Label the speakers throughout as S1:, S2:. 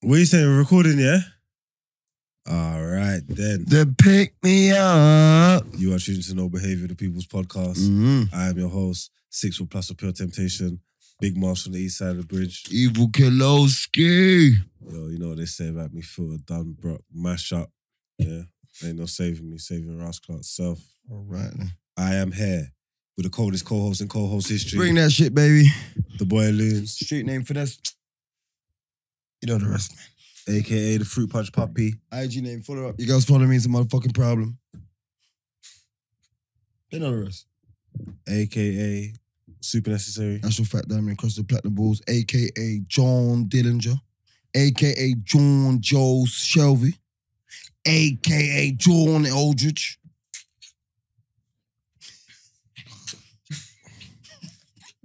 S1: What are you saying? We're recording, yeah? All right, then.
S2: The pick me up.
S1: You are tuned to No Behavior, the People's Podcast.
S2: Mhm.
S1: I am your host, Six with Plus of Pure Temptation, Big Marsh from the east side of the bridge.
S2: Evil Kiloski.
S1: Yo, you know what they say about me, filter done, bro. Mash up. Yeah. Ain't no saving me, saving Ross Clark's self.
S2: All right. then.
S1: I am here with the coldest co-host in co-host history.
S2: Bring that shit, baby.
S1: The boy Loons,
S2: Street name for this. You know the rest,
S1: aka the Fruit Punch Puppy.
S2: man. IG name, follow up. You guys follow me, it's a motherfucking problem. They know the rest.
S1: aka Super Necessary,
S2: National Fat Diamond across the platinum balls, aka John Dillinger, aka John Joe Shelby, aka John Eldridge.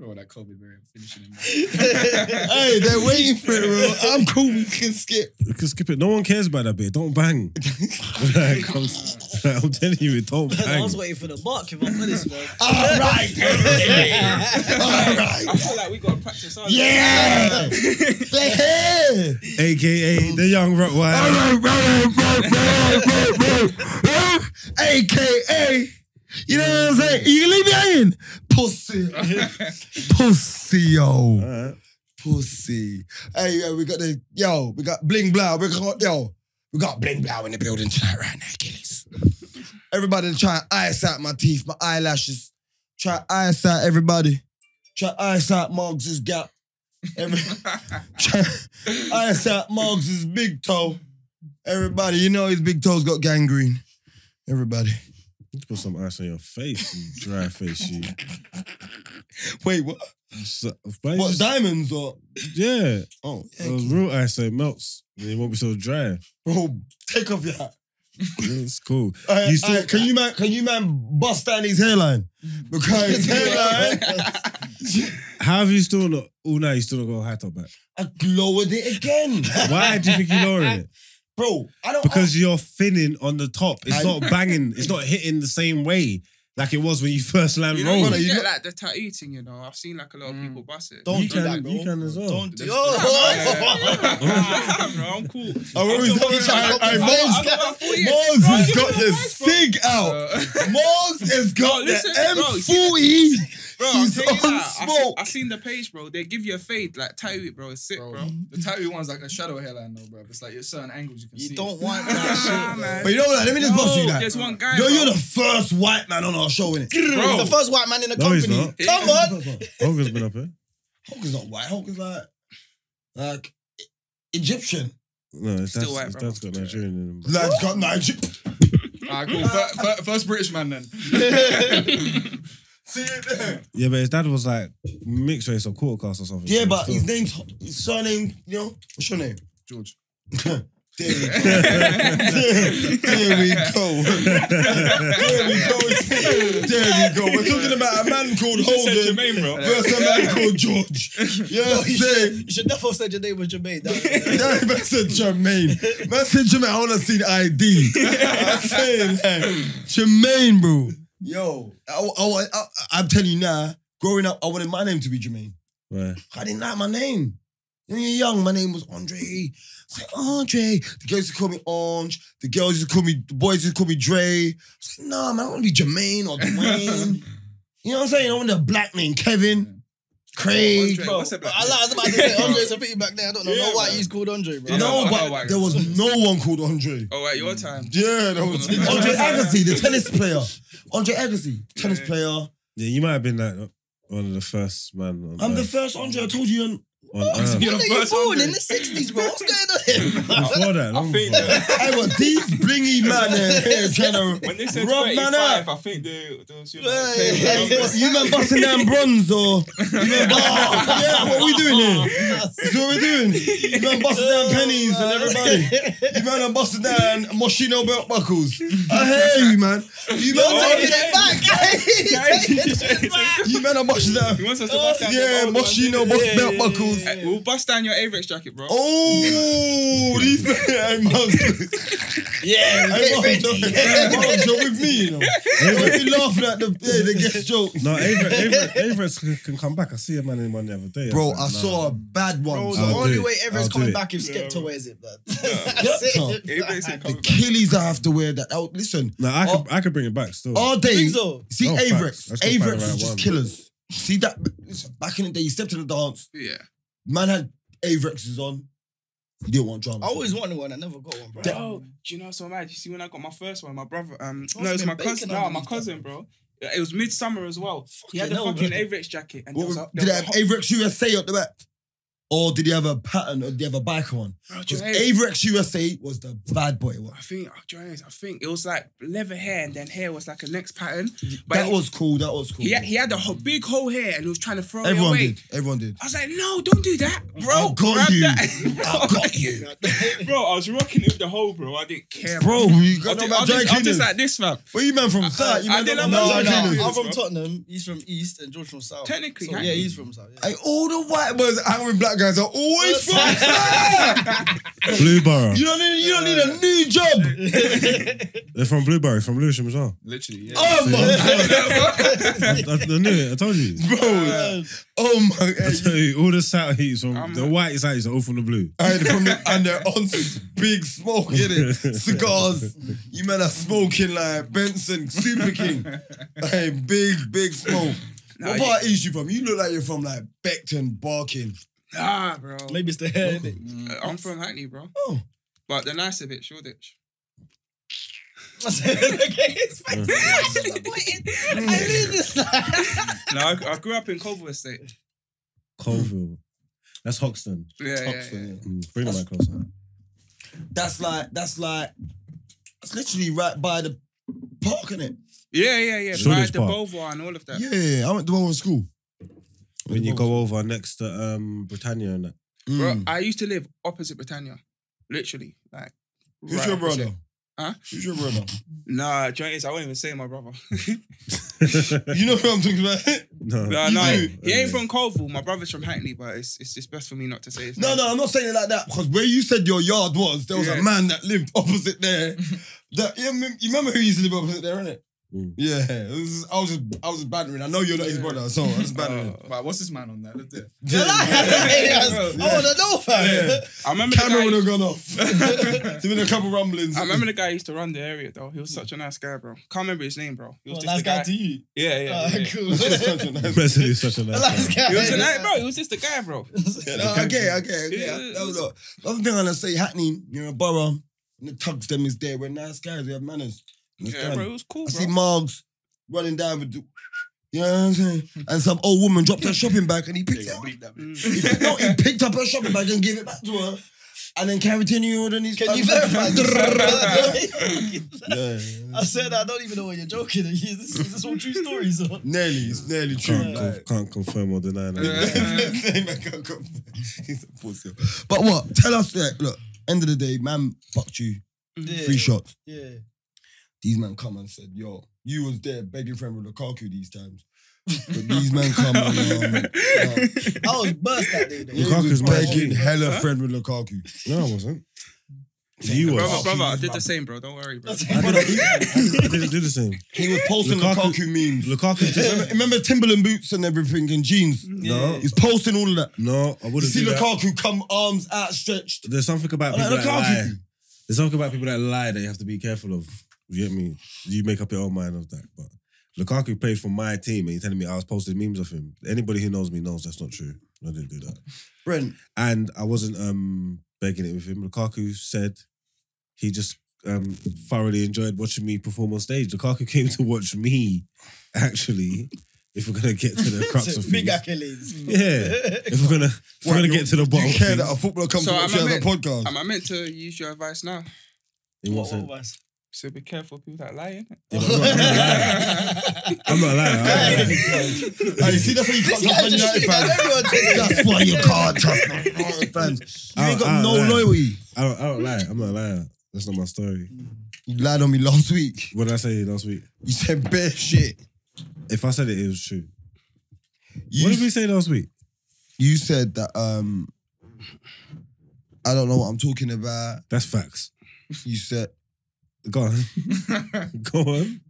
S3: Oh, that Kobe Bryant finishing him.
S2: hey, they're waiting for it, bro. I'm cool. We can skip.
S1: We can skip it. No one cares about that bit. Don't bang. Like, I'm, like, I'm telling you, it don't
S4: I
S1: bang.
S4: was waiting for the mark, if I'm honest, man.
S2: All right. All
S3: I
S2: right.
S3: feel like we got to practice on
S2: Yeah. They're here.
S1: AKA the Young
S2: All
S1: Rottweiler.
S2: right, right, right, right, right, right, right. AKA, you know what I'm saying? You leave me hanging. Pussy. Pussy, yo.
S1: Alright.
S2: Pussy. Hey, yo, we got the, yo, we got Bling Blow. We got, yo, we got Bling Blow in the building tonight, right now, killers. Everybody try and ice out my teeth, my eyelashes. Try and ice out everybody. Try and ice out Muggs' gap. Every, try and ice out Muggs' big toe. Everybody, you know his big toe's got gangrene. Everybody.
S1: Just Put some ice on your face, you dry face. You.
S2: Wait, what?
S1: So, why you
S2: What,
S1: just-
S2: diamonds or?
S1: yeah,
S2: Oh,
S1: it was real ice, so it melts. and It won't be so dry.
S2: bro, take off your hat.
S1: It's cool.
S2: Alright,
S1: You still-
S2: alright, Uh, can you man? Can you man bust down his hairline? Because his hairline,
S1: How have you still not? Oh, now you still not got a high top back.
S2: I lowered it again,
S1: Why do you think you're lowering it?
S2: bro. I don't
S1: Because you're thinning on the top. It's
S2: I-
S1: not banging. It's not hitting the same way like it was when you first land
S3: You know,
S1: roll.
S3: you
S2: Bro, you
S3: get
S2: got-
S3: like the tattoo thing, you know. I've seen like a lot of people bust it.
S2: Mm. Don't
S1: you
S2: do
S1: can-
S2: that, bro.
S1: you can as well.
S2: Don't do
S3: Just-
S2: that.
S3: Nah, man. Nah, bro, I'm cool.
S2: I remember
S3: I'm
S2: he's
S3: talking about-
S2: got, I, I,
S3: I'm
S2: Morgs
S3: talking
S2: got,
S3: about 48.
S2: Morgs
S3: Bro,
S2: has
S3: you
S2: got
S3: got
S2: the
S3: a nice one.
S2: sig out.
S3: Uh,
S2: Morgs has got
S3: listen, bro, you see
S2: the M40.
S3: Bro, I'll
S2: He's
S3: tell you
S2: on
S3: that. I
S2: smoke.
S3: seen, I seen the page, bro. They give you a fade, like tattoo it, bro. It's sick, bro.
S5: bro.
S2: Mm-hmm.
S5: The tattoo one's like a shadow hairline, though, bro. It's like there's certain angles you can see.
S2: You
S5: it.
S2: don't want
S3: Nah,
S2: that shit.
S3: man.
S2: But you know what? Let me just bust you
S3: No,
S2: that.
S3: There's one guy.
S2: Yo, you're
S3: bro.
S2: the first white man on our show, innit?
S3: Bro.
S2: He's the first white man in the
S1: No, he's
S2: company.
S1: not.
S2: Come on.
S1: Hogan's been up here.
S2: Hogan's not white. Hogan's like, like E- Egyptian.
S1: No, his
S3: Still
S1: dad's,
S3: white,
S1: his
S3: bro.
S1: dad's got Nigerian in him.
S2: Like got Nigerian.
S5: Alright, cool. Fir- fir- first British man then.
S2: See it there.
S1: Yeah, but his dad was like mixed race or quarter caste or something.
S2: Yeah, but
S1: Still.
S2: his name's his surname. You know what's your name?
S5: George.
S2: There we go. there we go. there we go. There we go. We're talking about a man called Holden
S3: Jermaine, bro.
S2: versus a man called George. You know what I'm
S4: you,
S2: saying?
S4: should, you should never have said your name was Jermaine. That,
S2: That message Jermaine. Message Jermaine. I wanna see the ID. I'm saying that. Jermaine, bro. Yo, I, I, I, I'm telling you now. Growing up, I wanted my name to be Jermaine.
S1: Right.
S2: I didn't like my name. When you're young, my name was Andre. I was like, Andre. The girls used to call me Orange. The girls used to call me, the boys used to call me Dre. I was like, nah, man, I want to be Jermaine or Dwayne. you know what I'm saying? I want a black name, Kevin, Craig.
S3: Andre,
S4: bro,
S3: what's that
S4: bro,
S3: about?
S4: I, like, I was about to say Andre's a pity back there. I don't know
S2: Yeah,
S4: no why
S2: man.
S4: he's called Andre, bro.
S3: Yeah.
S2: No,
S3: I know
S2: but
S3: why.
S2: there was no one called Andre.
S3: Oh, at your time.
S2: Yeah, that was Andre Agassi, the tennis player. Andre Agassi, tennis
S3: Yeah.
S2: player.
S1: Yeah, you might have been like one of the first man on
S2: I'm the
S1: earth-
S2: first Andre. I told you. um,
S1: on earth.
S4: When
S5: You're the
S4: are you
S5: first
S4: born
S5: Andre.
S4: in the 60s, bro? What's going on here? bro?
S1: Before that, long before that.
S2: I was these blingy man eh, in here trying to
S3: When they said
S2: rub man up.
S5: 35, I think they, they was, you
S4: Yeah,
S5: know,
S4: yeah,
S5: playing
S4: yeah.
S5: with numbers.
S2: You man busting down bronze or you man busting, yeah, what we doing here? This is what we're doing. You man busting down pennies and everybody. You man are busting down Moschino belt buckles. I hear you, man. You man,
S3: Oh,
S4: You're
S2: are,
S4: taking it back, guys. He's taking it back.
S2: you man are busting down.
S3: He wants us to bust down your
S2: Yeah,
S3: old ones,
S2: Moschino
S3: innit?
S2: belt belt buckles.
S3: Hey,
S5: Oh,
S3: We'll bust down your Avex jacket, bro.
S2: Oh, these men are monsters.
S4: Yeah, get ready.
S2: you're with me, you know. Don't be laughing at the, yeah, the guest joke.
S1: No, Averett, Averett, Averett can- can come back. I see a man in one the other day.
S2: Bro,
S1: was
S2: I
S1: like,
S2: saw a
S1: nah.
S2: bad one.
S3: Bro,
S2: son.
S4: The
S1: I'll
S4: only
S1: do it.
S4: way Everett's
S1: I'll
S4: coming
S1: do it.
S4: back if
S3: Yeah.
S4: Skepta wears it, blood. That's
S2: Skepta.
S4: it.
S3: Everett's ain't
S2: the
S3: coming back.
S2: Achilles I have to wear that. Oh, listen,
S1: No, I could, I could bring it back still.
S2: all day.
S4: Think so?
S2: See,
S1: Oh, facts. Let's
S2: Avrex.
S1: go find the
S2: Avrex
S1: right
S2: is just
S1: one.
S2: killers. See that? Listen, back in the day, you stepped in the dance.
S5: Yeah.
S2: Man had Avrexes on. He didn't want drama.
S4: I always wanted one. I never got one,
S2: Oh.
S4: bro.
S3: Bro, do you know what's so mad? You see, when I got my first one, my brother, um,
S4: Must
S3: no, it was
S4: been
S3: my
S4: bacon
S3: cousin, no, my
S4: underneath that.
S3: cousin, bro. It was midsummer as well. he had a
S4: Fucking hell,
S3: fucking
S4: bro.
S3: Avex jacket, and there
S2: What
S3: was,
S2: was,
S3: a, there
S2: did he
S3: was a
S2: have
S3: hot-
S2: Avrex USA up the back? Or did he have a pattern or did he have a biker one?
S3: Bro, do
S2: Because
S3: you know what it is?
S2: Avrex USA was the bad boy one.
S3: I think, oh, do you know what it is? I think it was like leather hair, and then hair was like a next pattern. But
S2: that
S3: he,
S2: was cool. That was cool.
S3: he had, he had a ho- big whole hair, and he was trying to throw
S2: Everyone
S3: it away.
S2: did. Everyone did.
S3: I was like, no, don't do that, bro.
S2: I got
S3: grab
S2: you.
S3: That. Bro,
S2: I got you.
S3: Bro, I was rocking it with the whole, bro. I didn't care,
S2: Bro, you
S3: I
S2: got no
S3: did,
S2: man dry
S3: I'm, just, I'm
S2: cleaners.
S3: just like this, fam.
S2: Where you man from?
S3: I-
S2: South? You
S3: I
S2: man
S3: didn't
S2: don't
S3: have
S2: know
S3: no
S2: dry
S3: dry
S2: cleaners.
S3: cleaners.
S4: I'm from Tottenham. He's from East, and George from South.
S3: Technically,
S4: So,
S3: I-
S4: yeah, he's from South. yeah.
S2: Hey, all the white boys hanging with black guys are always from South.
S1: Blueborough.
S2: You don't need. You don't need a new job.
S1: They're from Blueborough, from Lewisham as well.
S5: Literally, yeah.
S2: Oh my god,
S1: I, I knew it. I told you.
S2: bro. Oh my.
S1: I
S2: Hey,
S1: tell you, all the South heats from
S3: I'm-
S1: the white South are all from the blue.
S2: I heard from the, and they're on s- big smoke, innit? Cigars. You men are smoking like Benson, Super King. Hey, big, big smoke.
S3: Nah,
S2: what
S3: you-
S2: part is you from? You look like you're from like Beckton, Barking.
S3: Nah, bro.
S4: Maybe it's the hair. innit?
S3: Uh, I'm from Hackney, bro.
S2: Oh.
S3: But the nicer bit, Shoreditch.
S4: Okay, it's fine. It's disappointing. I knew this.
S3: No, I, I grew up in Colville Estate.
S1: Colville. That's Hoxton.
S3: Yeah, yeah, yeah.
S2: Oxford, yeah.
S1: Mm, bring the mic closer.
S2: That's like that's like that's literally right by the park, innit?
S3: Yeah, yeah, yeah. By
S1: Shoreditch
S3: the
S1: Park.
S3: Beauvoir and all of that.
S2: Yeah, yeah, I went to one school.
S1: When you go over next to um, Britannia and that.
S3: Bro,
S2: Mm.
S3: I used to live opposite Britannia. Literally. Like,
S2: Who's
S3: right
S2: your
S3: opposite.
S2: brother?
S3: Huh?
S2: Who's your brother?
S3: Nah, joint is, I won't even say my brother.
S2: you know who I'm talking about?
S1: no,
S3: no, no. He ain't from Colville. My brother's from Hackney, but it's it's just best for me not to say his
S2: no,
S3: name. Uh,
S2: no, I'm not saying it like that because where you said your yard was, there was
S3: Yeah.
S2: a man that lived opposite there. that you, remem- you remember who used to live opposite there, innit?
S1: Mm.
S2: Yeah, it was- I was just, I was just bantering. I know you're not his
S5: Yeah.
S2: brother, so I was just bantering.
S5: But what's this man on that? Look there.
S4: You're lying. Yes.
S3: Bro,
S4: I want to know, fam.
S2: Yeah.
S3: I remember the
S2: Camera
S3: guy-
S2: would have gone off. There's been a couple rumblings.
S3: I remember the guy who used to run the area though. He was such a nice guy, bro. Can't remember his name, bro. He was
S4: Well,
S3: just
S4: last
S3: the
S4: guy
S3: guy.
S4: to you.
S3: Yeah, yeah.
S2: Oh,
S4: Ah,
S3: yeah.
S4: cool.
S2: Such a nice-
S1: Presley's such a nice
S4: Last
S1: guy.
S4: guy.
S3: He was a nice bro. He was just the guy, bro.
S2: Yeah, no, I get it, I get it. Yeah.
S3: Yeah.
S2: That was all. The other thing I'm gonna say, Hackney, you're a borough, and the tugs them is there. We're nice guys, we have manners.
S3: Yeah,
S2: Understand?
S3: bro. It was cool,
S2: I see
S3: bro.
S2: Margs running down with the, you know what I'm saying? And some old woman dropped her shopping bag and he picked it up.
S5: Bleep that.
S3: Mm.
S2: He, picked- no, he picked up her shopping bag and gave it back to her. And then carried it in the order and he's
S4: Can you verify?
S2: yeah.
S4: this? I said I don't even know what you're joking. Is this, is this all true stories? Or?
S2: Nearly, it's nearly true.
S1: Can't, con- can't confirm or deny that.
S3: Yeah.
S2: Same, I can't come- He's a pussy. But what? Tell us, like, look, end of the day, man fucked you.
S4: Yeah.
S2: Three shots.
S4: Yeah.
S2: these men come and said, "Yo, you was there begging for Emre Lukaku these times." But these men come
S1: uh,
S2: and um, no.
S4: I was burst that day, though.
S2: You
S1: Lukaku's
S2: was
S1: my
S2: begging
S1: G.
S2: hella friend with Lukaku.
S1: No, I wasn't. You was.
S3: Brother, brother, I did the same, bro. Don't worry, bro.
S1: I didn't, I didn't- I didn't do the same.
S2: He was posting
S1: Lukaku-
S2: Lukaku, memes.
S1: Lukaku just.
S2: remember, remember Timberland boots and everything and jeans.
S1: No.
S2: He's posting all of that.
S1: No, I
S2: You
S1: wouldn't
S2: see
S1: do that.
S2: Lukaku come arms outstretched.
S1: There's something about
S2: Like
S1: people that
S2: Lukaku.
S1: lie. There's something about people that lie that you have to be careful of. You get me? You make up your own mind of that. But Lukaku played for my team, and you're telling me I was posting memes of him. Anybody who knows me knows that's not true. I didn't do that.
S2: Brent,
S1: and I wasn't um begging it with him. Lukaku said he just um thoroughly enjoyed watching me perform on stage. Lukaku came to watch me, actually. If we're gonna get to the crux of
S4: Big
S1: things,
S4: accolades.
S1: yeah. If we're gonna, if we're
S2: what,
S1: gonna
S2: you-
S1: get to the
S2: do
S1: bottom,
S2: you
S1: of
S2: care that
S1: things-
S2: a footballer comes
S3: So
S2: to
S3: I'm
S2: watch you
S3: a
S2: on a
S3: man.
S2: podcast?
S3: Am I meant to use your advice now?
S1: in what sense?
S3: So be careful, people that lie, innit?
S1: Yeah, but I'm not lying. I'm not lying.
S2: Hey, see, that's why you can't
S4: This
S2: trust
S4: guy
S2: Man
S4: just
S2: United
S4: shooting
S2: fans.
S4: at everyone.
S2: That's why you can't trust Man United fans. You ain't
S1: I- I
S2: got no
S1: lie.
S2: loyalty.
S1: I don't, I don't lie. I'm not a liar. That's not my story.
S2: You lied on me last week.
S1: What did I say last week?
S2: You said bare shit.
S1: If I said it, it was true.
S2: You,
S1: what did we say last week?
S2: you said that um I don't know what I'm talking about.
S1: That's facts.
S2: You said
S1: Go on. Go on.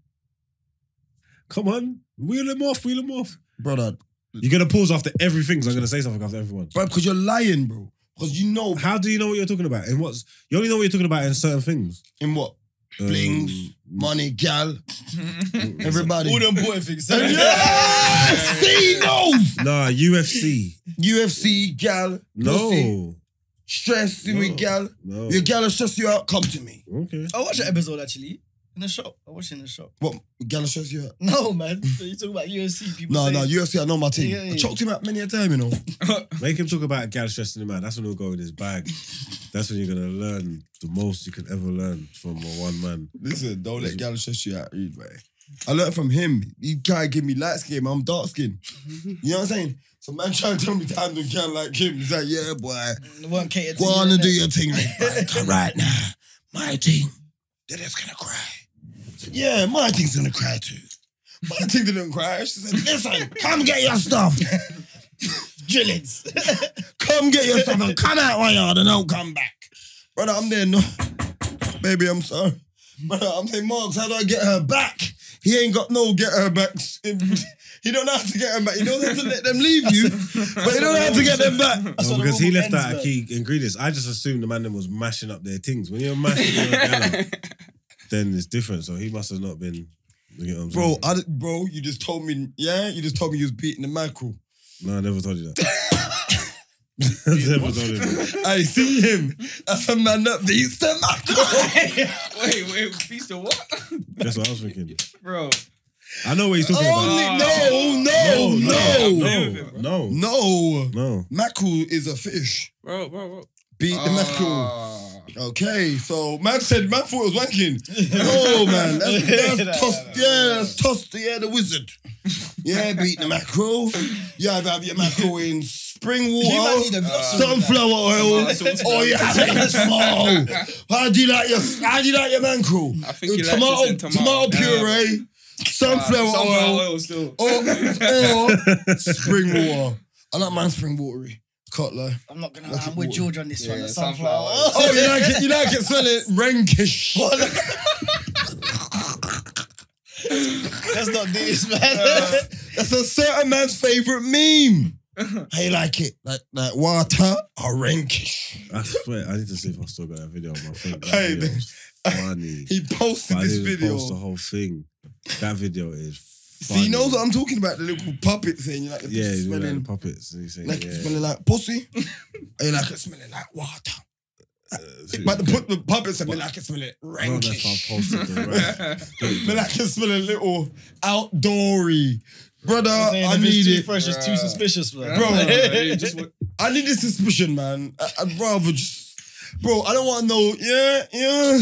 S1: Come on. Wheel him off. Wheel him off.
S2: brother.
S1: You're going to pause after everything because I'm going to say something after everyone.
S2: Bro, because you're lying, bro. Because you know
S1: How do you know what you're talking about? And what's you only know what you're talking about in certain things. Um,
S2: in what?
S1: Mm.
S2: Blings, money, gal, everybody.
S4: All the important things.
S2: yes! See those!
S1: Um, nah, UFC.
S2: UFC, gal, pussy,
S1: No.
S2: stressing with gal.
S1: No.
S2: Your gal will stress you out, come to me.
S1: Okay.
S4: I watched an episode actually in the shop. I watched it in the shop.
S2: What? Gal will stress you out?
S4: No, man. So you talk about UFC people.
S2: No,
S4: say,
S2: no, UFC, I know my team.
S4: Yeah, yeah,
S2: I
S4: yeah.
S2: choked him out many a time, you know.
S1: Make him talk about gal stressing him out. That's when he'll go in his bag. That's when you're gonna learn the most you can ever learn from a one man.
S2: Listen, don't let Gallo stress you out, read, man. I learned from him. He can't give me light skin, I'm dark skin. You know what I'm saying? So man trying to tell me to handle gal like him. He's like, yeah, boy.
S4: They weren't catered to
S2: Go
S4: you,
S2: on and
S4: innit?
S2: do your thing, Rick. But Come right now. My thing. They're just gonna cry. I said, yeah, my thing's gonna cry too. My thing didn't cry. She said, listen, come get your stuff.
S4: drillings.
S2: Come get your stuff and come out one yard and don't come back. Brother, I'm there, no. Baby, I'm sorry. Brother, I'm saying, Marks, how do I get her back? He ain't got no get her back. He don't know how to get her back. He knows how to let them leave you, but he don't know how to get them back.
S4: That's
S1: No,
S4: what the
S1: because he
S4: rule
S1: left
S4: ends,
S1: out a
S4: man.
S1: key ingredients. I just assumed the man then was mashing up their things. When you're mashing your gal up, then it's different. So he must have not been. You get what I'm
S2: Bro,
S1: saying?
S2: I, d- bro, you just told me, yeah, you just told me you was beating the mackerel.
S1: no, I never told you that. I never told you that.
S2: I see him. That's a man that beats the mackerel.
S5: Wait, wait, beast of what?
S1: That's what I was thinking.
S5: Bro.
S1: I know what he's
S4: Oh,
S1: talking about.
S2: Only no, no, no,
S5: no,
S1: no, no, no,
S2: no.
S1: no.
S2: Mackerel is a fish.
S5: Bro, bro, bro.
S2: Beat the mackerel.
S5: Ah.
S2: Okay, so man said man thought it was wanking. No man, that's, that's tossed. Yeah, that's tossed. Yeah, the wizard. Yeah, beat the mackerel. Yeah, have- have your mackerel in spring
S4: You might need
S2: water,
S4: a gloss on that.
S2: sunflower oil,
S5: Tomato sauce.
S2: or you have it in small. How do you like your How do you like your mackerel?
S5: I think he likes
S2: tomato,
S5: this in tomato.
S2: tomato
S5: Yeah.
S2: Oh, puree, sunflower
S5: Ah, sunflower
S2: Oh, oil, Oh,
S5: oil still.
S2: or, or spring water. I like mine spring watery. Can't lie.
S4: I'm not gonna.
S2: Lucky
S4: I'm with
S2: boy.
S4: George on this one.
S5: Yeah,
S4: The
S5: sunflower.
S4: sunflower.
S2: Oh, you like it? You like it? Smell it, rankish.
S4: Let's not do this, man.
S2: Uh, That's a certain man's favorite meme. How you like it? Like like water or rankish?
S1: I swear, I need to see if I still got that video on my phone. That
S2: Hey,
S1: video was funny.
S2: He posted
S1: But I
S2: this
S1: didn't
S2: video.
S1: post the whole thing. That video is.
S2: See,
S1: Funny.
S2: he knows what I'm talking about. The little puppet thing. You like the
S1: Yeah,
S2: pussy
S1: you know, like the
S2: smelling,
S1: puppets. And he's saying,
S2: like
S1: yeah.
S2: it smelling like pussy. or you like it smelling like water?
S1: uh,
S2: But the, pu- the puppet said, me like it smelling
S1: I don't know if I
S2: rankish.
S1: posted the right.
S2: Me like it smelling little outdoory. Brother,
S4: Saying
S2: I
S4: if it's
S2: need
S4: too
S2: it.
S4: fresh, it's too
S5: Bruh.
S4: suspicious, man.
S2: Bro.
S5: you just want-
S2: I need this suspicion, man. I- I'd rather just, bro. I don't want to know. Yeah, yeah.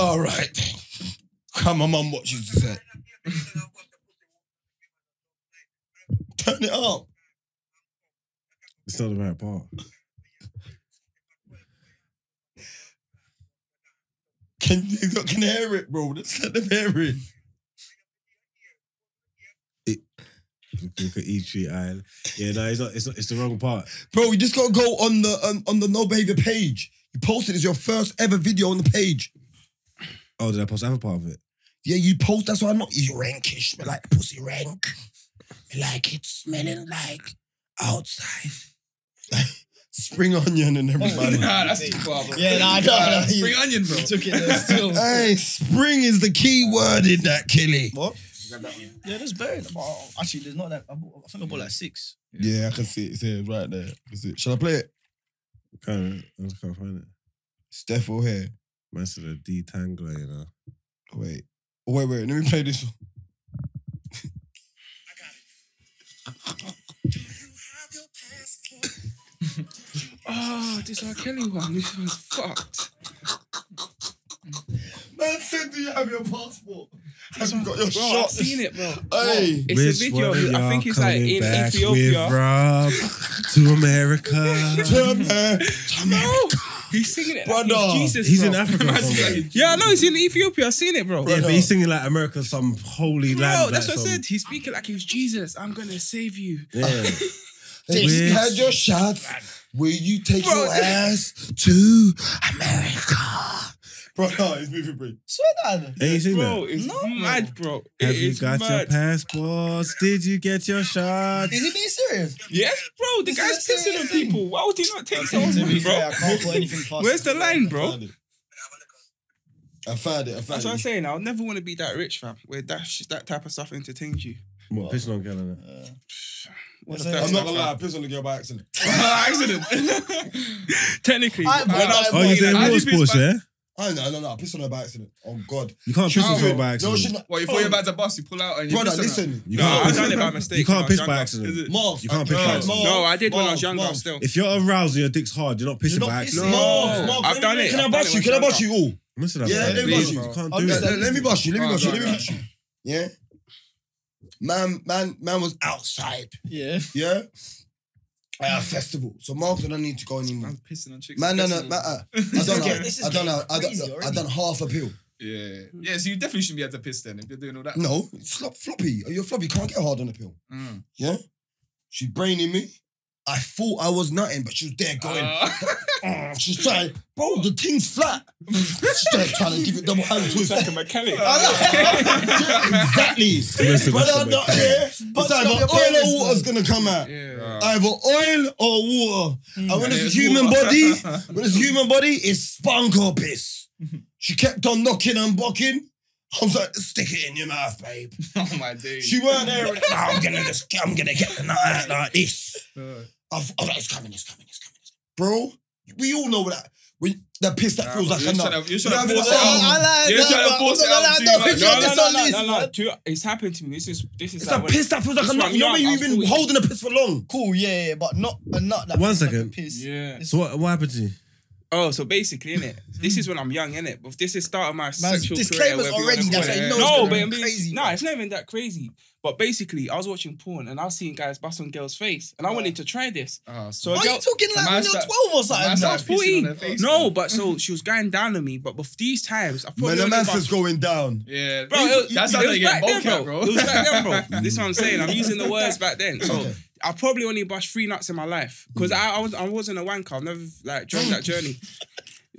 S2: All right. Come, my mum watches this. eh? Turn it up.
S1: It's not the right part.
S2: Can you can hear it, bro? Let's let them hear it.
S1: Look- Look at E Tree Island. Yeah, no, it's not. It's not. It's the wrong part.
S2: Bro, you just gotta go on the um, on the no behavior page. You posted it's your first ever video on the page.
S1: Oh, did I post other part of it?
S2: Yeah, you post. That's why I'm not. You rankish, me like pussy rank. Me like it smelling like outside. Spring onion and everybody.
S5: Nah, that's too far, bro.
S4: Yeah, nah, I
S5: Nah,
S4: know.
S5: that's spring onion, bro.
S4: You took it there still.
S2: Hey, spring is the key word in that, Killy.
S4: What? Yeah, there's buried. Oh, actually, there's not that. I, bought, I think I bought like six.
S2: Yeah, I can see it. It's here, right there. I can see it. Shall I play it?
S1: Can't. I just can't find it.
S2: Steph O'Hare.
S1: Man said a detangler, you know.
S2: Wait. Oh, wait, wait. Let me play this one.
S5: Oh, this R. Kelly one. This one's fucked.
S2: Man said, do you have your passport? Have you got your
S5: Bro, I've
S2: shots?
S5: seen it, bro.
S2: Hey.
S5: It's
S1: Which
S5: a video.
S1: one of
S5: I think
S1: y'all
S5: it's like
S1: coming
S5: in
S1: back
S5: Ethiopia.
S1: With Rob to America.
S2: Turn there.
S5: No, he's singing it. Like
S2: Brother,
S5: he's Jesus,
S1: he's
S5: bro.
S1: in Africa
S5: Man's
S1: somewhere.
S5: like- yeah, I know he's in Ethiopia. I've seen it, bro.
S1: yeah,
S5: bro,
S1: but he's singing like America, some holy land.
S5: that's
S1: like
S5: what I
S1: some-
S5: said. He's speaking like he's Jesus. I'm gonna save you.
S1: Yeah.
S2: If you
S1: Yes.
S2: had your shots, will you take
S5: Bro.
S2: your ass to America? Bro, no, he's moving free.
S4: Swear down.
S1: Ain't you seen
S3: Bro,
S1: that?
S3: it's
S4: No.
S3: mad, bro. It
S1: Have you
S3: is
S1: got your
S3: mad.
S1: passports? Did you get your shots?
S4: Is he being serious?
S3: yes, bro. The
S4: This
S3: guy's
S4: is a
S3: pissing on
S4: serious thing.
S3: people. Why would he not take
S4: Okay, to be fair,
S3: someone, bro?
S4: I can't put anything past
S3: Where's the
S4: him.
S3: line, bro?
S2: Found it. I found it. I found
S3: That's what I'm
S2: it.
S3: saying. I'll never want to be that rich, fam. Where that sh- that type of stuff entertains you.
S1: What, pissing on girl and that?
S4: Uh,
S3: What
S4: That's
S3: the
S4: it.
S3: fuck
S2: I'm
S3: is
S2: not
S3: that,
S2: gonna
S3: fam?
S2: lie, I pissed on the girl by accident.
S3: accident. Technically,
S4: I-
S3: when I was
S1: Oh, you
S3: fourteen,
S1: said
S3: I
S1: it
S3: did
S1: was
S3: piss
S1: sports,
S3: back-
S1: yeah?
S2: I know, no, no, I pissed on her by accident. Oh God.
S1: You can't piss on girl by
S2: No, she
S1: accident.
S2: not.
S3: What you thought you were about to bust? You pull out and you
S2: Brother,
S3: pissed on her?
S2: listen.
S1: You
S3: No, I
S1: can't
S3: done it by
S1: piss.
S3: mistake.
S1: You
S3: when I
S1: can't
S3: was
S1: piss by
S3: younger.
S1: accident.
S3: Is it-
S2: Mark,
S1: You can't
S2: I-
S1: piss by
S2: Mark,
S1: accident.
S2: Mark,
S3: No, I did when I
S2: Mark,
S3: was younger.
S2: Mark.
S3: Still,
S1: If you're aroused and your dick's hard, you're not pissing
S2: You're not
S1: by accident.
S2: pissing.
S3: No.
S2: Mark, Mark,
S3: I've
S2: let
S3: done
S2: me-
S3: it.
S2: Can I
S3: I've done
S2: bust
S3: it
S2: you?
S3: when
S2: Can I
S3: I was
S2: bust you all?
S1: Listen, I've
S2: Yeah,
S1: got
S2: let
S1: it.
S2: me bust
S1: You
S2: you.
S1: can't
S4: I'll
S1: do
S4: just
S1: that.
S2: Let, let me bust you. Let me
S3: Oh,
S2: bust you. Let
S3: right,
S2: me bust you. Yeah. Man, man, man was outside.
S4: yeah.
S2: Yeah. At a festival, so Mark didn't need to go anymore.
S3: I'm pissing on chicks.
S2: Man, no, no,
S3: Pissing on-
S2: man, uh, I
S4: is
S2: done,
S4: getting-
S2: a-
S4: this is
S2: I done, a-
S4: getting
S2: I
S4: crazy
S2: done, I
S4: already.
S2: done half a pill.
S5: Yeah. Yeah, so you definitely shouldn't be able to piss then if you're doing all that.
S2: No, it's flop, floppy. You're floppy. Can't get hard on a pill.
S5: Mm.
S2: Yeah. She braining me. I thought I was nothing, but she was there going.
S5: Ah.
S2: "Mm," she's trying, bro. The thing's flat. she's there trying to give it double hand twist.
S3: Like a mechanic.
S2: exactly.
S1: Listen,
S2: But
S1: listen,
S2: I'm not
S1: mate.
S2: here.
S4: But
S2: It's either
S4: you're
S2: oil
S4: careless,
S2: or water's gonna come out.
S5: Ah.
S3: Yeah.
S2: Either oil or water. And when
S5: And
S2: it's
S5: it's
S2: a human
S5: water.
S2: body, when it's a human body, it's spunk or piss. She kept on knocking and bucking. I was like, stick it in your mouth, babe.
S5: Oh my days.
S2: She weren't there. and, "No, I'm gonna just, I'm gonna get the nut out like this. I was I was like, it's coming, it's coming, it's coming, it's coming, bro. We all know that. When that piss that feels like
S5: you're
S2: a nut.
S5: trying to, you're
S2: You know
S5: trying
S2: what I
S5: to
S2: mean?
S5: force it
S2: Like,
S5: out.
S2: oh,
S5: You're trying to force it out too much.
S3: No, no,
S4: this
S3: no,
S4: on
S3: no,
S4: this,
S3: no, no.
S4: man.
S3: Too- It's happened to me. This is this is
S2: It's
S3: like
S2: a
S3: when-
S2: piss that feels like a
S3: This
S2: nut.
S3: one,
S2: You know
S3: yeah,
S2: when you've been
S3: absolutely.
S2: holding a piss for long.
S4: Cool, yeah, yeah, but not a nut that
S1: One
S4: feels like a
S1: second.
S4: piss.
S5: Yeah.
S1: So what, what happened to you?
S3: Oh, so basically, innit? This is when I'm young, innit? But this is start of my sexual career.
S4: disclaimers
S3: whatever you wanna
S4: already.
S3: call
S4: That's
S3: it.
S4: how you
S5: yeah.
S4: know
S5: No,
S4: it's
S3: No,
S4: gonna
S3: but
S4: be
S3: I mean,
S4: crazy.
S3: nah, it's not even that crazy. But basically, I was watching porn and I was seeing guys bust on girls' face, and I wanted to try this.
S5: Ah, so
S3: So a
S4: Are
S3: girl,
S4: you talking like when
S5: man's
S4: you're
S5: that-
S4: 12 or something?
S5: man's
S4: bro?
S5: that pissing on their face,
S3: no, but so she was going down on me. But before these times, I
S2: Man,
S3: probably
S2: the
S3: only
S2: man
S3: about-
S2: says going down.
S5: Yeah,
S3: Bro, it,
S5: that's
S3: it
S5: how they
S3: was
S5: get
S3: back
S5: bulk
S3: then,
S5: out,
S3: bro.
S5: bro.
S3: It was back then, bro. this is what I'm saying. I'm using the words back then. So
S2: Okay.
S3: I probably only bust three nuts in my life because
S4: Mm.
S3: I, I was I wasn't a wanker. I've never like joined that journey.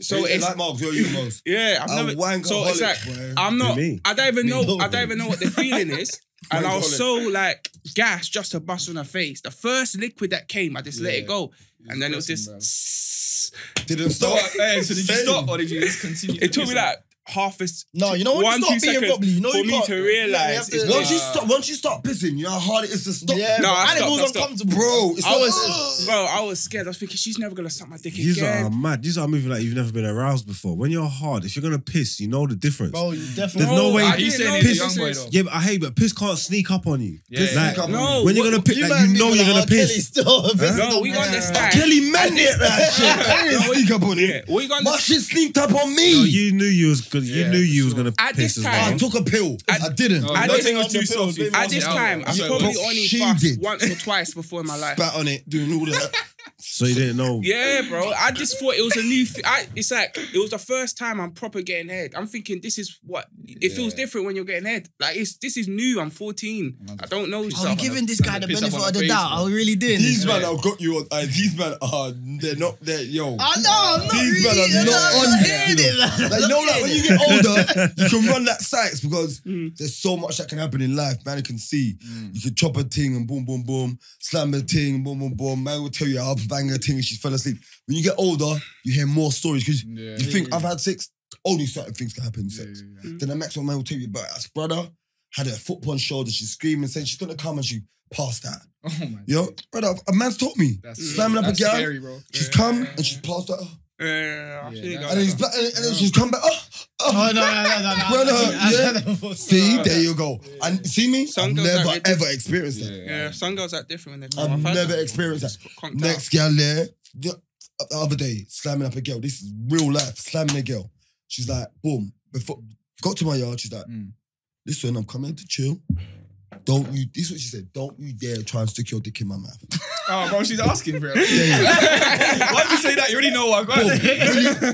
S3: So
S2: Is it
S3: it's
S2: like Mark, you're you, Mark.
S3: yeah, I've never. so it's like I'm not.
S1: me?
S3: I don't even
S2: Me
S3: know.
S2: too.
S3: I don't even know what the feeling is. And I was so
S2: Wankaholic.
S3: like gassed just to bust on her face. The first liquid that came, I just let it
S5: Yeah.
S3: go, and then it was
S5: pressing,
S3: this.
S2: didn't
S5: So,
S2: stop.
S5: what- hey, so did you stop or did you just continue?
S3: It took me like half a. s-
S4: No, you know when
S3: One,
S4: you stop
S3: two
S4: being
S3: seconds
S4: properly, you know
S3: for
S4: you
S3: me
S4: can't.
S3: to
S4: Yeah, you
S3: realize
S4: have
S3: it's
S4: to-
S3: not-
S2: Once you stop, onop you stop pissing, you know how hard it is to stop.
S4: Yeah,
S3: No,
S4: bro,
S3: I
S4: and it
S3: stopped, I
S4: was
S3: stopped.
S4: uncomfortable.
S2: bro, it's
S3: I
S2: not.
S3: was, bro, I was scared. I was thinking she's never gonna suck my dick
S1: These are
S3: again.
S1: mad. These are moving like you've never been aroused before. When you're hard, if you're gonna piss, you know the difference.
S4: Bro, you
S1: There's
S4: definitely.
S1: no way.
S5: Ah, he's saying he's a young boy though.
S1: Yeah, but I hate, but piss can't sneak up on you.
S5: Yeah, yeah.
S1: Like,
S2: Sneak up.
S3: No,
S1: when you're
S3: what-
S1: gonna piss, you, like, you know you're gonna piss.
S3: No, we understand.
S2: Kelly meant it, that shit. I didn't sneak up on
S3: Yeah,
S2: it.
S3: what you gonna
S2: My shit sneaked up on me.
S1: No, you knew you was gonna, you
S5: Yeah,
S1: knew you was
S5: sure.
S1: gonna
S3: At
S1: piss as
S3: this
S2: I
S1: well.
S3: time-
S2: took a pill. I,
S3: I- Oh.
S2: didn't.
S5: No,
S3: I
S5: don't
S3: didn't
S5: think it was
S4: want the
S5: too
S4: pills,
S5: soft.
S4: baby.
S5: You
S3: At this
S5: forced it out,
S3: time,
S5: bro.
S3: I
S5: So it
S3: probably
S5: was-
S3: only
S2: She
S3: bust
S2: did.
S3: once or twice before in my life.
S2: spat on it, doing all that.
S1: So you didn't know.
S3: Yeah, bro. I just thought it was a new. Th- I, it's like it was the first time I'm proper getting head. I'm thinking this is what it feels
S5: Yeah.
S3: different when you're getting head. Like it's this is new. I'm 14. I don't know
S4: I
S3: stuff.
S4: was giving this guy the
S5: Piss up
S4: benefit
S5: on
S4: of
S5: the
S4: the
S5: face,
S4: doubt.
S5: bro.
S4: I really did.
S2: These man have got you on. Uh, these man are. They're not. They're yo.
S4: I know, I'm not
S2: These
S4: really.
S2: man are
S4: I'm
S2: not
S4: not
S2: on
S4: hearing
S2: this,
S4: it, man.
S2: Like, you
S4: I'm
S2: know,
S4: not
S2: like when
S4: hearing
S2: you
S4: it.
S2: get older, you can run that sites because there's so much that can happen in life. Man, you can see, you can chop a thing and boom, boom, boom, slam a thing, boom, boom, boom. Man will tell you I'll bang a thing and she fell asleep. When you get older, you hear more stories because
S5: Yeah.
S2: you think I've had sex. Only certain things can happen in sex. Then the next one man will tell you about his brother had a foot on shoulder. She's screaming, saying she's gonna come and she passed that.
S5: Oh my.
S2: Yo, brother, a man's taught me. Slamming up a
S5: that's
S2: girl.
S5: scary, bro.
S2: She's come and she's passed that.
S3: Yeah,
S5: Yeah,
S3: yeah,
S5: that's-
S2: And then, he's, back- and then she's come back. Oh,
S4: Oh,
S2: oh.
S4: no, no, no, no, no.
S2: Brother,
S4: no.
S2: See, there you go. And see me?
S3: Some
S2: I've
S3: girls
S2: never
S3: are-
S2: ever experienced that.
S3: yeah. Some girls act different when they come.
S2: I've
S3: I've had
S2: never
S3: that.
S2: experienced that.
S3: Conked out.
S2: Next girl there, the the other day, slamming up a girl. This is real life, slamming a girl. She's like, boom. Before got to my yard, she's like,
S5: Mm.
S2: listen, I'm coming to chill. Don't you? This is what she said. Don't you dare try and stick your dick in my mouth.
S5: Oh, bro, she's asking for it.
S2: Yeah, yeah.
S5: Why'd you say that? You already know what.
S2: Boom.
S5: Go
S2: Really?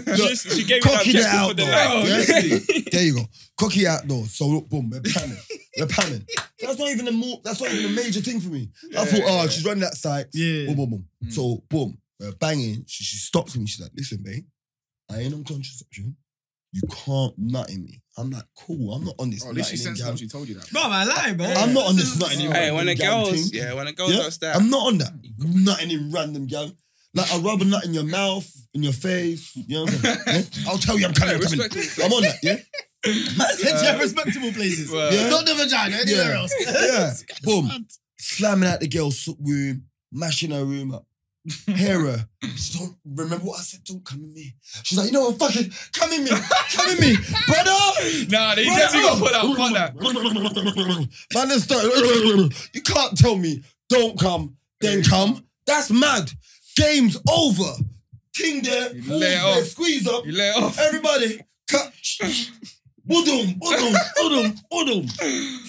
S3: She,
S2: Look,
S3: just- she gave me an
S2: cocky
S3: objective
S2: that
S3: for
S2: out
S3: the
S2: though.
S3: night.
S2: Yeah?
S5: Honestly.
S2: There you go. Cocky out though. So look, boom, we're panning. We're panning. That's not even a more, that's not even a major thing for me. I thought, oh, she's running that site.
S4: Yeah.
S2: Boom, boom, boom. Uh,
S5: Mm.
S2: So boom, we're banging. She, she stops me. She's like, listen, babe, I ain't on contraception. you can't nut in me. I'm like, cool. I'm not on this.
S5: Oh, at
S2: nutting
S5: least she's
S2: and jam-
S5: sensible. She told you that.
S4: Bro, I lie, bro.
S2: I'm not on this
S4: is-
S2: nut anymore.
S3: Hey, when the
S2: Jam
S3: girls,
S2: thing.
S3: yeah, when the girls
S2: Yeah,
S3: does that,
S2: I'm not on that. Nothing in random, gang. Like I rub a nut in your mouth, in your face. You know what I'm saying? Yeah? I'll tell you, I'm coming. I'm coming.
S3: respectful.
S2: I'm on that. Yeah,
S4: Man said
S5: Uh,
S4: you have respectable places.
S3: Well,
S2: Yeah.
S4: Not the vagina, anywhere
S2: Yeah.
S4: else.
S2: yeah. Boom. Slamming out the girl's room, mashing her room up. Hear her. She don't remember what I said. Don't come in me. She's like, you know what? Fuck it. Come in me. Come in me, brother.
S5: Nah, they definitely got put out. Put that.
S2: Man, this start. You can't tell me don't come, then come. That's mad. Game's over. Ting there,
S5: You
S2: walls
S5: lay it
S2: there,
S5: off.
S2: squeeze up.
S5: You let it off.
S2: Everybody, cut. Boodum, boodum, boodum, boodum,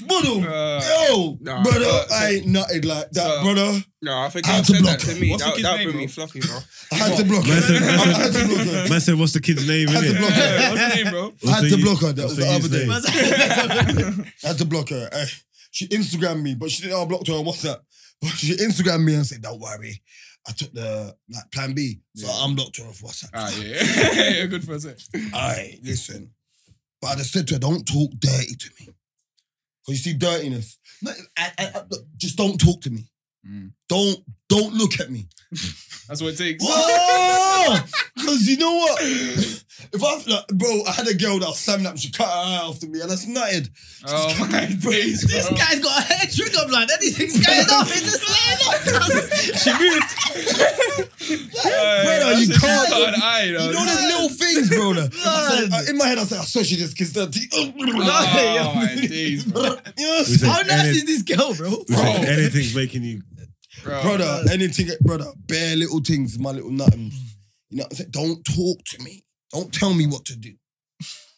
S2: boodum.
S5: Uh,
S2: Yo,
S3: nah,
S2: brother,
S3: uh, so-
S2: I ain't nutted like that,
S3: so-
S2: brother.
S3: No, I think
S2: How
S3: I
S2: to
S3: said
S2: block
S3: that to
S2: her?
S3: me.
S4: What's the
S3: That
S4: kid's
S3: that
S4: name,
S3: would bring me
S4: bro?
S3: floppy, bro.
S2: I had to block her.
S1: Man said-
S2: I had to block her.
S1: Man said, what's the kid's name?
S2: Had to
S1: innit?
S2: block her.
S5: yeah, what's her name, bro?
S2: I had
S1: What's
S2: to
S1: the-
S2: block her. That
S1: what's
S2: was the other
S1: username?
S2: day. I had to block her. Eh, she Instagrammed me, but she didn't know I blocked her on WhatsApp. But she Instagrammed me and said, "Don't worry, I took the like plan B, so I unblocked her off WhatsApp."
S5: Ah, yeah. You're good for a sec.
S3: Uh-huh.
S2: Aye, listen. But I just said to her, "Don't talk dirty to me, because you see dirtiness. No, I- I- I- look, just don't talk to me.
S5: Mm.
S2: Don't don't look at me.
S5: That's what it takes.
S2: Because you know what? If I like, bro, I had a girl that was slamming up, she cut her eye after me, and that's nutted.
S5: Oh my days,
S4: This
S5: bro.
S4: guy's got a hair trigger blood. Anything's going on. It's just like
S2: She moved. Brother, you can't-
S5: Cut an eye,
S2: You
S5: though.
S2: know the little things, bro. I said, uh, in my head, I said, I saw she just kissed her teeth.
S5: Oh, my days, bro.
S1: We said,
S4: How nice
S1: "Any-
S4: is this girl, bro?
S1: we said,
S5: Bro.
S1: Anything's making you.
S5: Bro.
S2: brother, anything, brother, bare little things, my little nothings. You know what I'm saying? Don't talk to me. Don't tell me what to do.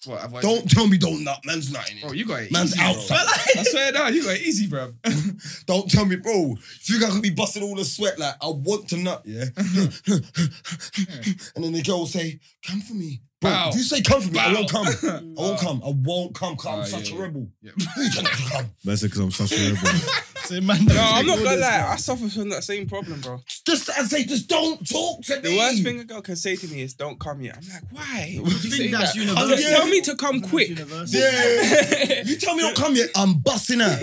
S5: What, have I-
S2: Don't tell me don't nut. Man's nutting
S5: Bro,
S2: it.
S5: you got it
S2: Man's
S5: easy, bro.
S2: outside.
S5: I swear now, you got it easy, bro.
S2: Don't tell me, bro. If you guys could be busting all the sweat, like, I want to nut, yeah? and then the girl will say, come for me. Bro,
S5: Bow.
S2: if you say come for me, I
S5: Bow.
S2: won't come. I won't come. I won't come because I'm
S5: Ah,
S2: such
S5: yeah,
S2: a
S5: yeah.
S2: rebel.
S5: Yeah.
S2: You don't have to come.
S1: Man said, because I'm such a rebel.
S4: So, man,
S3: No, I'm not gonna lie. I suffer from that same problem, bro.
S2: Just I say, just don't talk to me.
S3: The worst thing a girl can say to me is "Don't come yet." I'm like, why?
S4: I think that's
S3: I'm like,
S4: universal.
S3: tell me to come quick.
S4: Universal.
S2: Yeah. you tell me don't come yet, I'm busting out.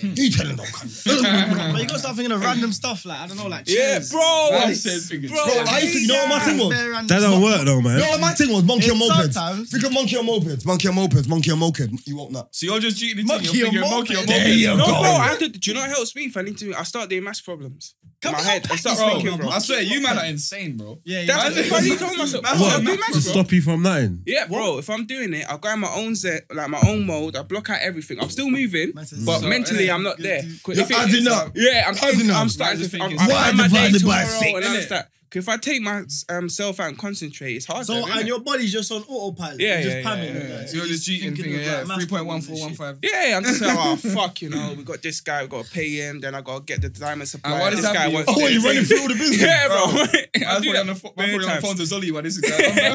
S2: You tell him don't come yet.
S4: But you got something in the random stuff, like, I don't know, like,
S3: Yeah,
S4: chairs.
S3: bro.
S5: Man
S3: I-
S5: said fingers.
S3: bro,
S2: Bro, I used to you know what my thing was.
S4: Bare random
S1: That
S4: stuff.
S1: don't work though, man.
S2: No, my thing was monkey on
S4: It's
S2: mopeds.
S4: Sometimes.
S2: Think of monkey on mopeds, monkey on mopeds, monkey on mopeds. You won't know.
S5: So you're just cheating the team.
S4: Monkey
S5: You're
S4: or
S5: thinking monkey
S4: monkey.
S5: or
S4: There
S5: monkey.
S2: you
S5: No,
S3: No,
S2: go.
S3: bro. I do, do you know what helps me? If I need to, I start doing maths problems.
S4: Come
S3: in my
S4: on,
S3: head. I start
S5: bro,
S3: thinking, bro.
S5: I swear, you man are insane, bro.
S4: Yeah, yeah.
S3: That's
S5: Imagine-
S3: what I told myself.
S5: Imagine
S3: I'll
S5: a
S3: do
S5: match,
S3: maths,
S1: To
S3: bro.
S1: stop you from nothing.
S3: Yeah, bro. If I'm doing it, I'll go in my own set, like my own mode. I block out everything. I'm still moving,
S4: Man says, eh,
S3: but
S5: So,
S3: mentally,
S5: yeah.
S3: I'm not there. 'Cause
S2: You're
S3: if it-
S2: adding up.
S3: Yeah,
S2: Adding
S3: I'm starting.
S2: up.
S3: I'm starting to
S5: Man's
S3: think.
S5: thinking
S3: I'm,
S2: Why
S3: I'm my
S2: divided
S3: day
S2: by
S3: tomorrow
S2: six,
S3: and all
S5: innit?
S3: of that. 'Cause if I take myself out and concentrate, it's hard.
S4: So, and your body's just on autopilot.
S3: Yeah,
S4: You're just
S3: yeah,
S4: pamming
S3: yeah,
S4: it,
S3: yeah.
S4: like,
S5: So you're just cheating
S4: thinking
S5: thing.
S4: of,
S5: Yeah,
S4: like, math
S5: three point one four
S4: problems
S5: one
S4: and shit.
S5: five.
S3: Yeah, I'm just like, oh fuck, you know, we got this guy, we gotta pay him, then I gotta get the diamond supply.
S5: And why does
S3: this
S5: that
S3: guy
S5: mean-
S3: wants
S2: Oh,
S3: this.
S2: you're running through all the business.
S3: Yeah, bro.
S5: I
S3: I
S5: was
S3: do
S5: probably on the
S3: that.
S5: pho- I'm
S3: many
S5: probably on the phone
S3: times.
S5: to Zoli while this is going on.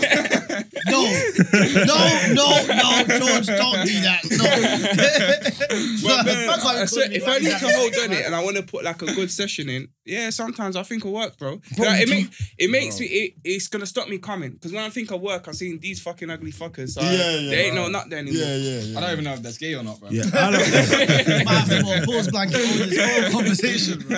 S4: No, no, no, no, George, don't do that. No.
S3: Well,
S4: Man, man
S3: man,
S4: can't
S3: I swear,
S4: be
S3: if I
S4: called
S3: need
S4: me
S3: to
S4: like
S3: hold
S4: that.
S3: on it and I want to put like a good session in, yeah, sometimes I think of work, bro.
S2: Bro,
S3: Like, it,
S2: you
S3: make, it makes me, it, it's gonna stop me coming. Because when I think of work, I'm seeing these fucking ugly fuckers. So
S2: Yeah, yeah,
S3: There ain't
S5: bro.
S3: no nut there anymore.
S2: Yeah, yeah, yeah.
S5: I don't even know if that's gay or not, bro.
S1: Yeah, I don't,
S4: Might have to go pause blanket over this whole conversation, bro.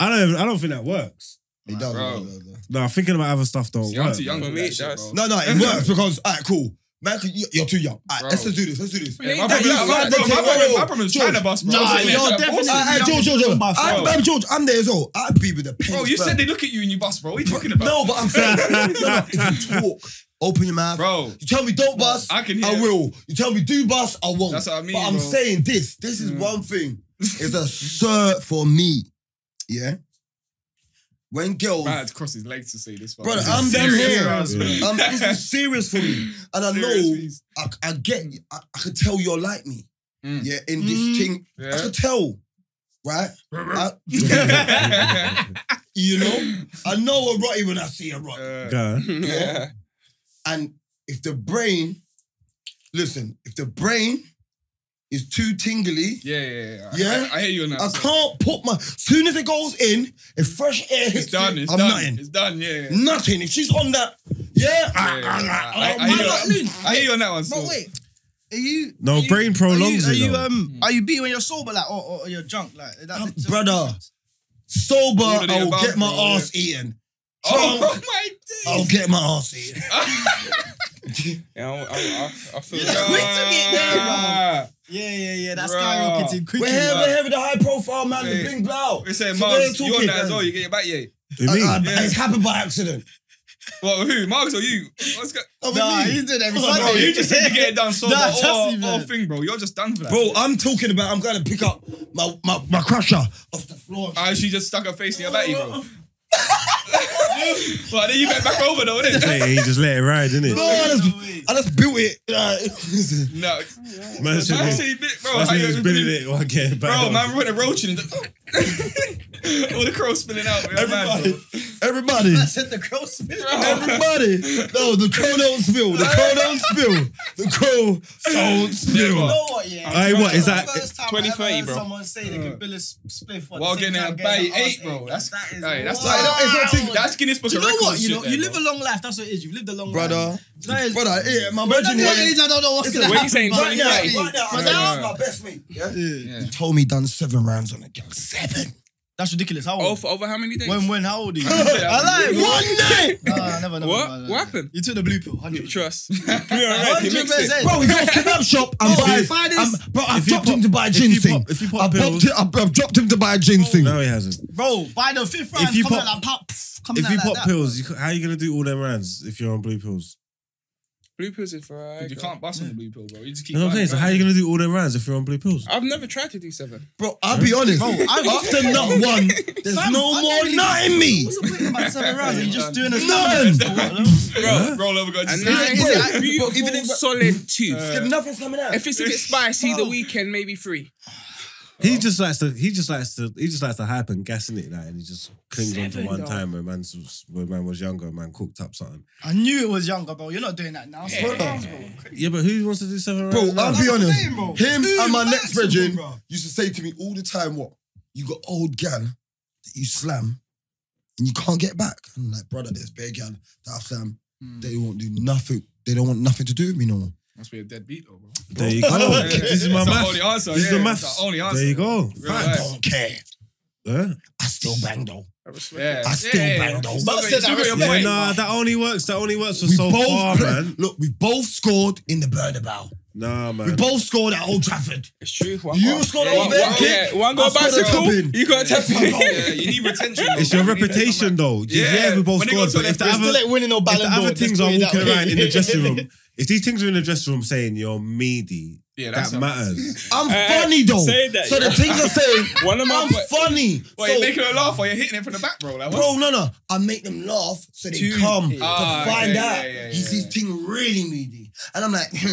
S1: I don't, even, I don't think that works.
S2: It does,
S5: Bro.
S2: it does, it does.
S1: No, thinking about other stuff don't
S5: See, I'm
S1: work.
S5: too young
S3: For
S5: for
S3: me,
S5: that
S3: it
S5: shit,
S3: does.
S5: bro.
S2: No, no, it works because, all right, cool. Man, you- you're too young. All right,
S5: Bro.
S2: let's just do this. Let's do this.
S5: Yeah,
S3: Ain't
S5: My
S3: that
S5: problem-
S3: you,
S5: my-
S3: right?
S5: bro, my
S2: Take-
S5: problem-
S2: whoa.
S5: my problem is
S2: George.
S5: China bus, bro.
S4: Nah,
S5: That's what
S4: you're
S5: it is.
S4: definitely-
S5: Bro,
S2: Hey, hey, George, George, George.
S4: By
S2: I'm,
S4: far.
S2: man, George, I'm there as well. I'd be with the pen.
S5: Bro, you said they look at you and you bust, bro. What are you talking about?
S2: No, but I'm saying, no, no, if you talk, open your mouth.
S5: Bro.
S2: You tell me don't bust,
S5: I can
S2: I
S5: hear-
S2: will. You tell me do bust, I won't.
S5: That's what I mean,
S2: But I'm
S5: bro. Mm.
S2: saying this. This is one thing. It's a cert for me. Yeah. When girls,
S5: Man had to cross his legs to say this.
S2: brother,
S5: This is
S2: I'm down
S5: serious.
S2: here.
S4: Serious,
S1: man.
S2: Um, this is serious for me, and I
S5: Serious,
S2: know
S5: please.
S2: I, I get. I, I can tell you're like me.
S5: Mm.
S2: Yeah, in this
S4: Mm.
S2: thing, I
S5: Yeah.
S2: can tell. Right? I- you know, I know a rotty when I see a rotty.
S5: Uh,
S1: Go on.
S3: yeah.
S2: And if the brain, listen, if the brain is too tingly,
S5: Yeah, yeah, yeah. I-
S2: Yeah?
S5: I, I hear you on that.
S2: I
S5: So-
S2: can't put my. Soon as it goes in, if fresh air hits
S5: It's done.
S2: it,
S5: It's
S2: I'm
S5: done.
S2: nothing.
S5: It's done. Yeah. yeah.
S2: Nothing. If she's on that, yeah, Ah,
S5: Yeah, yeah, yeah. I- I
S2: I'm
S5: hear
S2: not
S5: that.
S2: in.
S4: I-
S5: I hear you on that one.
S4: Bro,
S5: still.
S4: wait. Are you?
S1: No,
S4: are you-
S1: brain prolongs
S4: Are
S1: it,
S4: you, are you
S2: uh,
S1: though.
S4: um? Are you B when you're sober, like, or, or, or you're drunk, like? That,
S2: Um,
S4: just-
S2: brother. Sober,
S5: All of the
S2: I will
S5: above,
S2: get my
S5: bro, yeah.
S2: ass eaten.
S5: Oh
S2: Drunk,
S5: my
S2: I'll get my ass eaten.
S3: Yeah, I, I, I, I feel
S2: Oh,
S4: Yeah.
S3: that.
S4: We took it there, bro.
S5: Ah.
S4: Yeah, yeah, yeah. That's
S5: Bruh.
S4: skyrocketing quickly.
S2: We're here,
S4: man.
S2: we're here with the high profile man, the
S5: Wait.
S2: bling blow.
S5: We saying
S2: So we're
S5: Marks, you on
S2: talking,
S5: that as
S2: man.
S5: well? You get your back, yeah.
S1: You mean?
S2: Uh, uh,
S5: Yeah.
S2: It's happened by accident.
S5: What? with Who? Marks or you? What's go-
S2: Not with
S4: Nah,
S2: me.
S4: he's doing every
S2: Come on,
S4: Sunday.
S5: bro, you just said you get it done so
S4: Nah,
S5: nah,
S4: trust
S5: or,
S4: me,
S5: or
S4: man.
S5: thing, bro. You're just done for that.
S2: Bro, I'm talking about I'm going to pick up my, my, my crusher off the floor.
S5: Ah, she just stuck her face in your back, bro. but then you went back over though, didn't
S1: Hey, he just let it ride, didn't
S2: No,
S1: it?
S2: I
S4: No
S2: just,
S4: way.
S2: I just built it. Uh,
S5: No.
S1: Man said
S5: Man
S1: he
S5: said he bit, bro.
S1: man
S5: How
S1: said
S5: you
S1: he was
S5: ever
S1: building
S5: been-
S1: it. while getting back
S5: Bro,
S1: up.
S5: man, we're roaching. and the- All the crow spilling out. Man, mad,
S2: everybody,
S5: bro.
S2: everybody,
S4: I said the gross bit.
S2: everybody. No, the crow don't spill. The crow don't spill. The crow don't
S4: You
S2: spill.
S4: know what, yeah?
S1: Aye, what, is that-
S4: First time I
S3: 2030,
S4: ever heard
S3: bro.
S4: Someone say they can bill a s- spliff on the
S5: While
S4: same
S5: getting
S4: time
S5: a bite
S4: getting the
S5: eight,
S4: arse
S5: bro.
S4: ate.
S5: That's
S4: that is
S5: hey, that's
S4: wild.
S5: like that- it's not
S4: Do
S5: thing- that's Guinness Book
S4: you
S5: of
S4: know
S5: Records.
S4: what? You
S5: shit
S4: know,
S5: there,
S4: you
S5: bro.
S4: live a long life. That's what it is. You've lived a long
S2: Brother,
S4: life. That is-
S2: brother, yeah, my
S4: But at
S2: virgin
S4: the
S2: right,
S4: age, I don't know what's
S2: Listen,
S4: gonna
S3: what you saying,
S4: happen,
S2: right
S4: but-
S2: now, right
S4: Yeah,
S2: now,
S4: but
S2: I'm
S5: Yeah.
S4: that-
S2: down with my best mate. Yeah?
S4: Yeah.
S2: He told me he done seven rounds on the girl. Seven.
S4: That's ridiculous. How
S3: Oh,
S4: old?
S3: for over how many days?
S4: When, when, how old are you?
S5: I
S4: I like.
S2: One day.
S4: Nah, never, never.
S3: What?
S4: never,
S3: What
S4: never.
S3: happened?
S4: You took the blue pill, 100
S3: Trust.
S5: Alright, he mixed it.
S4: 100%.
S2: Bro, we go to kebab shop and
S5: Oh,
S4: Bro,
S2: buy.
S4: buy this.
S2: I'm- Bro, I've
S1: If you
S2: dropped
S1: pop-
S2: him to buy a
S1: if you
S2: gin thing.
S1: pop- if you pop
S2: I've
S1: pills-
S2: popped it- I've I've dropped him to buy a gin thing.
S1: No, he hasn't.
S4: Bro, by the fifth round,
S1: If you
S4: coming
S1: pop-
S4: out like, pop, pff, coming
S1: If you
S4: out like
S1: pop
S4: that.
S1: pills, you, c- how are you gonna do all them rounds if you're on blue pills?
S3: Blue pills is for.
S5: You can't bust on the blue pill, bro. You just keep.
S1: You know what I'm saying?
S5: going,
S1: So
S5: going.
S1: how are you gonna do all them rounds if you're on blue pills?
S3: I've never tried to do seven.
S2: Bro, I'll be honest.
S4: I'm-
S2: after not one, there's
S4: Fam,
S2: no
S4: I'm
S2: more
S4: really-
S2: nut in me.
S4: What's the point about seven rounds? Are you just doing a
S2: None.
S5: Bro, roll over, go.
S3: And
S5: just-
S3: now
S2: it- is
S3: it's
S2: it-
S3: a beautiful,
S2: but even if-
S3: solid two.
S2: Nothing's coming out.
S3: if it's a bit spicy, the
S4: Bro.
S3: weekend maybe three.
S1: He just likes to. He just likes to. He just likes to hype and gas in it, like, and he just clings on to
S3: Seven,
S1: one
S3: dog.
S1: time where man was where man was younger, man cooked up something.
S4: I knew it was younger, bro. You're not doing that now. Seven rounds, bro.
S1: Yeah, but who wants to do seven
S2: Bro,
S1: rounds?
S2: I'll
S1: now?
S2: be
S4: what I'm
S2: honest.
S4: saying, bro.
S2: Him
S4: Dude,
S2: and my
S4: relax
S2: next
S4: a bit,
S2: virgin
S4: bro.
S2: used to say to me all the time, "What you got old gal that you slam and you can't get back." And I'm like, brother, there's bare gal that I slam.
S1: Hmm.
S2: They won't do nothing. They don't want nothing to do with me no more.
S5: Must be a dead beat, though, bro.
S1: there you go.
S2: Yeah,
S1: this is my
S5: That's the
S1: math.
S5: only answer,
S1: this is the
S5: yeah,
S1: maths.
S5: that's the only answer.
S1: There you go.
S5: Real
S2: I
S5: life.
S2: don't care.
S1: Yeah.
S2: I still bang though.
S3: I respect
S5: Yeah.
S2: I still
S5: yeah,
S2: bang though.
S4: But said I
S5: your
S4: respect-
S5: point.
S1: Yeah, nah, that only works. That only works for
S2: We
S1: so
S2: both
S1: far,
S2: play-
S1: man.
S2: look. We both scored in the Bernabeu.
S1: Nah, man.
S2: We both scored at Old Trafford.
S3: It's true. One
S2: You
S3: goal.
S2: scored
S3: Yeah,
S2: over
S3: one-
S2: there,
S3: one-
S2: kid.
S3: yeah, One goal
S2: I scored a
S3: bicycle.
S2: tap-in.
S3: You got a tap
S2: Yeah.
S5: Yeah, you need retention. bro.
S1: It's your
S5: You need that
S1: reputation, though. Yeah,
S5: Yeah.
S1: we both
S5: When they go
S1: scored. But
S5: to
S1: if the
S5: the- we're
S1: other,
S4: Still ain't winning no
S1: if the
S4: Ballon d'Or.
S1: other
S4: let's
S1: things
S4: put
S1: are
S4: it that
S1: walking
S4: way.
S1: around in the dressing room, if these things are in the dressing room saying you're meaty,
S5: Yeah, that's
S1: that
S5: a-
S1: matters.
S2: I'm funny though.
S3: say that,
S2: so the
S3: yeah.
S2: things I say,
S3: One of my
S2: I'm
S3: boy-
S2: funny.
S5: Well,
S2: so,
S5: you're making her laugh or you're hitting it from the back, bro. Like, what?
S2: bro, no, no. I make them laugh so they
S4: Dude.
S2: come
S5: Ah,
S2: to find
S5: yeah,
S2: out
S5: yeah, yeah,
S2: he's
S5: yeah.
S2: his thing really meaty. And I'm like, hmm,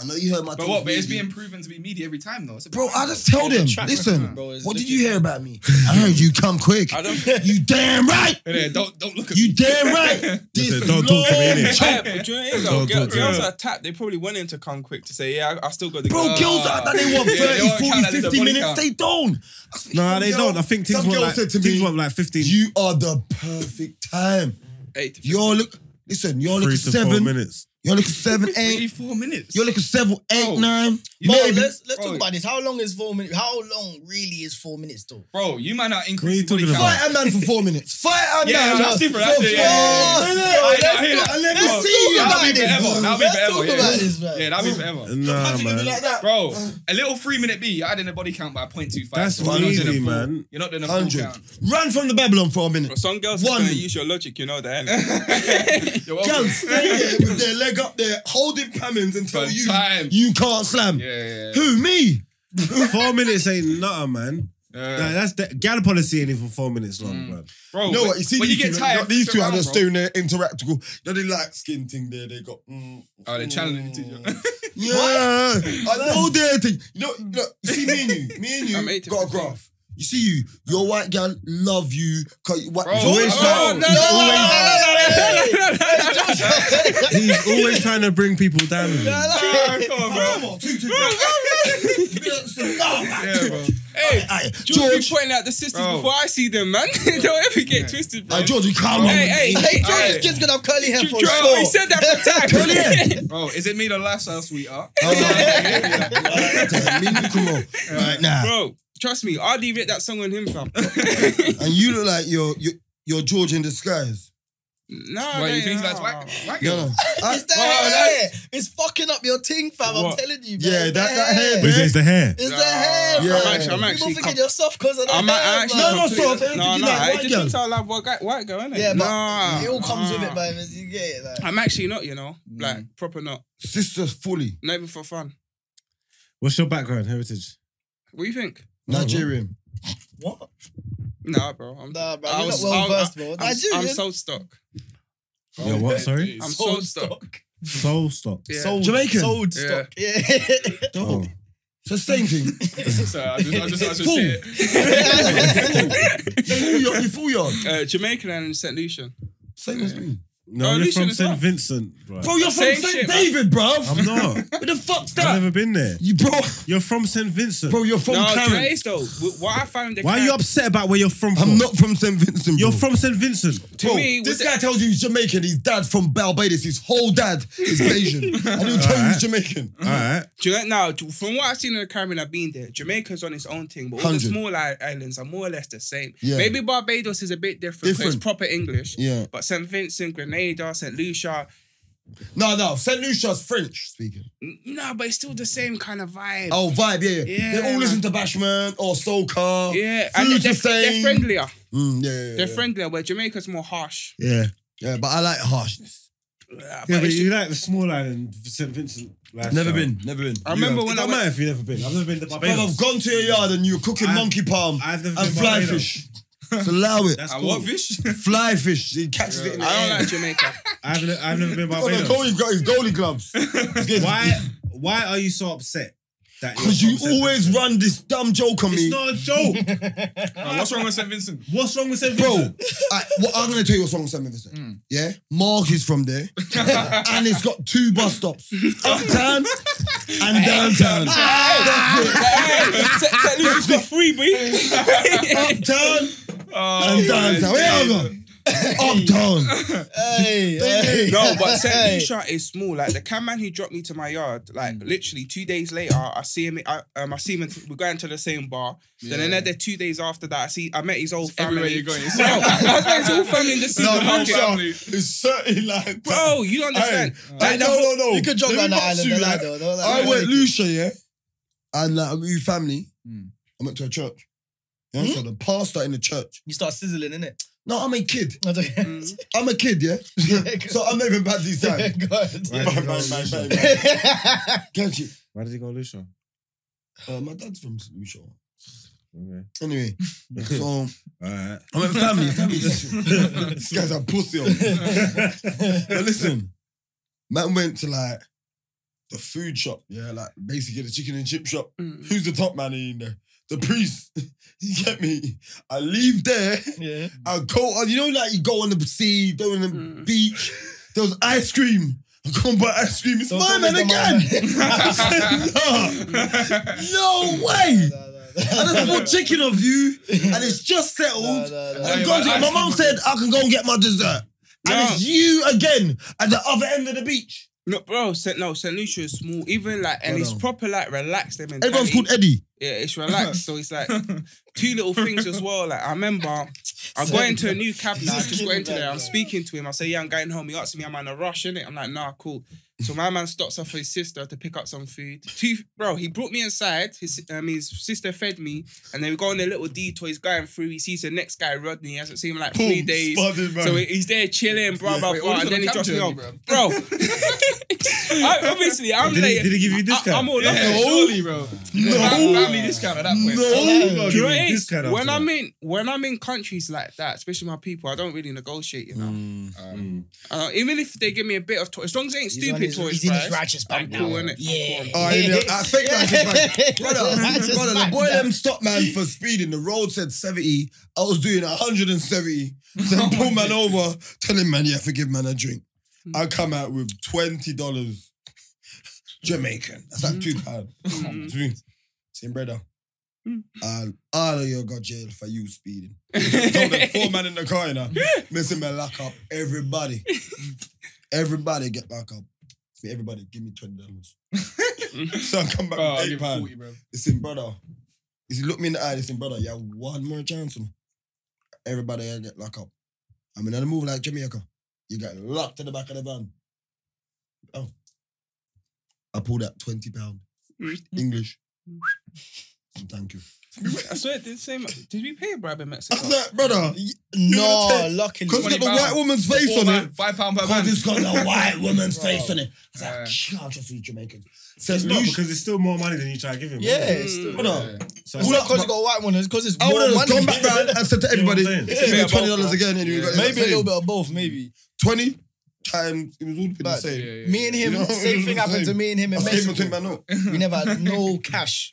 S2: I know you heard my
S5: But
S2: things
S5: what? But it's
S2: meaty.
S5: being proven to be media every time, though. It's a
S2: Bro,
S5: bit-
S2: I just tell them,
S4: Track
S2: listen,
S4: record, bro, is
S2: what did
S4: legit.
S2: you hear about me? I heard
S5: Mm.
S2: you come quick.
S3: I don't.
S2: You damn right.
S5: Yeah, don't don't look at
S2: You
S5: me.
S2: damn right. This
S1: Listen, don't talk to me,
S2: long
S1: innit?
S2: talk.
S3: Yeah, but do you know what it is,
S1: Go
S3: though?
S1: on, go on,
S3: Girl-
S1: go on.
S3: Girls are tapped. They probably wanted to come quick to say, yeah, I, I still got the
S2: Bro,
S5: Ah.
S3: girl.
S2: girls are that they want
S5: Yeah, they
S2: 30,
S5: don't
S2: 40,
S5: count that as a
S2: 50
S5: body
S2: minutes.
S5: count.
S2: They don't. I speak to
S1: Nah,
S2: some
S1: they
S2: girl-
S1: don't. I think things
S2: some
S1: want
S2: girl
S1: like
S2: said to
S1: things
S2: me,
S1: want like 15,
S2: You are the perfect time.
S3: Eight.
S2: You're look. Listen, you're
S1: three
S2: looking
S1: to four
S2: seven.
S1: minutes.
S2: You're looking seven,
S5: Three,
S2: eight.
S5: four minutes.
S2: You're looking seven, eight,
S5: Bro,
S2: nine.
S4: Bro,
S2: maybe.
S4: let's let's talk
S5: Bro.
S4: about this. How long is four minutes? How long really is four minutes though?
S5: bro, you might not
S1: What are you
S5: increase
S1: talking
S5: body count.
S1: about?
S2: Fight a man for four minutes. Fight a
S5: Yeah,
S2: man
S5: that's
S2: for
S5: different, that's
S2: four
S5: it, yeah, yeah,
S2: minutes.
S5: I hear that, I
S2: Let's go, and
S5: hear that.
S2: Let
S5: Bro,
S2: me see you
S5: that'll
S2: about
S5: be forever.
S2: this. Let's
S5: That'll be forever,
S2: talk
S5: yeah.
S2: about this, man.
S5: Yeah, that'll be forever.
S1: Nah,
S2: Imagine
S1: man.
S2: you like that.
S5: Bro, a little three minute beat, I did a body count by 0.25.
S1: That's
S5: you're not doing a
S1: weedy,
S5: full-
S1: man.
S5: You're not doing a full
S2: 100.
S5: count.
S2: Run from the Babylon for a minute.
S3: Some girls
S2: One.
S3: are gonna use your logic, you know that.
S5: You're welcome.
S2: Girls stay there with their leg up there, holding pammons until
S5: For
S2: you
S5: time.
S2: you can't slam.
S5: Yeah, yeah, yeah.
S2: Who me?
S1: four minutes ain't nothing, man.
S5: Uh,
S1: Like, that's the, gal policy ain't even four minutes long, man.
S5: bro,
S2: You know
S5: Mm. when-
S2: what? You see
S5: when you
S2: these
S5: get
S2: two,
S5: tired,
S2: like, these
S5: flip
S2: two are
S5: around,
S2: just
S5: bro.
S2: doing their interactable. You know, they like skin thing there. They got. Mm,
S5: Oh, they're challenging each other.
S3: Hmm.
S2: Yeah, I know their thing. You know, look, you see me and you, me and
S3: I'm
S2: you
S3: eighty
S2: got a
S3: percent.
S2: graph. You see you, your white girl love you. Cause you white,
S5: Bro,
S2: it's always
S5: bro,
S3: Oh,
S2: down.
S5: no,
S2: It's
S5: no,
S2: always
S5: no,
S2: down.
S1: He's always trying to bring people down with him.
S5: Bro, come on, bro.
S2: Come on, two, two, three. You be like, so, nah, man.
S5: Yeah, bro.
S3: hey,
S2: Aye,
S3: George,
S2: George,
S3: be pointing out the sisters
S5: Bro.
S3: before I see them, man. Don't ever get twisted, bro.
S2: uh, George, you come on.
S3: Hey, hey,
S4: Hey,
S3: hey,
S4: George,
S5: Alright.
S4: this kid's gonna have curly hair for
S3: Joe, he
S4: sure.
S3: said that for time.
S2: Curly hair.
S5: Oh, is it made a lifestyle sweetheart?
S2: Hold on. Come on. Right now.
S3: Bro, trust me, I'll leave it that song on him, fam.
S2: And you look like you're you're, you're George in disguise.
S3: no,
S5: Why
S3: no,
S5: you think he's
S3: no.
S5: like whack? whack
S2: You know? I-
S4: It's the
S5: Wow,
S4: hair. It's fucking up your ting, fam. I'm
S5: What?
S4: telling you, man.
S2: Yeah,
S4: It's
S2: that-
S4: the
S2: that hair,
S1: But is it- is the hair?
S4: It's the
S5: Nah.
S4: hair.
S2: Yeah.
S4: fam.
S3: I'm actually, I'm
S4: People
S3: actually
S4: thinking you're soft because of the
S3: I might
S4: hair.
S3: actually.
S4: man.
S2: No, no, so
S3: no,
S2: if
S3: no,
S2: you
S3: no.
S2: like
S3: I
S2: white
S3: just
S2: girl.
S3: think I love white guy, white girl, innit?
S4: Yeah, but
S3: nah,
S4: it all comes with it,
S3: nah.
S4: man. You get it, like.
S3: I'm actually not, you know,
S5: Mm.
S3: like proper not,
S2: Sisters fully.
S3: not even for fun.
S1: What's your background, heritage?
S3: What do you think?
S2: Nigerian.
S4: What?
S3: Nah, bro. I'm,
S4: Nah, bro.
S3: I
S4: You're
S3: was-
S4: not well
S3: I-
S4: versed, bro.
S3: I'm, I'm
S4: Nigerian.
S3: sold stock.
S1: Yo, what? Sorry,
S3: I'm
S4: Sold
S3: sold stock.
S1: soul stock.
S3: Yeah.
S4: Sold.
S2: Jamaican.
S4: Sold
S3: Yeah.
S4: stock. Yeah.
S1: Oh.
S2: So same thing.
S5: Sorry, I just, I just, I just
S2: Fool.
S5: say it.
S2: full yard, you full yard.
S3: Uh, Jamaican and St. Lucian.
S2: Same as me.
S1: No,
S3: Oh,
S1: you're
S3: Lucian
S1: from
S3: as
S1: St.
S3: well.
S1: Vincent, bro.
S2: Bro, you're
S3: Same
S2: from St.
S3: shit, man.
S2: David, bro.
S1: I'm not.
S2: What the fuck's
S1: I've
S2: that?
S1: never been there.
S2: You bro,
S1: You're from St. Vincent.
S2: bro, you're from
S3: No, do you know what it
S2: Oh, Karen.
S3: is, though? Wh- What I found the
S1: Why are you
S3: Karen-
S1: upset about where you're from?
S2: I'm
S1: for?
S2: not from St. Vincent.
S1: You're
S2: bro.
S1: from St. Vincent.
S3: To
S2: Bro,
S3: me, with
S2: this
S3: the-
S2: guy tells you he's Jamaican, his dad's from Barbados, his whole dad is Asian. and he'll tell you he's
S1: Alright.
S2: Jamaican.
S1: All right.
S3: Do you know, now, to- from what I've seen in the Caribbean, I've been there. Jamaica's on its own thing, but all the
S2: 100.
S3: small i- islands are more or less the same.
S2: Yeah.
S3: Maybe Barbados is a bit different, 'cause
S2: Different.
S3: it's proper English.
S2: Yeah.
S3: But St. Vincent, Grenada, St. Lucia,
S2: No, no, St. Lucia's French speaking.
S3: n- no, but it's still the same kind of vibe.
S2: Oh, vibe, yeah, yeah.
S3: Yeah,
S2: They all
S3: man.
S2: listen to Bashman or Soca.
S3: yeah, and
S2: Food's
S3: they're,
S2: the
S3: they're
S2: same.
S3: friendlier.
S2: Mm, yeah, yeah, yeah,
S3: They're
S2: yeah.
S3: friendlier, where Jamaica's more harsh.
S2: Yeah. Yeah, but I like harshness.
S3: Uh,
S1: Yeah,
S3: but
S1: but
S3: it's
S1: you like the small island, St. Vincent. lifestyle.
S2: Never been, never been.
S3: I remember
S1: It
S3: when I
S1: don't
S3: went-
S1: matter if you've never been. I've never been to
S2: Bro, I've
S1: Barbados.
S2: gone to your yard and you're cooking
S1: I've-
S2: monkey palm
S1: I've never
S2: and
S1: been
S2: fly
S1: Barbados.
S2: fish. Just allow it.
S1: That's
S5: And
S1: cool.
S5: what fish?
S2: Fly fish. He catches it in the
S3: I
S2: air.
S3: don't like Jamaica.
S1: I've, ne- I've never been
S2: Oh, no, goal,
S1: Barbados.
S2: he's got his goalie gloves.
S1: Why? Why are you so upset? that you're
S2: Because you
S1: from St.
S2: always
S1: Vincent?
S2: run this dumb joke on me.
S1: It's not a joke.
S5: Uh, what's wrong with St. Vincent?
S1: What's wrong with St.
S2: Bro,
S1: Vincent?
S2: I, well, I'm going to tell you what's wrong with St. Vincent. Yeah? Mark is from there. and it's got two bus stops uptown and downtown.
S3: St. Lucia's got three, B.
S2: uptown
S5: Oh,
S2: and downtown. Where y'all
S5: man.
S2: go? uptown.
S4: Hey, hey.
S3: No, but St.
S4: Hey.
S3: Lucia is small. Like the cameraman who dropped me to my yard, like
S2: Mm.
S3: literally two days later, I see him. I, um, I see him. We're going to the same bar. Then another two days after that, I see. I met his old family.
S5: Everywhere you're going, it's-
S3: Bro, I met his whole family in the
S2: No, no,
S5: Mark
S3: supermarket.
S5: it.
S2: no. It's certainly like.
S3: Bro, you don't understand.
S2: Hey,
S3: Like, the
S2: no,
S3: whole-
S2: no, no.
S4: You could jog
S2: Let me
S4: around the
S2: box
S4: island.
S2: you,
S4: They're
S2: yeah?
S4: like, though, they're like,
S2: I
S4: they're
S2: went
S4: like-
S2: Lucia, yeah? And like, I'm with family.
S5: Mm.
S2: I went to a church. Yeah, so the pastor in the church.
S4: You start sizzling, innit?
S2: No, I'm a kid.
S4: I don't-
S2: I'm a kid, yeah? so I'm not even bad these
S4: Yeah,
S2: times.
S4: God.
S1: Right.
S2: Bang, bang, bang, bang, bang. Can't you?
S1: Why did he go Lucia?
S2: Uh, my dad's from St. Lucia.
S1: Okay.
S2: Anyway, so
S1: All right.
S4: Oh,
S2: I'm with family. family. this guy's a pussy. yo. but listen, man went to like the food shop, yeah, like basically the chicken and chip shop.
S3: Mm.
S2: Who's the top man in there? The priest. you get me? I leave there.
S4: Yeah.
S2: I go on, you know, like you go on the sea, go on the
S3: Mm.
S2: beach. There was ice cream. I go and buy ice cream. It's
S4: Don't
S2: my
S4: tell
S2: man
S4: me it's not
S2: again.
S4: mine.
S2: I said, no, no way.
S4: No, no, no.
S2: I just bought chicken of you, and it's just settled.
S4: No, no, no.
S2: And I'm going to- my mum said I can go and get my dessert, and it's you again at the other end of the beach.
S3: No, bro. St. No, St. Lucia is small. Even like, and
S2: Hold
S3: it's
S2: on.
S3: proper like relaxed. Them
S2: Everyone's called Eddie.
S3: Yeah, it's relaxed. so it's like two little things as well. Like I remember I got into a new cab now. I just got into there. I'm speaking to him. I say, Yeah, I'm going home. He asks me, Am I in a rush, innit? I'm like, nah, cool. So my man stops off for his sister to pick up some food. Two, bro, he brought me inside. His um, his sister fed me, and then we go on a little detour. He's going through. He sees the next guy, Rodney. He hasn't seen him like three
S2: Boom,
S3: days.
S2: spotted, man.
S3: So he's there chilling, blah blah
S5: Wait, all this
S3: blah. And
S5: on the
S3: then he
S5: cab
S3: drops me
S5: journey,
S3: off, bro. I, obviously, I'm
S1: Did
S3: late.
S1: he, did he give you a
S3: I,
S1: discount?
S3: am all up.
S5: Yeah, surely, bro.
S2: No.
S5: Family discount at that point.
S2: No,
S1: You gotta
S3: Do you
S1: give
S3: know
S1: me
S3: what
S1: a
S3: it is?
S1: discount
S3: When
S1: after
S3: I'm
S1: that.
S3: in when I'm in countries like that, especially my people, I don't really negotiate. You know,
S1: Mm.
S3: uh, even if they give me a bit of toy, as long as it ain't
S4: He's on
S3: stupid
S4: his-
S3: toys,
S4: He's in his
S3: bruh,
S4: righteous
S3: I'm
S4: bag now.
S3: cool, innit?
S4: Yeah.
S2: Oh, yeah, I think that's his bag. Brother,
S4: Righteous
S2: brother, the
S4: bag
S2: boy
S4: now.
S2: them stopped man for speeding. The road said 70. I was doing 170. Then pull man over, tell him man, yeah, forgive man a drink. I come out with twenty dollars Jamaican. That's like two pounds.
S3: Mm.
S2: Same brother.
S3: Mm.
S2: And all of you got jail for you speeding. Told them four man in the car, you know. Missing my lock up. Everybody. Everybody get back up. Say, Everybody, give me twenty dollars. so I come back
S5: Oh, I'll
S2: with eight
S5: give him
S2: pounds.
S5: 40, bro.
S2: Listen, brother. He look me in the eye. Listen, brother. You have one more chance. man. Everybody here get locked up. I'm in another move like Jamaica. You got locked in the back of the van. Oh. I pulled out 20 pound. English. Mm, Thank you.
S3: I swear, did say did we pay a bribe in
S2: I
S3: Mexico?
S2: was like, brother,
S4: No,
S2: take-
S4: luckily.
S2: because got the
S5: 20 pound.
S2: white woman's face
S5: Four
S2: on
S5: man-
S2: it.
S5: Five pound per man.
S2: Because it's got the white woman's
S5: Bro.
S2: face on it. I was
S5: Yeah.
S2: like, charge us with Jamaicans.
S1: It's
S2: Saint
S1: not
S2: Lucia.
S1: because it's still more money than you try to give him.
S4: Yeah,
S1: isn't it?
S4: it's still-
S2: Hold on.
S1: So
S4: It's
S1: it's
S4: not because you got a white one, it's because it's
S2: I
S4: more
S2: would have
S4: money.
S2: gone back round and said to
S1: know what
S2: everybody,
S1: I'm saying?
S2: give me
S3: Yeah.
S2: twenty dollars again, and you got
S4: Maybe a little bit of both, maybe.
S2: twenty times. It was all been the
S4: Like,
S2: same.
S5: Yeah, yeah,
S4: Me and him,
S2: You know,
S4: same thing happened to me and him
S2: I
S4: in
S2: saved my twenty
S4: Mexico.
S2: man note.
S4: We never had no cash.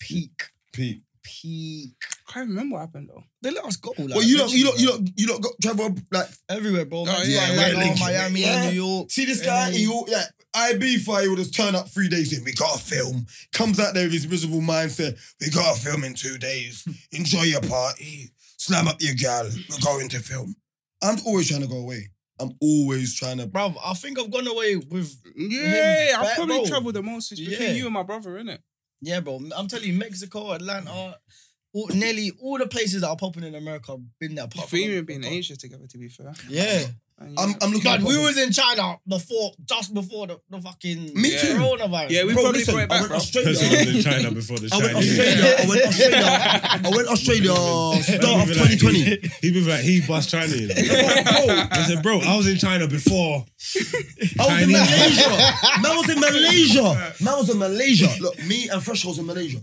S4: Peak,
S2: Pete.
S4: peak.
S3: I can't remember what happened though.
S4: They let us go. Like,
S2: Well, you lot, you lot,
S4: literally,
S2: you
S4: bro.
S2: lot, you lot got travel like.
S4: everywhere, bro.
S5: Oh,
S4: Mexico,
S5: yeah,
S4: like,
S5: yeah,
S4: right now,
S2: link-
S4: Miami,
S2: yeah.
S4: New York.
S2: See this guy,
S4: Yeah.
S2: he all yeah. IB fire, he would have turned up three days in. We got a film. Comes out there with his miserable mindset. We got a film in two days. Enjoy your party. Slam up your gal. We're going to film. I'm always trying to go away. I'm always trying to.
S4: Bro, I think I've gone away with
S3: Yeah,
S4: Him
S3: I
S4: back
S3: probably
S4: row.
S3: travelled the most it's between
S4: Yeah.
S3: you and my brother, innit?
S4: yeah, bro. I'm telling you, Mexico, Atlanta, all, nearly all the places that are popping in America. I've been there. apart
S3: If we
S4: from-
S3: even been in Asia together, to be fair.
S4: Yeah,
S3: And,
S2: I'm,
S3: yeah.
S2: I'm looking.
S4: God,
S2: at-
S4: we was in China before, just before the, the fucking
S2: Me
S3: too.
S4: coronavirus.
S3: Yeah, we
S2: Bro,
S3: probably
S2: listen,
S3: brought it
S2: I went
S3: back, bro.
S1: because
S2: Australia.
S1: it was in China before the
S2: I went
S1: Chinese.
S2: Australia. I went Australia. I went Australia. Start of 2020.
S1: He was like, he bust China. You know? I said, bro, I was in China before.
S2: I was in
S1: Chinese.
S2: Malaysia. Man I was in Malaysia. Man I was in Malaysia. Look, me and Fresh was in Malaysia.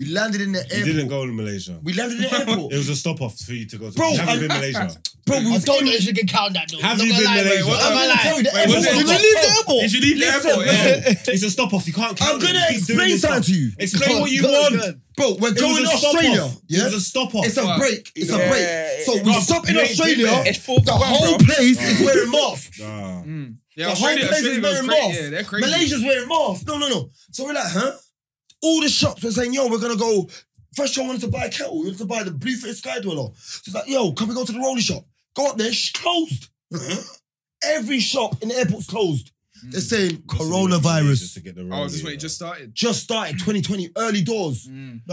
S2: We landed in the
S1: You
S2: airport.
S1: didn't go to Malaysia.
S2: We landed in the airport.
S1: It was a stop off for you to go to.
S2: Bro,
S1: you haven't
S2: I-
S1: been Malaysia.
S2: Bro, we
S4: I
S2: was
S4: don't know if you can count that though.
S1: Have
S4: I'm
S1: you
S4: not
S1: been
S4: gonna lie,
S1: Malay's?
S4: bro.
S1: What-
S4: I'm not
S2: I'm gonna tell you,
S4: lying.
S2: the
S4: Wait, was
S2: airport-
S4: it-
S2: Did you leave the airport?
S5: Did you leave the
S2: Listen,
S5: airport?
S2: man.
S5: Yeah.
S1: It's a stop off. You can't count
S2: I'm
S1: it. You
S2: gonna
S1: keep doing
S2: explain
S1: this
S2: something
S1: stuff.
S2: to you.
S1: Explain
S4: Go on,
S1: what you
S4: go on,
S1: want.
S4: go on.
S2: Bro, we're
S1: It was
S2: going
S1: a
S2: to
S1: stop
S2: Australia.
S1: off. It
S2: Yeah?
S1: was a stop off.
S2: It's a
S5: Fuck.
S2: break. It's a
S3: Yeah,
S2: break. So we
S1: yeah.
S2: stop in
S1: You ain't been there.
S2: Australia.
S3: It's four
S2: The
S3: for one,
S2: whole
S3: bro.
S2: place is wearing masks.
S1: Nah.
S5: Mm.
S2: The whole
S5: Australia-
S2: place is
S5: Australia was
S2: wearing
S5: crazy.
S2: masks.
S5: Yeah, they're crazy.
S2: Malaysia's wearing masks. No, no, no. So we're like, huh? All the shops were saying, yo, we're gonna go. First, I wanted to buy a kettle. We wanted to buy the blue face sky dweller. So it's like, yo, can we go to the rolly shop? Go up there, it's closed. Huh? Every shop in the airport's closed. They're saying
S1: To
S2: coronavirus
S1: get the
S5: Oh, this is
S1: rollie,
S5: when
S1: yeah.
S5: it just started.
S2: just started 2020, early doors.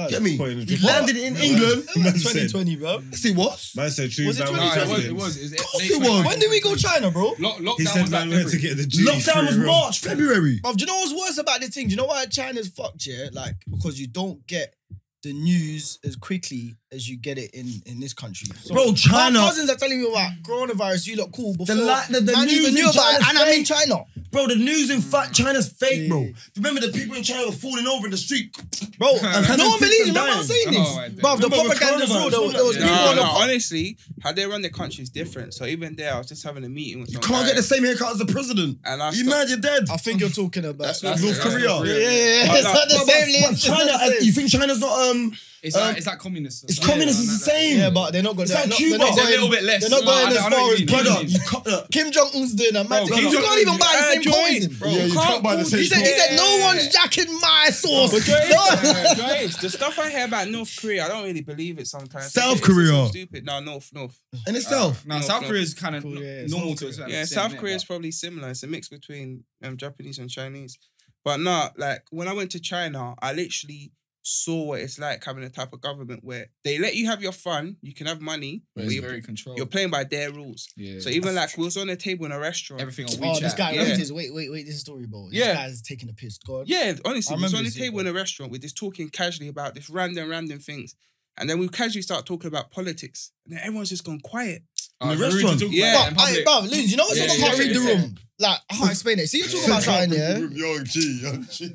S2: Get me?
S1: Putting the
S2: We
S1: drip
S2: landed
S1: up.
S2: in
S1: Yeah,
S2: England.
S1: man. Man said-
S4: 2020, bro.
S2: See what?
S1: Man said, choose
S4: Was it
S1: down
S5: No, it was.
S1: restrictions.
S5: It was. It was
S2: Of course it was.
S4: When did we go China, bro?
S5: Lock, lockdown
S1: He said,
S5: was like
S1: man, we had to
S5: February.
S1: get the G.
S2: Lockdown was March, February.
S4: Bro, do you know what's worse about this thing? Do you know why China's fucked, yeah? Like, because you don't get the news as quickly as you get it in, in this country. So-
S2: Bro, China-
S4: My cousins are telling me about coronavirus, you look cool before.
S2: li- the- the
S4: man
S2: news
S4: even
S2: in
S4: knew about it,
S2: China's
S4: and I'm in
S2: fake.
S4: China.
S2: Bro, the news in fact China's fake, bro.
S4: Yeah.
S2: Remember the people in China were falling over in the street.
S4: Bro,
S5: having
S4: no
S2: fits
S4: one
S2: and
S4: believes me. Remember I'm
S2: dying.
S4: saying
S5: Oh, I
S4: this?
S5: did.
S4: Bro, the
S2: Remember with
S4: propaganda's
S2: coronavirus,
S4: real. There was, there was
S2: yeah.
S3: No,
S4: people on the
S3: no, honestly, how they run the country is different. So even there, I was just having a meeting with
S2: You
S3: some
S2: can't
S3: guy,
S2: get the same haircut as the president.
S3: and I
S2: You
S3: stopped-
S2: mad? You're dead.
S4: I think you're talking about
S5: That's
S4: yeah,
S5: not
S2: North Korea.
S4: yeah, yeah.
S3: But
S4: It's
S3: like-
S4: not the
S2: But- but-
S4: same.
S2: but
S4: Lynch, it's not
S2: China,
S4: the same.
S2: you think China's not um?
S5: It's
S2: Um,
S5: like it's like communist.
S2: It's communist. It's the same.
S4: Yeah, but they're not going.
S2: It's
S4: they're
S2: like
S4: not-
S2: Cuba.
S4: They're not
S5: They're a
S4: going,
S5: little bit less.
S4: They're not
S5: No,
S4: going
S5: I-
S4: as
S5: I know
S4: far
S5: what
S4: as
S5: you mean.
S2: brother,
S5: Really?
S2: you can't. uh,
S4: Kim Jong Un's doing a man.
S5: Bro,
S4: You
S5: Kim Jong-un,
S4: can't even buy the
S3: yeah,
S4: same
S3: join,
S4: coins.
S3: bro.
S2: yeah, you
S3: can't
S2: can't buy the
S3: call-
S2: same.
S4: He said, he
S2: clothes.
S4: said, no one's jacking my sauce.
S3: Do you know what it is?
S4: No.
S3: Do you know what it is? the stuff I hear about North Korea, I don't really believe it sometimes.
S2: South
S3: It's just
S2: Korea.
S3: so Stupid. No, North, North.
S2: in itself.
S5: Now
S3: No,
S5: South
S3: no.
S5: Korea is kind of
S4: Cool, yeah, it's
S5: normal
S4: North
S5: to a
S4: Korea.
S5: certain
S3: Yeah,
S5: extent,
S3: South
S5: innit?
S3: Korea is probably similar. It's a mix between um, Japanese and Chinese. But no, like when I went to China, I literally saw what it's like having a type of government where they let you have your fun, you can have money,
S5: But
S3: but,
S5: it's
S3: you're,
S5: very controlled.
S3: you're playing by their rules.
S5: yeah.
S3: So even like we was on a table in a restaurant.
S5: everything on WeChat.
S4: Oh, this guy.
S3: yeah.
S4: Wait, this- wait, wait, wait. This story, bro. This
S3: Yeah.
S4: guy's taking a piss. God.
S3: Yeah, honestly,
S4: I
S3: we was
S4: remember
S3: on a
S4: this, yeah,
S3: table in a restaurant. We're just talking casually about this random, random things. And then we casually start talking about politics. And then everyone's just gone quiet.
S5: Oh,
S2: In the
S5: it's rude to
S2: restaurant.
S5: talk about
S3: Yeah.
S5: it
S4: But,
S5: in
S4: I,
S5: public.
S4: bro, Lynn, you know what's
S5: Yeah,
S4: I
S5: yeah,
S4: can't read the
S5: yeah, yeah.
S4: room. Like, I can't explain it. See, you talk about something, yeah?
S2: Yo, G, yo, G.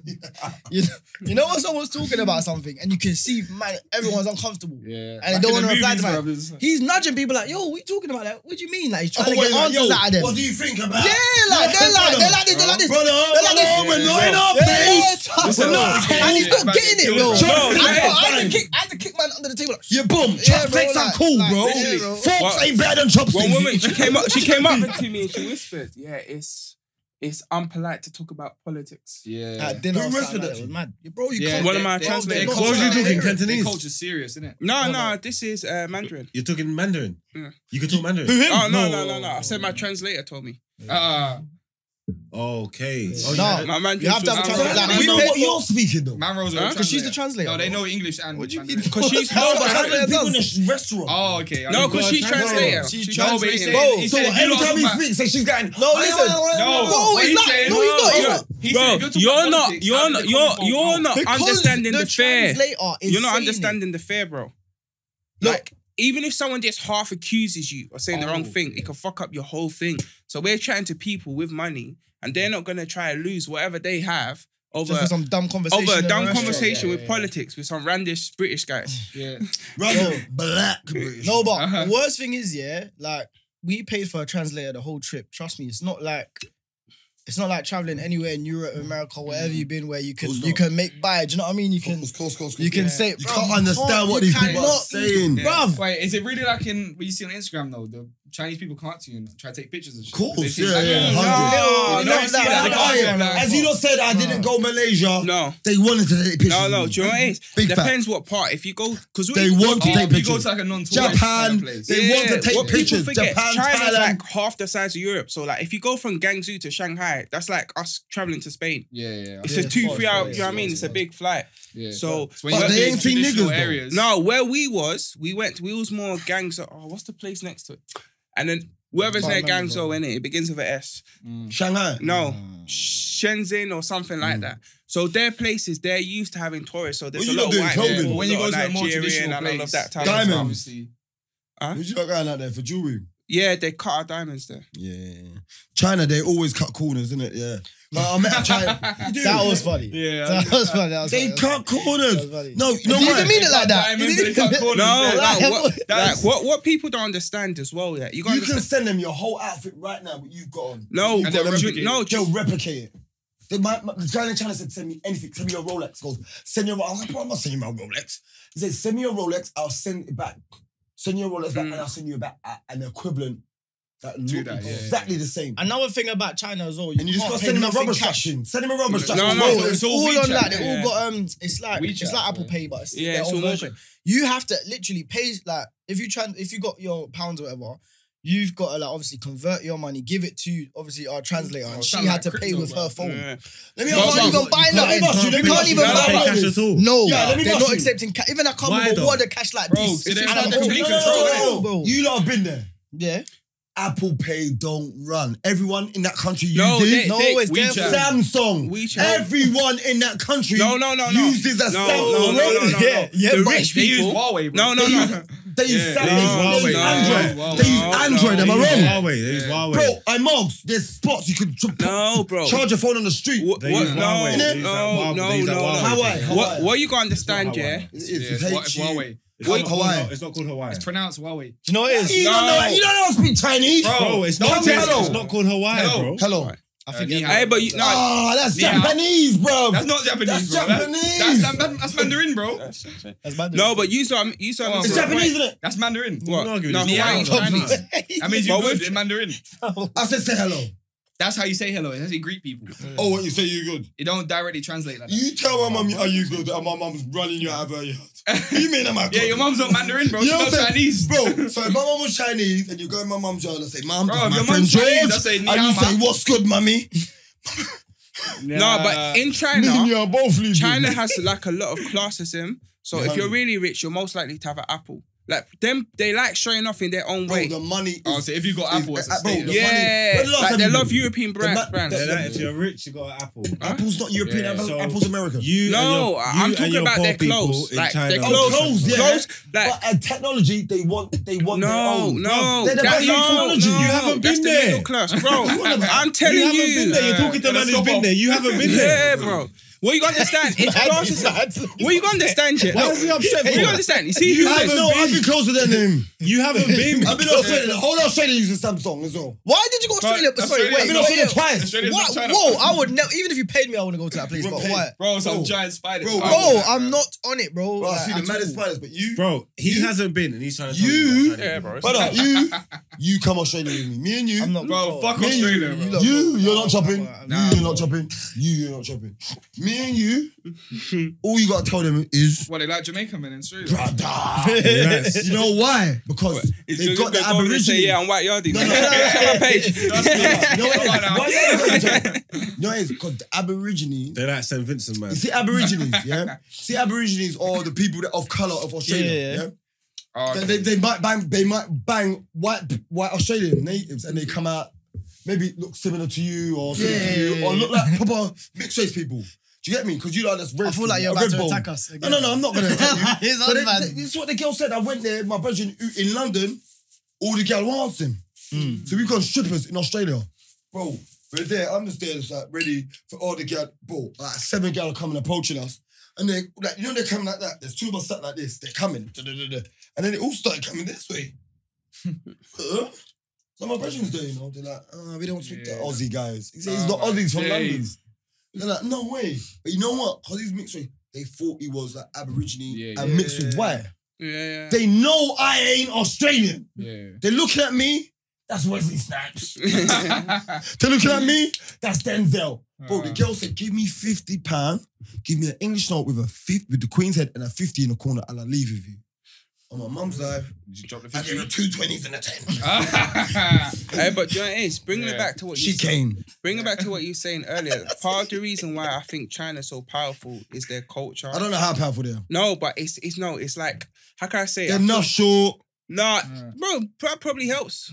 S4: You, you know when someone's talking about something and you can see, man, everyone's uncomfortable.
S5: Yeah.
S4: And they don't
S5: in the
S4: wanna reply
S5: movies,
S4: to my-
S5: bruv, it's-
S4: He's nudging people like, yo, we talking about that? What do you mean? Like, he's trying
S2: Oh,
S4: to
S2: wait,
S4: get
S2: like,
S4: answers
S2: yo,
S4: out of them.
S2: What do you think about?
S4: Yeah, like, they're like, they're like this, they're like this.
S2: Brother,
S4: They're like this.
S2: brother, we're not in our
S4: Yeah,
S2: place.
S4: yeah,
S2: We're not
S4: yeah. and he's not
S5: Yeah,
S4: getting it,
S5: yeah,
S4: bro.
S5: yeah.
S4: Bro,
S3: Bro,
S4: I,
S3: yeah,
S4: I, had
S2: fine.
S4: to kick, I had to kick man under the table. Like,
S2: You bum.
S4: Yeah, bro,
S2: Chopsticks are
S4: like-
S2: cool,
S4: like,
S2: bro.
S4: literally, bro.
S2: Forks
S3: Well-
S2: ain't better than chopsticks.
S3: One woman, she came up, she came up to me and she whispered, Yeah, it's it's unpolite to talk about politics.
S5: Yeah.
S4: At
S2: Who
S4: dinner, I was
S2: wrestled
S4: like,
S2: it?
S4: that was mad. Bro, you
S5: Yeah,
S4: can't.
S3: One of
S5: they-
S3: my
S5: they-
S3: translators.
S5: they-
S4: What
S5: culture-
S4: was you talking,
S5: their
S1: Cantonese?
S5: Culture's serious, isn't it?
S3: No,
S4: Oh,
S3: no,
S4: no.
S3: this is uh, Mandarin.
S1: You're talking Mandarin.
S3: Mm.
S1: You can talk Mandarin.
S2: Who him?
S3: Oh no, no, no, no. I said my translator told me.
S5: Ah,
S1: Okay.
S4: Yeah.
S1: Oh, you
S4: No.
S1: had it?
S3: Uh, My man
S4: You have to have
S3: drinks with
S4: a
S3: alcohol.
S4: translator.
S5: Man,
S4: We
S5: no,
S4: know what
S2: you're speaking though.
S5: Man Rose are
S4: Because she's the translator.
S5: No, they know English and.
S4: What do you mean?
S5: Mandarin.
S4: Because she's
S2: How
S4: no, but
S2: about
S4: translator
S2: people in
S4: does.
S2: this restaurant?
S5: Oh, okay. I
S3: No,
S5: mean,
S3: because
S5: God,
S3: she's
S5: translator.
S3: translator.
S5: She
S4: She's
S5: translates.
S4: translating.
S5: Bro,
S4: Bro,
S5: he
S2: so
S5: said,
S2: every
S5: you
S2: time
S5: lot
S2: he
S5: talk
S2: speaks, like she's going.
S4: No, listen.
S5: No,
S4: No,
S5: what
S4: he's
S5: he
S4: not.
S5: said-
S4: No, he's not.
S5: Bro,
S4: He's not.
S5: he said, if you're
S3: Bro, you're
S5: talking about
S3: not,
S5: politics,
S3: you're
S5: how
S3: not,
S5: did it
S3: you're,
S5: come from
S3: you're
S5: Rose?
S3: not
S4: Because
S3: understanding the fair.
S4: translator is
S3: You're not
S4: saying it.
S3: understanding the fair, bro.
S4: Look.
S3: like, even if someone just half accuses you of saying the wrong thing, it can fuck up your whole thing. So we're chatting to people with money, and they're not gonna try and lose whatever they have over
S4: Just for some dumb conversation.
S3: over a
S4: in
S3: dumb
S4: restaurant.
S3: conversation
S5: yeah,
S3: with
S5: yeah.
S3: politics with some randish British guys.
S5: Yeah.
S2: Random black British.
S4: No, but
S5: Uh-huh.
S4: the worst thing is, yeah, like we paid for a translator the whole trip. Trust me, it's not like it's not like traveling anywhere in Europe, America, wherever you've been, where you can
S2: Course
S4: you
S2: not.
S4: can make buy. Do you know what I mean? You can
S2: Close, close, close,
S4: you
S2: close.
S4: can say
S2: You
S4: "Bruv,
S2: can't
S4: you
S2: understand what
S4: you
S2: these people are
S4: cannot-
S2: saying.
S4: Bruv.
S5: Wait, is it really like in what you see on Instagram though? The Chinese people come up to you and try to take pictures and shit.
S2: Of course,
S5: They
S2: yeah,
S5: think-
S2: yeah, hundred.
S5: No,
S3: No,
S4: You
S3: no,
S4: know
S3: it's
S4: that-
S3: not
S4: that-
S3: like-
S5: can't
S2: Oh,
S5: do
S2: yeah.
S5: that.
S2: As you just said, I didn't go Malaysia.
S3: no,
S2: They wanted to take pictures.
S3: no, no.
S2: of
S3: Do you know what it is?
S2: Big fact.
S3: Depends what part. If you go, because
S2: They want to
S5: Oh,
S2: take
S5: if you go
S2: pictures.
S5: to like a non-tourist
S2: Japan,
S5: kind of place.
S2: they want to
S3: what
S2: take
S3: people
S2: pictures.
S3: forget,
S2: Japan,
S3: China's
S2: Thailand.
S3: like half the size of Europe. So like, if you go from Guangzhou to Shanghai, that's like us traveling to Spain.
S5: Yeah, yeah,
S3: It's
S4: Yeah,
S3: a
S4: it's
S3: two,
S4: far,
S3: three
S4: it's far,
S3: hour. You know what I
S4: it's
S3: mean?
S4: far,
S3: It's
S4: it's
S3: a
S4: far.
S3: big flight.
S5: yeah.
S3: So
S5: It's when you
S2: But
S5: go
S2: they
S5: to
S2: ain't seen
S5: traditional
S2: niggas, though.
S5: areas.
S3: No, where we was, we went. We was more gangs. Oh, what's the place next to it? And then whoever's
S4: Can't
S3: near
S4: remember,
S3: Gangzhou, in it, it begins with an S.
S5: Mm.
S2: Shanghai.
S3: No, Shenzhen or something like that. So their places, they're used to having tourists. So there's
S2: Well,
S3: a
S2: you
S3: lot
S2: lot
S3: of
S2: doing
S3: white
S2: COVID.
S3: people,
S5: when you go to a more
S3: Nigerian,
S5: traditional
S3: and all
S5: place,
S3: of that. type of
S2: Diamond.
S3: stuff.
S5: obviously.
S2: Who's your guy out there for jewelry?
S3: Yeah, they cut our diamonds there.
S2: Yeah. China, they always cut corners, innit? Yeah. Like, I met a China. Dude,
S4: That was funny.
S5: Yeah.
S4: That was funny. That was
S2: they
S4: funny.
S2: cut
S4: That was
S2: corners.
S4: funny.
S2: No, you know
S4: He
S2: why?
S4: didn't mean it like that. He
S5: Diamonds,
S4: didn't
S5: they cut
S4: mean-
S5: corners.
S3: No,
S5: Yeah.
S3: like,
S4: Like,
S3: what, like
S5: that's-
S3: what, what people don't understand as well, yeah. You got
S2: You can send them your whole outfit right now, but you've got on.
S3: No,
S5: And they'll
S3: do-
S5: replicate
S3: no,
S2: They'll
S3: do-
S2: replicate it. The, my, my, the guy in China said, send me anything. Send me your Rolex. Goes, send your Rolex. I was like, bro, I'm not sending you my Rolex. He said, send me your Rolex. I'll send it back. Send your Rolex back
S3: Mm.
S2: and I'll send you back a- an equivalent that
S5: To
S2: look
S5: that, yeah,
S2: exactly the same.
S4: Another thing about China as well, you,
S2: And you just
S4: can't
S2: gotta
S4: pay
S2: send him a
S4: nothing
S2: rubber
S4: cash.
S2: strapping. Send him a rubber strap.
S3: No,
S4: No,
S3: no,
S4: it's,
S5: it's all
S4: all, on
S5: WeChat,
S4: that. They
S5: yeah.
S4: all got um. It's like
S5: WeChat,
S4: it's like Apple
S5: yeah.
S4: Pay, but it's
S3: Yeah,
S4: their
S3: it's
S4: own
S3: all
S4: version. You have to literally pay like if you try if you got your pounds or whatever. You've got to like obviously convert your money, give it to obviously our translator,
S5: Oh,
S4: and she
S5: sound like
S4: had to pay
S5: crypto,
S4: with
S5: bro.
S4: her phone.
S3: Yeah.
S2: Let me
S4: You can't
S2: ask you.
S4: even buy
S2: Let me ask
S4: nothing.
S2: you, let
S4: You
S2: me
S4: can't
S1: Can't
S2: ask you. No, no,
S4: even buy
S1: pay cash
S4: nothing.
S1: at all.
S4: No,
S2: Yeah, let me
S4: they're
S2: ask
S4: not
S2: you.
S4: accepting cash. Even I can't
S1: Why
S4: remember
S1: though?
S4: what the cash like
S5: Bro,
S4: this.
S5: so
S4: It's
S5: they're
S4: just
S5: trying to
S4: like-
S5: complete
S2: No, no, no, no, no.
S4: Bro.
S2: You lot have been there.
S4: Yeah,
S2: Apple Pay don't run. Everyone in that country uses
S3: No, they,
S4: No,
S3: they,
S4: it's
S3: we
S4: their
S3: just-
S4: fault.
S2: Samsung.
S3: WeChat.
S2: Everyone in that country
S3: No, no, no, no.
S2: uses a
S3: No,
S2: Samsung.
S3: no, no, no, no, no.
S2: Yeah, yeah,
S3: The
S2: but
S3: rich
S5: They use
S3: people.
S5: Huawei, bro.
S3: No, no, no.
S2: They use Samsung.
S5: Yeah,
S1: they use
S2: They use
S1: Huawei.
S2: Android.
S5: No,
S2: they use
S3: no,
S2: Android.
S3: no.
S2: Am I
S1: They use
S2: wrong?
S1: Huawei. They use
S5: Yeah.
S1: Huawei.
S2: Bro, I'm old. There's spots you can tr-
S3: No, bro.
S2: charge your phone on the street.
S3: What?
S1: They
S3: what?
S1: use
S3: No,
S1: Huawei. They use
S3: no, no,
S1: that Huawei. They
S3: no,
S1: use that
S3: no.
S2: Hawaii. Hawaii.
S3: What, what you got to understand,
S1: It's not
S3: yeah?
S1: Hawaii.
S2: It is.
S5: Yeah,
S2: It's
S5: it's Hua-
S2: H- E.
S5: Huawei.
S1: It's not
S2: Hawaii.
S1: Hawaii. It's not called Hawaii.
S5: It's pronounced Huawei.
S4: do you know what it is?
S2: You don't know.
S3: No.
S2: You don't know speak Chinese.
S1: Bro, it's
S2: No,
S1: not.
S2: hello.
S1: It's not called Hawaii,
S5: Hello.
S1: bro.
S2: Hello.
S4: I
S5: Uh,
S4: think
S5: Nihao.
S3: Hey, but you, no,
S2: Ah, that's
S5: Yeah.
S2: Japanese, bro.
S5: That's not Japanese,
S2: That's
S5: bro. That-
S2: Japanese.
S5: That's, that- that- that's Mandarin, bro.
S4: that's bad.
S3: no, but you saw, you saw.
S5: Come on,
S3: me
S2: It's
S3: say-
S5: bro.
S2: Japanese, isn't it?
S5: That's Mandarin.
S3: What?
S1: You're not giving
S3: No,
S1: this
S3: Hawaii,
S1: shit out.
S3: Chinese.
S5: That means you're
S3: But
S5: good
S3: with-
S5: in Mandarin.
S2: I said say hello.
S5: That's how you say hello. That's how you greet people.
S2: Oh, what you say you good?
S5: It don't directly translate like that.
S2: You tell my mum are you good and my mum's running you out of her yard. You mean am I good?
S5: yeah, your mum's not Mandarin, bro.
S2: You
S5: She's
S2: know
S5: not
S2: what I'm saying?
S5: Chinese.
S2: Bro, so if my mum was Chinese and you go in my mum's yard and say, Mum,
S5: Bro,
S2: this is my
S5: if your
S2: friend
S5: mum's Chinese,
S2: George.
S5: I say,
S2: and
S5: "Ni hao
S2: you say,
S5: ma."
S2: What's good, mummy?
S3: No, but
S2: Me
S3: in
S2: and
S3: China,
S2: you are both leaving.
S3: China has like a lot of classism. So if you're really rich, you're most likely to have an apple. Like them, they like showing off in their own
S2: Bro,
S3: way.
S2: the money is.
S5: Oh, so if you got
S2: is-
S5: Apple, it's a
S2: uh, bro,
S5: state.
S2: the
S3: yeah,
S2: money- When the last
S3: like
S2: time
S3: they
S2: you-
S3: love European brand,
S2: ma-
S3: brands.
S1: They're like, if you're rich, you got an apple.
S2: Apple's not European,
S5: Yeah.
S2: Apple's,
S1: So-
S2: Apple's American.
S1: You
S3: No,
S1: and your,
S3: I'm
S1: you
S3: talking
S1: and your
S3: about
S1: poor
S3: their
S1: people
S3: clothes,
S1: in
S3: like,
S1: China.
S3: their
S2: Oh,
S3: clothes.
S2: clothes, yeah.
S3: Clothes, like-
S2: but at technology, they want they want their
S3: No,
S2: own.
S3: no,
S2: they're the
S3: that-
S2: best
S3: no,
S2: technology.
S3: no,
S1: You haven't
S3: that's
S1: been
S3: the
S1: there.
S3: middle class, bro. I'm telling
S1: You
S3: you,
S1: haven't been there. You're talking to a man who's been there. You haven't been there.
S3: yeah, bro. What you gotta understand? It's classism. What you gotta understand, yeah?
S1: Why is he upset
S3: What
S1: for?
S3: you gotta understand? You see,
S2: You
S3: who
S2: haven't
S3: this-
S2: no, I've been closer than him.
S1: You haven't been.
S2: I've been Australia. The whole Australia uses Samsung as well.
S4: why did you go to Australia?
S5: Bro,
S4: Sorry,
S5: Australia-
S4: wait,
S2: I've been
S5: No,
S2: Australia
S4: wait.
S2: twice.
S5: Australia's not
S4: What?
S5: China.
S4: Whoa, I would never. Even if you paid me, I wouldn't go to that place. But
S2: Repent.
S4: why?
S5: Bro, some
S2: Bro.
S5: giant spiders.
S2: Bro,
S5: I
S2: bro,
S5: don't
S4: Bro,
S5: like that,
S4: I'm not on it, bro.
S2: Bro, I
S4: like,
S2: see
S4: at
S2: the
S4: all.
S2: maddest spiders, but you,
S1: Bro, he hasn't been and he's trying to tell
S2: You-
S1: about China.
S3: Yeah, bro.
S2: brother, you, you come Australia with me. Me and you.
S4: I'm not.
S5: Bro, fuck
S2: me and you,
S5: Australia, bro.
S2: You, you're not chopping.
S4: I'm
S2: you, you're not chopping. You, you're not chopping. Me me and you, all you gotta tell them is,
S5: Well, they like Jamaican men in Australia.
S2: brother.
S1: Yes.
S2: You know why? Because
S3: It's
S2: they
S3: just
S2: got the
S3: they'll go over and say,
S2: Aborigine.
S3: yeah, I'm white yardie.
S2: No, no, no, no.
S3: Check my page.
S2: You know
S5: Come on now.
S2: what it is? You know what it is? Because the Aborigines,
S1: They're like St. Vincent, man.
S2: you see Aborigines, yeah? See Aborigines are the people that of colour of Australia,
S4: Yeah, yeah, yeah.
S2: yeah?
S5: Oh,
S2: They,
S5: okay.
S2: they, they might bang they might bang white white Australian natives and they come out maybe look similar to you or similar
S4: Yeah,
S2: to you,
S4: yeah,
S2: or
S4: yeah.
S2: look like proper mixed race people. Do you get me? Because you know that's
S4: I feel like you're about to attack us.
S2: No,
S4: Again.
S2: no, no, I'm not gonna attack you.
S4: His
S2: But
S4: own
S2: they-
S4: man.
S2: they- this is what the girl said. I went there, my brother in, in London, all the girl wants him. So we got strippers in Australia. Bro, we're there, I'm just there, just like ready for all the girl. Bro, like seven girl coming approaching us. And they like, you know, they're coming like that. There's two of us sat like this, they're coming. da-da-da-da. And then they all started coming this way. Huh? so my brethren's there, you know, they're like, uh, we don't speak to
S5: Yeah.
S2: Aussie guys. He's, he's
S5: Oh
S2: not
S5: my
S2: Aussies from London.
S5: days.
S2: They're like, no way. But you know what? Because he's mixed race, they thought he was like Aborigine
S5: Yeah,
S2: and
S5: yeah.
S2: mixed with white.
S3: Yeah,
S2: They know I ain't Australian.
S5: yeah.
S2: They're looking at me. That's Wesley Snipes.
S3: yeah.
S2: They're looking at me. That's Denzel. Bro, the
S5: Uh.
S2: girl said, "Give me fifty pound. Give me an English note with a fifth with the Queen's head and a fifty in the corner, and I will leave with you." On my mum's life,
S5: Did you drop the
S2: I gave her two twenties and a ten.
S3: Hey, but do you know what it is? Bringing it
S5: Yeah.
S3: back to what you
S2: She came.
S3: Bring it back to what you were saying earlier. Part of the reason why I think China's so powerful is their culture.
S2: I don't know how powerful they are.
S3: No, but it's it's no, it's like how can I say
S2: They're
S3: it?
S2: not short.
S3: Nah,
S5: Yeah.
S3: bro, that probably helps.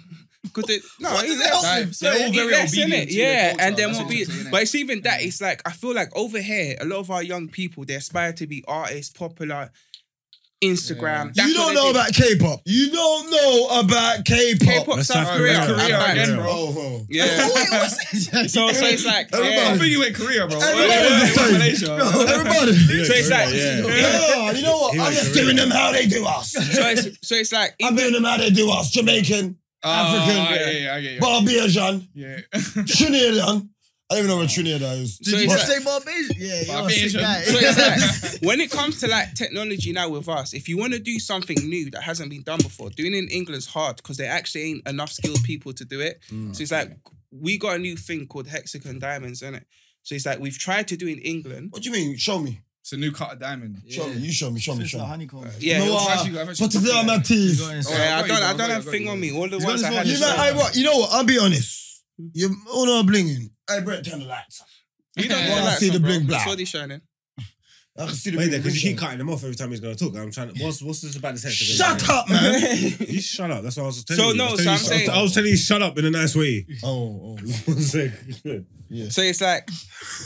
S3: Cause it no,
S2: What does
S3: it
S2: it help
S3: helps.
S5: them? They're all
S3: E It
S5: very
S3: less,
S5: obedient
S3: innit?
S5: to their
S3: Yeah,
S5: culture,
S3: and then
S5: that's
S3: we'll
S5: what
S3: be.
S5: I'm saying, innit?
S3: But it's even that. It's like I feel like over here, a lot of our young people they aspire to be artists, popular, Instagram. That's
S2: you
S3: what
S2: don't
S3: they
S2: know
S3: do.
S2: about K-pop. You don't know about K-pop.
S3: K-pop,
S1: That's
S3: South
S1: South
S3: Korea,
S1: Korea.
S3: and
S1: South
S3: back then,
S1: Korea.
S3: bro.
S2: Oh, oh.
S3: Yeah.
S2: Wait, what's
S3: So so it's like
S5: I
S3: yeah.
S2: Everybody.
S5: think you went Korea, bro.
S2: Everybody
S5: Wait,
S2: was
S5: wait,
S2: the
S5: wait,
S2: same.
S5: Malaysia.
S2: Everybody.
S3: So it's like-
S2: Yeah, you know what?
S1: He
S2: I'm
S1: was
S2: just
S1: Korean.
S2: doing them how they do us.
S3: So it's so it's like
S2: I'm doing them how they do us. Jamaican, African,
S5: Ah, yeah, yeah, yeah, yeah.
S2: Barbadian,
S5: Yeah.
S2: Trinidadian. I don't even know what Trinidad is.
S4: Did
S3: So
S4: you
S3: it's
S4: just say Barbadian? Yeah, you're a
S5: Barbadian.
S4: sick guy.
S3: So it's like, when it comes to like technology now with us, if you want to do something new that hasn't been done before, doing it in England's hard because there actually ain't enough skilled people to do it. So it's like we got a new thing called hexagon diamonds, is it? So it's like we've tried to do in England.
S2: What do you mean? Show me.
S5: It's a new cut of diamond.
S2: Show me. You show me. Show me.
S4: It's
S2: Show
S4: like
S2: me.
S4: honeycomb.
S3: Yeah.
S2: No,
S5: I've
S2: uh,
S5: actually- I've actually
S2: But today
S5: got
S2: I'm
S5: it.
S2: at
S4: He's
S2: teeth.
S4: going
S5: Oh,
S4: inside.
S3: Yeah, I
S5: I've got you,
S3: don't,
S5: bro,
S3: I
S5: I've got
S3: don't have
S5: you, I've
S3: thing
S5: got
S3: on
S5: you.
S3: me. All the
S2: You,
S3: ones I had.
S2: you,
S3: is
S2: man,
S3: like-
S2: I, what, you know what? I'll be honest. You're all not blinging. Hey, Brett, turn the lights.
S3: You don't
S5: Yeah.
S3: get
S5: Well, I
S3: that
S2: see the
S3: bro.
S2: bling black.
S3: It's already shining.
S2: I can see the
S1: Wait there,
S2: bling
S1: because you
S2: bling.
S1: keep cutting him off every time he's going to talk. I'm trying to. What's, what's this about this hexagon?
S2: Shut up, man.
S1: You shut up. That's what I was telling
S3: So,
S1: you.
S3: no,
S1: I was
S3: so
S1: telling
S3: I'm
S1: you-
S3: saying-
S1: I was telling you, shut up in a nice way.
S2: oh, oh.
S3: So it's like,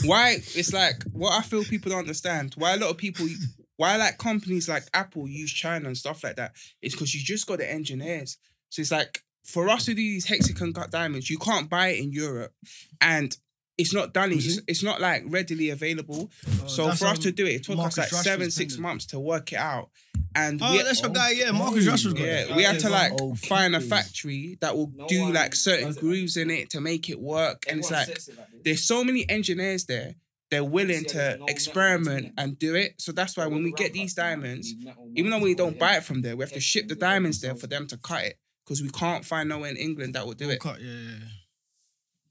S3: why? It's like what I feel people don't understand. Why a lot of people, why like companies like Apple use China and stuff like that? It's because you just got the engineers. So it's like for us to do these hexagon cut diamonds, you can't buy it in Europe, and it's not done. in- It's, it's not like readily available.
S4: Oh,
S3: so
S4: that's
S3: for us
S4: on
S3: to do it, it took us
S4: Marcus
S3: like
S4: Rashford's
S3: seven, six
S4: pendant.
S3: months to work it out, and
S4: Oh,
S3: we,
S4: that's your guy, yeah. Marcus
S2: Yeah.
S4: Rashford's got
S3: yeah,
S4: it.
S3: we had to like
S2: Oh,
S3: find a
S2: fuckers.
S3: factory that will
S6: No
S3: do
S6: one
S3: like certain
S6: does it.
S3: grooves in it to make it work, and it's
S6: Everyone
S3: like
S6: says it like this.
S3: there's so many engineers there. They're willing
S6: Yeah,
S3: to
S6: there's no
S3: experiment
S6: network.
S3: and do it. So that's why when we get these diamonds, even though we don't buy it from there, we have to ship the
S6: Yeah.
S3: diamonds there for them to cut it because we can't find nowhere in England that will do it.
S4: Cut, yeah, yeah.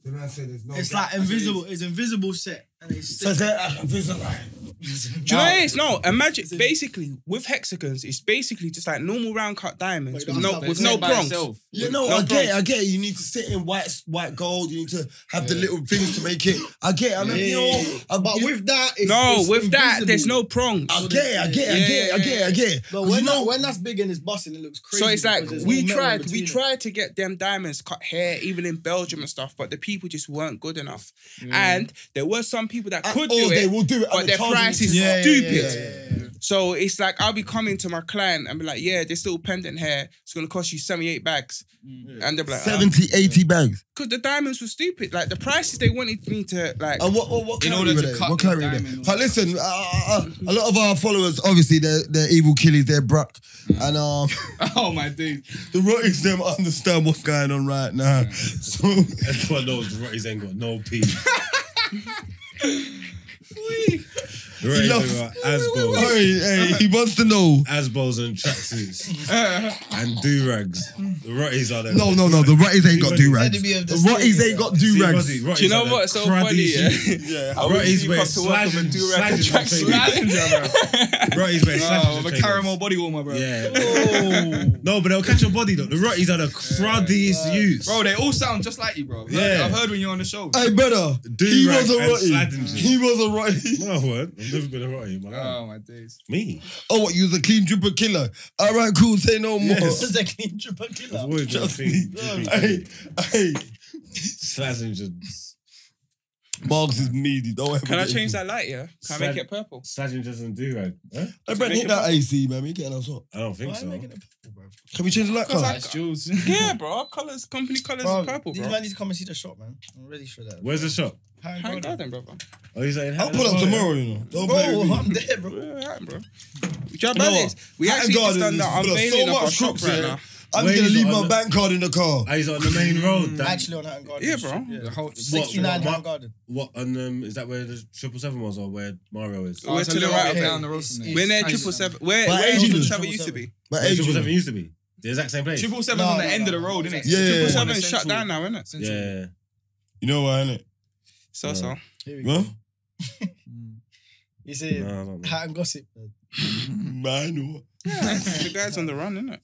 S2: The man said there's no.
S4: It's like invisible. It's invisible set. And it's
S2: So it's
S4: sick.
S2: like, I can visualize.
S3: Do you know what it is? No, imagine basically with hexagons, it's basically just like normal round cut diamonds
S4: But you
S3: with
S4: don't
S3: no
S4: have to
S3: with
S4: have
S3: no
S4: it by
S3: prongs.
S6: itself.
S2: You know,
S3: No
S2: I get it,
S3: problem.
S2: I get it. You need to sit in white white gold. You need to have the little things to make it. I get it. I mean, you know, I,
S4: But with that, it's,
S3: No,
S4: it's
S3: with that,
S4: invisible.
S3: there's no prongs.
S2: I get it, I get it, I get it, I get it, I get it.
S4: But
S2: 'Cause
S4: when,
S2: you know,
S4: that, when that's big and it's busting, it looks crazy.
S3: So it's like
S4: because there's
S3: we
S4: no metal
S3: tried, we
S4: between it.
S3: tried to get them diamonds cut here, even in Belgium and stuff, but the people just weren't good enough.
S4: Mm.
S3: And there were some people that
S2: at
S4: oh,
S3: could
S2: all
S3: do
S2: they
S3: it,
S2: will do it.
S3: but
S2: and
S3: their
S2: the charges
S3: price
S2: will
S3: is
S2: be
S4: Yeah, yeah,
S3: stupid.
S4: yeah, yeah, yeah.
S3: So it's like I'll be coming to my client and be like, "Yeah, this little pendant here, it's gonna cost you seventy-eight bags," and they're like, "Because
S2: 70, 80 bags.
S3: the diamonds were stupid. Like the prices they wanted me to like."
S2: And what, what, what
S5: In
S2: clarity
S5: order
S2: were
S5: to
S2: they?
S5: cut
S2: What
S5: the
S2: clarity were they?
S5: diamond.
S2: But listen, uh, uh, uh, a lot of our followers, obviously, they're, they're evil killies, they're Bruck. And um,
S5: Oh my days.
S2: the rottings them understand what's going on right now. So,
S1: Everyone knows Rotties ain't got no pee. Right,
S2: loves-
S1: right, right. Asbos.
S2: Hey, hey, he wants to know.
S1: Asbos and tracksuits
S5: Uh,
S1: and do rags. The Rotties are there.
S2: No, no, no. The Rotties ain't got do rags.
S4: Enemy
S2: The
S4: of the
S2: Rotties
S4: state.
S2: ain't got
S1: See,
S2: do rags.
S1: Rotties- Rotties
S3: Do you know
S1: are the
S3: what's so
S1: cruddy
S3: funny? Yeah,
S1: shit.
S5: yeah.
S1: I wouldn't
S5: Rotties
S1: even
S5: wear
S1: come to work with a
S5: slash-
S1: do-rag
S5: slash
S1: and
S5: track
S1: baby.
S5: slash-
S1: Rotties wear slashes and
S5: No, I'm a
S1: trainers.
S5: caramel body warmer, bro.
S1: Yeah.
S4: Oh.
S1: No, but they'll catch your body though. The Rotties are the cruddiest youths.
S5: Bro, they all sound just like you, bro. I've heard-
S1: Yeah.
S5: I've heard when you're on the show.
S2: Hey, brother. he
S1: Do-rag
S2: was a
S1: and
S2: Rottie.
S1: sliding shit.
S2: He was a Rottie.
S1: No, I won't. I've never been a Rottie in my life.
S5: Oh my days.
S1: Me.
S2: Oh, what? You was a clean dripper killer. All right, cool. Say no more.
S1: Yes.
S4: This is a clean triple
S1: I've
S4: killer.
S1: always been a
S2: Trust
S1: thing.
S2: Hey, hey.
S1: Slazingers.
S2: Marks is needy. Don't ever
S3: Can I
S2: get
S3: change
S2: him.
S3: that light? Yeah, can I make it purple?
S1: Slazingers and do-rag. Huh?
S2: Hey, Brent,
S3: Make
S2: hit
S3: it
S2: that AC, man. We getting us up.
S1: I don't
S4: Why
S1: think
S4: am I
S1: so.
S4: making it purple, bro?
S2: Can we change the light
S5: Like uh,
S2: color?
S5: Jules.
S3: Yeah, bro. Our colors, company colors
S4: Bro,
S3: is purple,
S4: These
S3: bro.
S4: man need to come and see the shop, man. I'm ready for that.
S1: Where's the shop?
S4: Hang
S3: Hang
S4: on.
S3: garden, brother.
S1: Oh, he's like,
S2: I'll pull up tomorrow, you know. Don't play with me.
S4: Bro, I'm there, bro.
S3: Where we at, bro? Do
S2: know
S3: you know
S2: what?
S3: this? We
S2: Hatton
S3: actually just
S2: Garden is
S3: done the
S2: full of
S3: unveiling
S2: so
S3: of our
S2: much
S3: shop
S2: crooks
S3: right
S2: here.
S3: now.
S2: I'm
S1: Where
S2: gonna
S1: is
S2: leave
S1: it
S2: my
S1: on the-
S2: bank card in the car.
S1: Oh, he's on the main road. Dan.
S4: Actually, on Hatton Garden.
S3: Yeah, bro.
S5: The whole-
S1: What,
S4: 69
S1: what-
S4: Hatton Garden.
S1: What and um is that where the triple seven was or where Mario is?
S5: Oh,
S3: We're
S5: it's a
S3: to the
S5: little
S3: right
S5: bit
S4: of
S5: down the
S4: it.
S5: road from there.
S4: It's-
S3: We're near
S5: How you
S3: triple
S5: doing?
S3: seven. Where
S2: But
S3: where
S2: Asian
S3: triple
S2: is
S3: seven
S4: triple
S3: used to
S4: seven.
S3: be.
S2: But
S1: Where
S2: hey,
S1: triple
S2: Jules.
S1: seven used to be. The exact same place.
S5: Triple seven
S4: No,
S5: on the
S4: no,
S5: end
S4: no,
S5: of the
S4: no.
S5: road, innit?
S2: Yeah, yeah,
S5: Triple
S2: yeah.
S5: seven
S3: Seven shut
S5: Central.
S3: down now, innit?
S1: yeah, yeah, yeah.
S2: You know why, innit?
S3: So so.
S4: Here we go.
S2: Huh?
S3: Mm.
S4: You see,
S1: No, I don't know.
S4: Hatton gossip. man.
S2: Man, I know.
S3: Yeah, the guy's on the run, innit?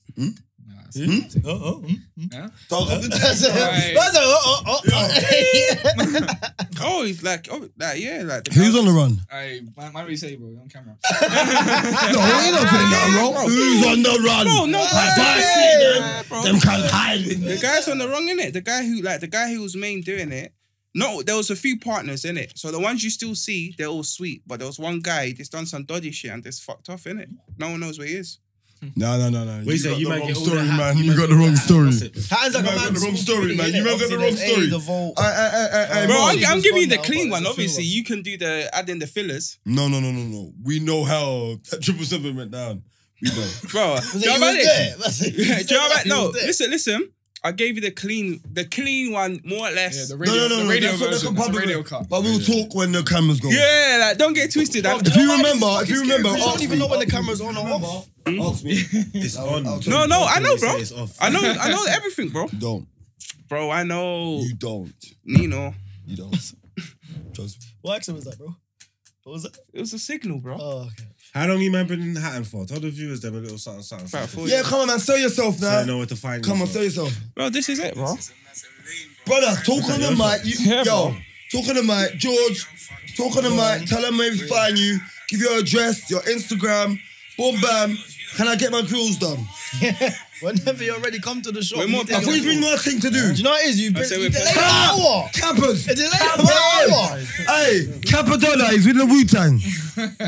S5: Nah, it's-
S2: Hmm?
S4: Oh, oh, mm, mm.
S5: Huh?
S2: Talk of the
S4: That's a,
S5: Right.
S4: that's a, oh, oh, oh.
S3: Oh, he's like, oh, like, yeah, like. The
S2: Who's
S3: guy-
S2: on the run?
S5: Hey, why why do you say, bro? You're on camera.
S2: no, you not saying that, bro. Who's on the run?
S3: Bro, no,
S2: Have I
S3: yeah,
S2: seen them?
S3: bro.
S2: Them can't hide with me.
S3: The guy's on the wrong, innit? The guy who, like, the guy who was main doing it. No, there was a few partners in it. So the ones you still see, they're all sweet. But there was one guy that's done some dodgy shit and just fucked off in it. No one knows where he is.
S2: No, no, no, no.
S1: Wait, so
S2: got
S1: you
S2: the
S1: might
S2: wrong
S1: get all
S2: story,
S1: the hat-
S2: man.
S1: you
S2: You
S1: might
S2: got
S1: get
S2: the
S1: all
S2: wrong
S1: the
S2: story.
S1: hat-
S4: Hatton's like
S2: You man
S4: a
S2: got
S4: man.
S2: the wrong
S4: school
S2: story,
S4: thing,
S2: man. You
S4: innit?
S2: man got the
S4: Obviously,
S2: wrong
S4: there's A,
S2: story.
S4: the vault.
S2: Hey, hey, hey, hey, hey,
S3: Bro,
S2: Mark.
S3: I'm, I'm
S4: Just
S3: giving you
S4: one
S3: the
S4: now,
S3: clean
S4: but
S3: one.
S4: it's a
S3: Obviously,
S4: few
S3: you can do the add in the fillers,
S2: No, no, no, no, no. We know how that triple seven went down. We know.
S3: bro. do
S4: Was
S3: you
S4: it
S3: know
S4: you
S3: about
S4: was
S3: it?
S4: there? That's it.
S3: Do you
S4: You said
S3: know about
S4: that you
S3: No,
S4: was there.
S3: listen, listen. I gave you the clean, the clean one, more or
S5: Yeah,
S3: less.
S5: the
S3: Yeah,
S5: radio,
S2: no, no,
S5: the
S2: no,
S5: radio
S2: that's what they call
S5: version. That's the
S2: public-
S5: radio cut.
S2: But we'll talk when the cameras go.
S3: like don't get twisted. I-
S2: If you remember, if you remember,
S4: You don't
S2: ask
S4: even
S2: me.
S4: know when the camera's on or off.
S2: Ask me.
S1: It's on.
S2: I'll tell
S3: no,
S2: you.
S3: no, I know,
S1: They say
S3: bro.
S1: It's off.
S3: I know, I know everything, bro.
S2: You don't.
S3: Bro, I know.
S2: You don't.
S3: Nino,
S2: You don't. Trust me.
S4: What accent was that, bro? What was that?
S3: it was a signal,
S2: Uh,
S3: bro.
S4: Oh, okay.
S1: How long you man been in Hatton for? Tell the viewers them a little something, something.
S3: About
S1: something.
S3: four
S2: Yeah,
S3: years.
S2: come on, man. Sell yourself
S1: So they
S2: now.
S1: know where to find
S2: Come
S1: you,
S2: on,
S1: bro.
S2: sell yourself.
S3: Bro, this is it, bro.
S2: Brother, talk on the
S1: your
S2: mic. You, yo,
S3: Yeah, bro.
S2: talk on the mic. George, talk on the mic. Tell them where we find you. Give your address, your Instagram. Boom, bam. Can I get my grills done?
S4: Whenever you're ready, come to the shop.
S3: Hmm. We're
S4: You
S3: more
S4: take
S2: I've always
S4: your-
S2: been nothing to
S4: Do you
S2: do.
S4: know what it is? You've
S3: say
S4: been
S3: we're
S4: you delayed an
S2: Ah!
S4: hour.
S2: Cappers.
S4: It's delayed an hour.
S2: Hey, Capadonna is with the Wu Tang.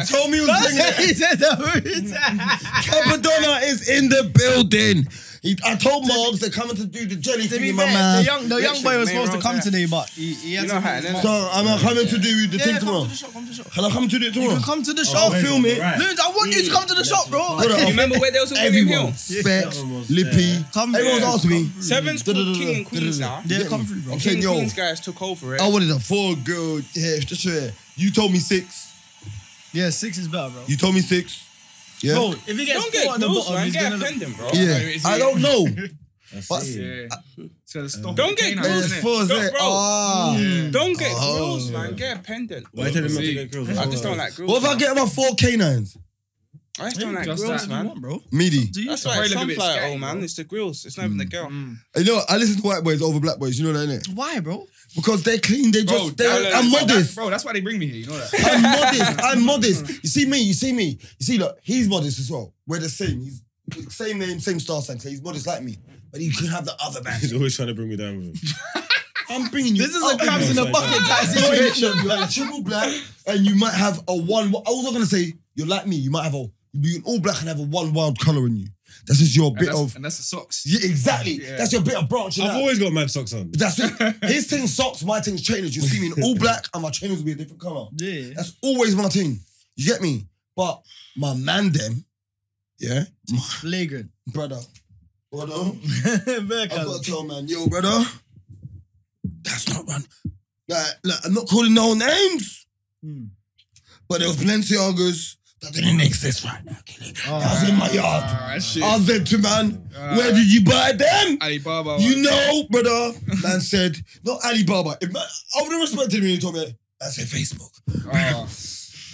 S2: Tell me who's doing
S4: That's
S2: that.
S4: what he said. that was-
S2: Capadonna is in the building. He, I told Margs they're coming to do the jelly
S4: To
S2: thing
S4: be
S2: in my
S4: fair, the
S2: mouth.
S4: young, the young boy was supposed to come today, but he, he had
S3: You know
S4: to.
S3: how it is.
S2: So I'm coming to do the
S4: yeah,
S2: thing
S4: come
S2: tomorrow.
S4: to the shop. Come to the shop.
S2: Can I come to do it
S4: You
S2: tomorrow?
S4: can come to
S3: Oh,
S4: the
S2: I'll
S4: shop.
S1: wait,
S2: film it.
S1: right.
S4: Loons, I want you to come to the shop, bro.
S2: Hold
S3: You
S2: on.
S3: remember where there was a William
S2: Everyone,
S3: Hill?
S2: Specs,
S1: everyone was
S2: Lippy,
S1: there.
S4: Come-
S2: everyone's
S4: yeah,
S2: asked me.
S3: Seven's called King and Queens now.
S4: Yeah, come through, bro.
S2: I'm
S3: King
S2: saying,
S3: and
S2: yo, Oh,
S3: Queens guys took over it.
S2: I wanted a four girl hair, just hair. You told me six.
S4: Yeah, six is better, bro.
S2: You told me six. Yeah.
S4: Bro, if he gets
S3: Don't get
S4: four at the
S3: close,
S4: bottom,
S3: man.
S4: he's
S3: Get a
S4: gonna.
S3: pendant, bro.
S2: yeah.
S5: Oh, is
S2: I
S5: he-
S2: don't know.
S1: I
S2: But-
S1: see.
S5: Yeah. So the stock
S3: Don't get
S5: came out,
S2: There's
S5: innit?
S2: four
S3: Bro,
S2: there.
S3: bro.
S2: Ah.
S5: Yeah.
S3: Don't get
S2: Oh.
S3: grills, man. Get a pendant.
S1: Why tell them not to
S5: See.
S1: get girls?
S3: I just don't like grills.
S2: What if I
S3: man.
S2: get my four canines?
S3: I just don't like
S5: Just
S3: grills,
S5: that.
S3: man.
S4: bro.
S2: Meaty.
S4: Do you?
S3: That's
S5: Probably
S3: why it's
S5: look a bit
S3: sunflower
S5: scatty,
S3: oil, man.
S5: bro.
S3: It's the grills. It's not even the
S2: Mm.
S3: girl.
S2: You know, what? I listen to white boys over black boys. You know that, innit?
S4: Why, bro?
S2: Because they're clean. They
S5: Bro,
S2: just. They're,
S5: that-
S2: I'm
S5: that-
S2: modest.
S5: Bro, that's why they bring me here, you know that?
S2: I'm modest. I'm modest. You see me. You see me. You see, look, he's modest as well. We're the same. He's same name, same star sign. So he's modest like me. But he could have the other man.
S1: He's always trying to bring me down with him.
S2: I'm bringing you.
S4: This is a
S2: up
S4: crabs in a
S1: like
S4: bucket type
S2: No,
S4: situation.
S2: you're like triple black, and you might have a one. I was not gonna say you're like me. You might have a you all black and have a one wild color in you. That's just your
S5: And
S2: bit
S5: that's,
S2: of
S5: and that's the socks.
S2: yeah, exactly.
S5: Yeah.
S2: That's your bit of branching
S1: I've
S2: out.
S1: always got mad socks on.
S2: That's it. His thing socks, my thing's trainers. You see me in all black, and my trainers will be a different color.
S4: Yeah.
S2: That's always my thing. You get me? But my man, them, yeah, my
S4: Flagrant.
S2: brother, brother.
S4: Very
S2: I've got
S4: colourful.
S2: to tell man, yo, brother, that's not run. Like, like, I'm not calling no names,
S4: Mm.
S2: but there was Balenciagas that didn't exist right now, Kelly. I was in my yard.
S5: Ah, shit.
S2: I said to man,
S5: Ah.
S2: where did you buy them?
S5: Alibaba.
S2: You know, brother. Man said, not Alibaba. If man, I would have respected him when he told me, I said Facebook.
S5: Ah.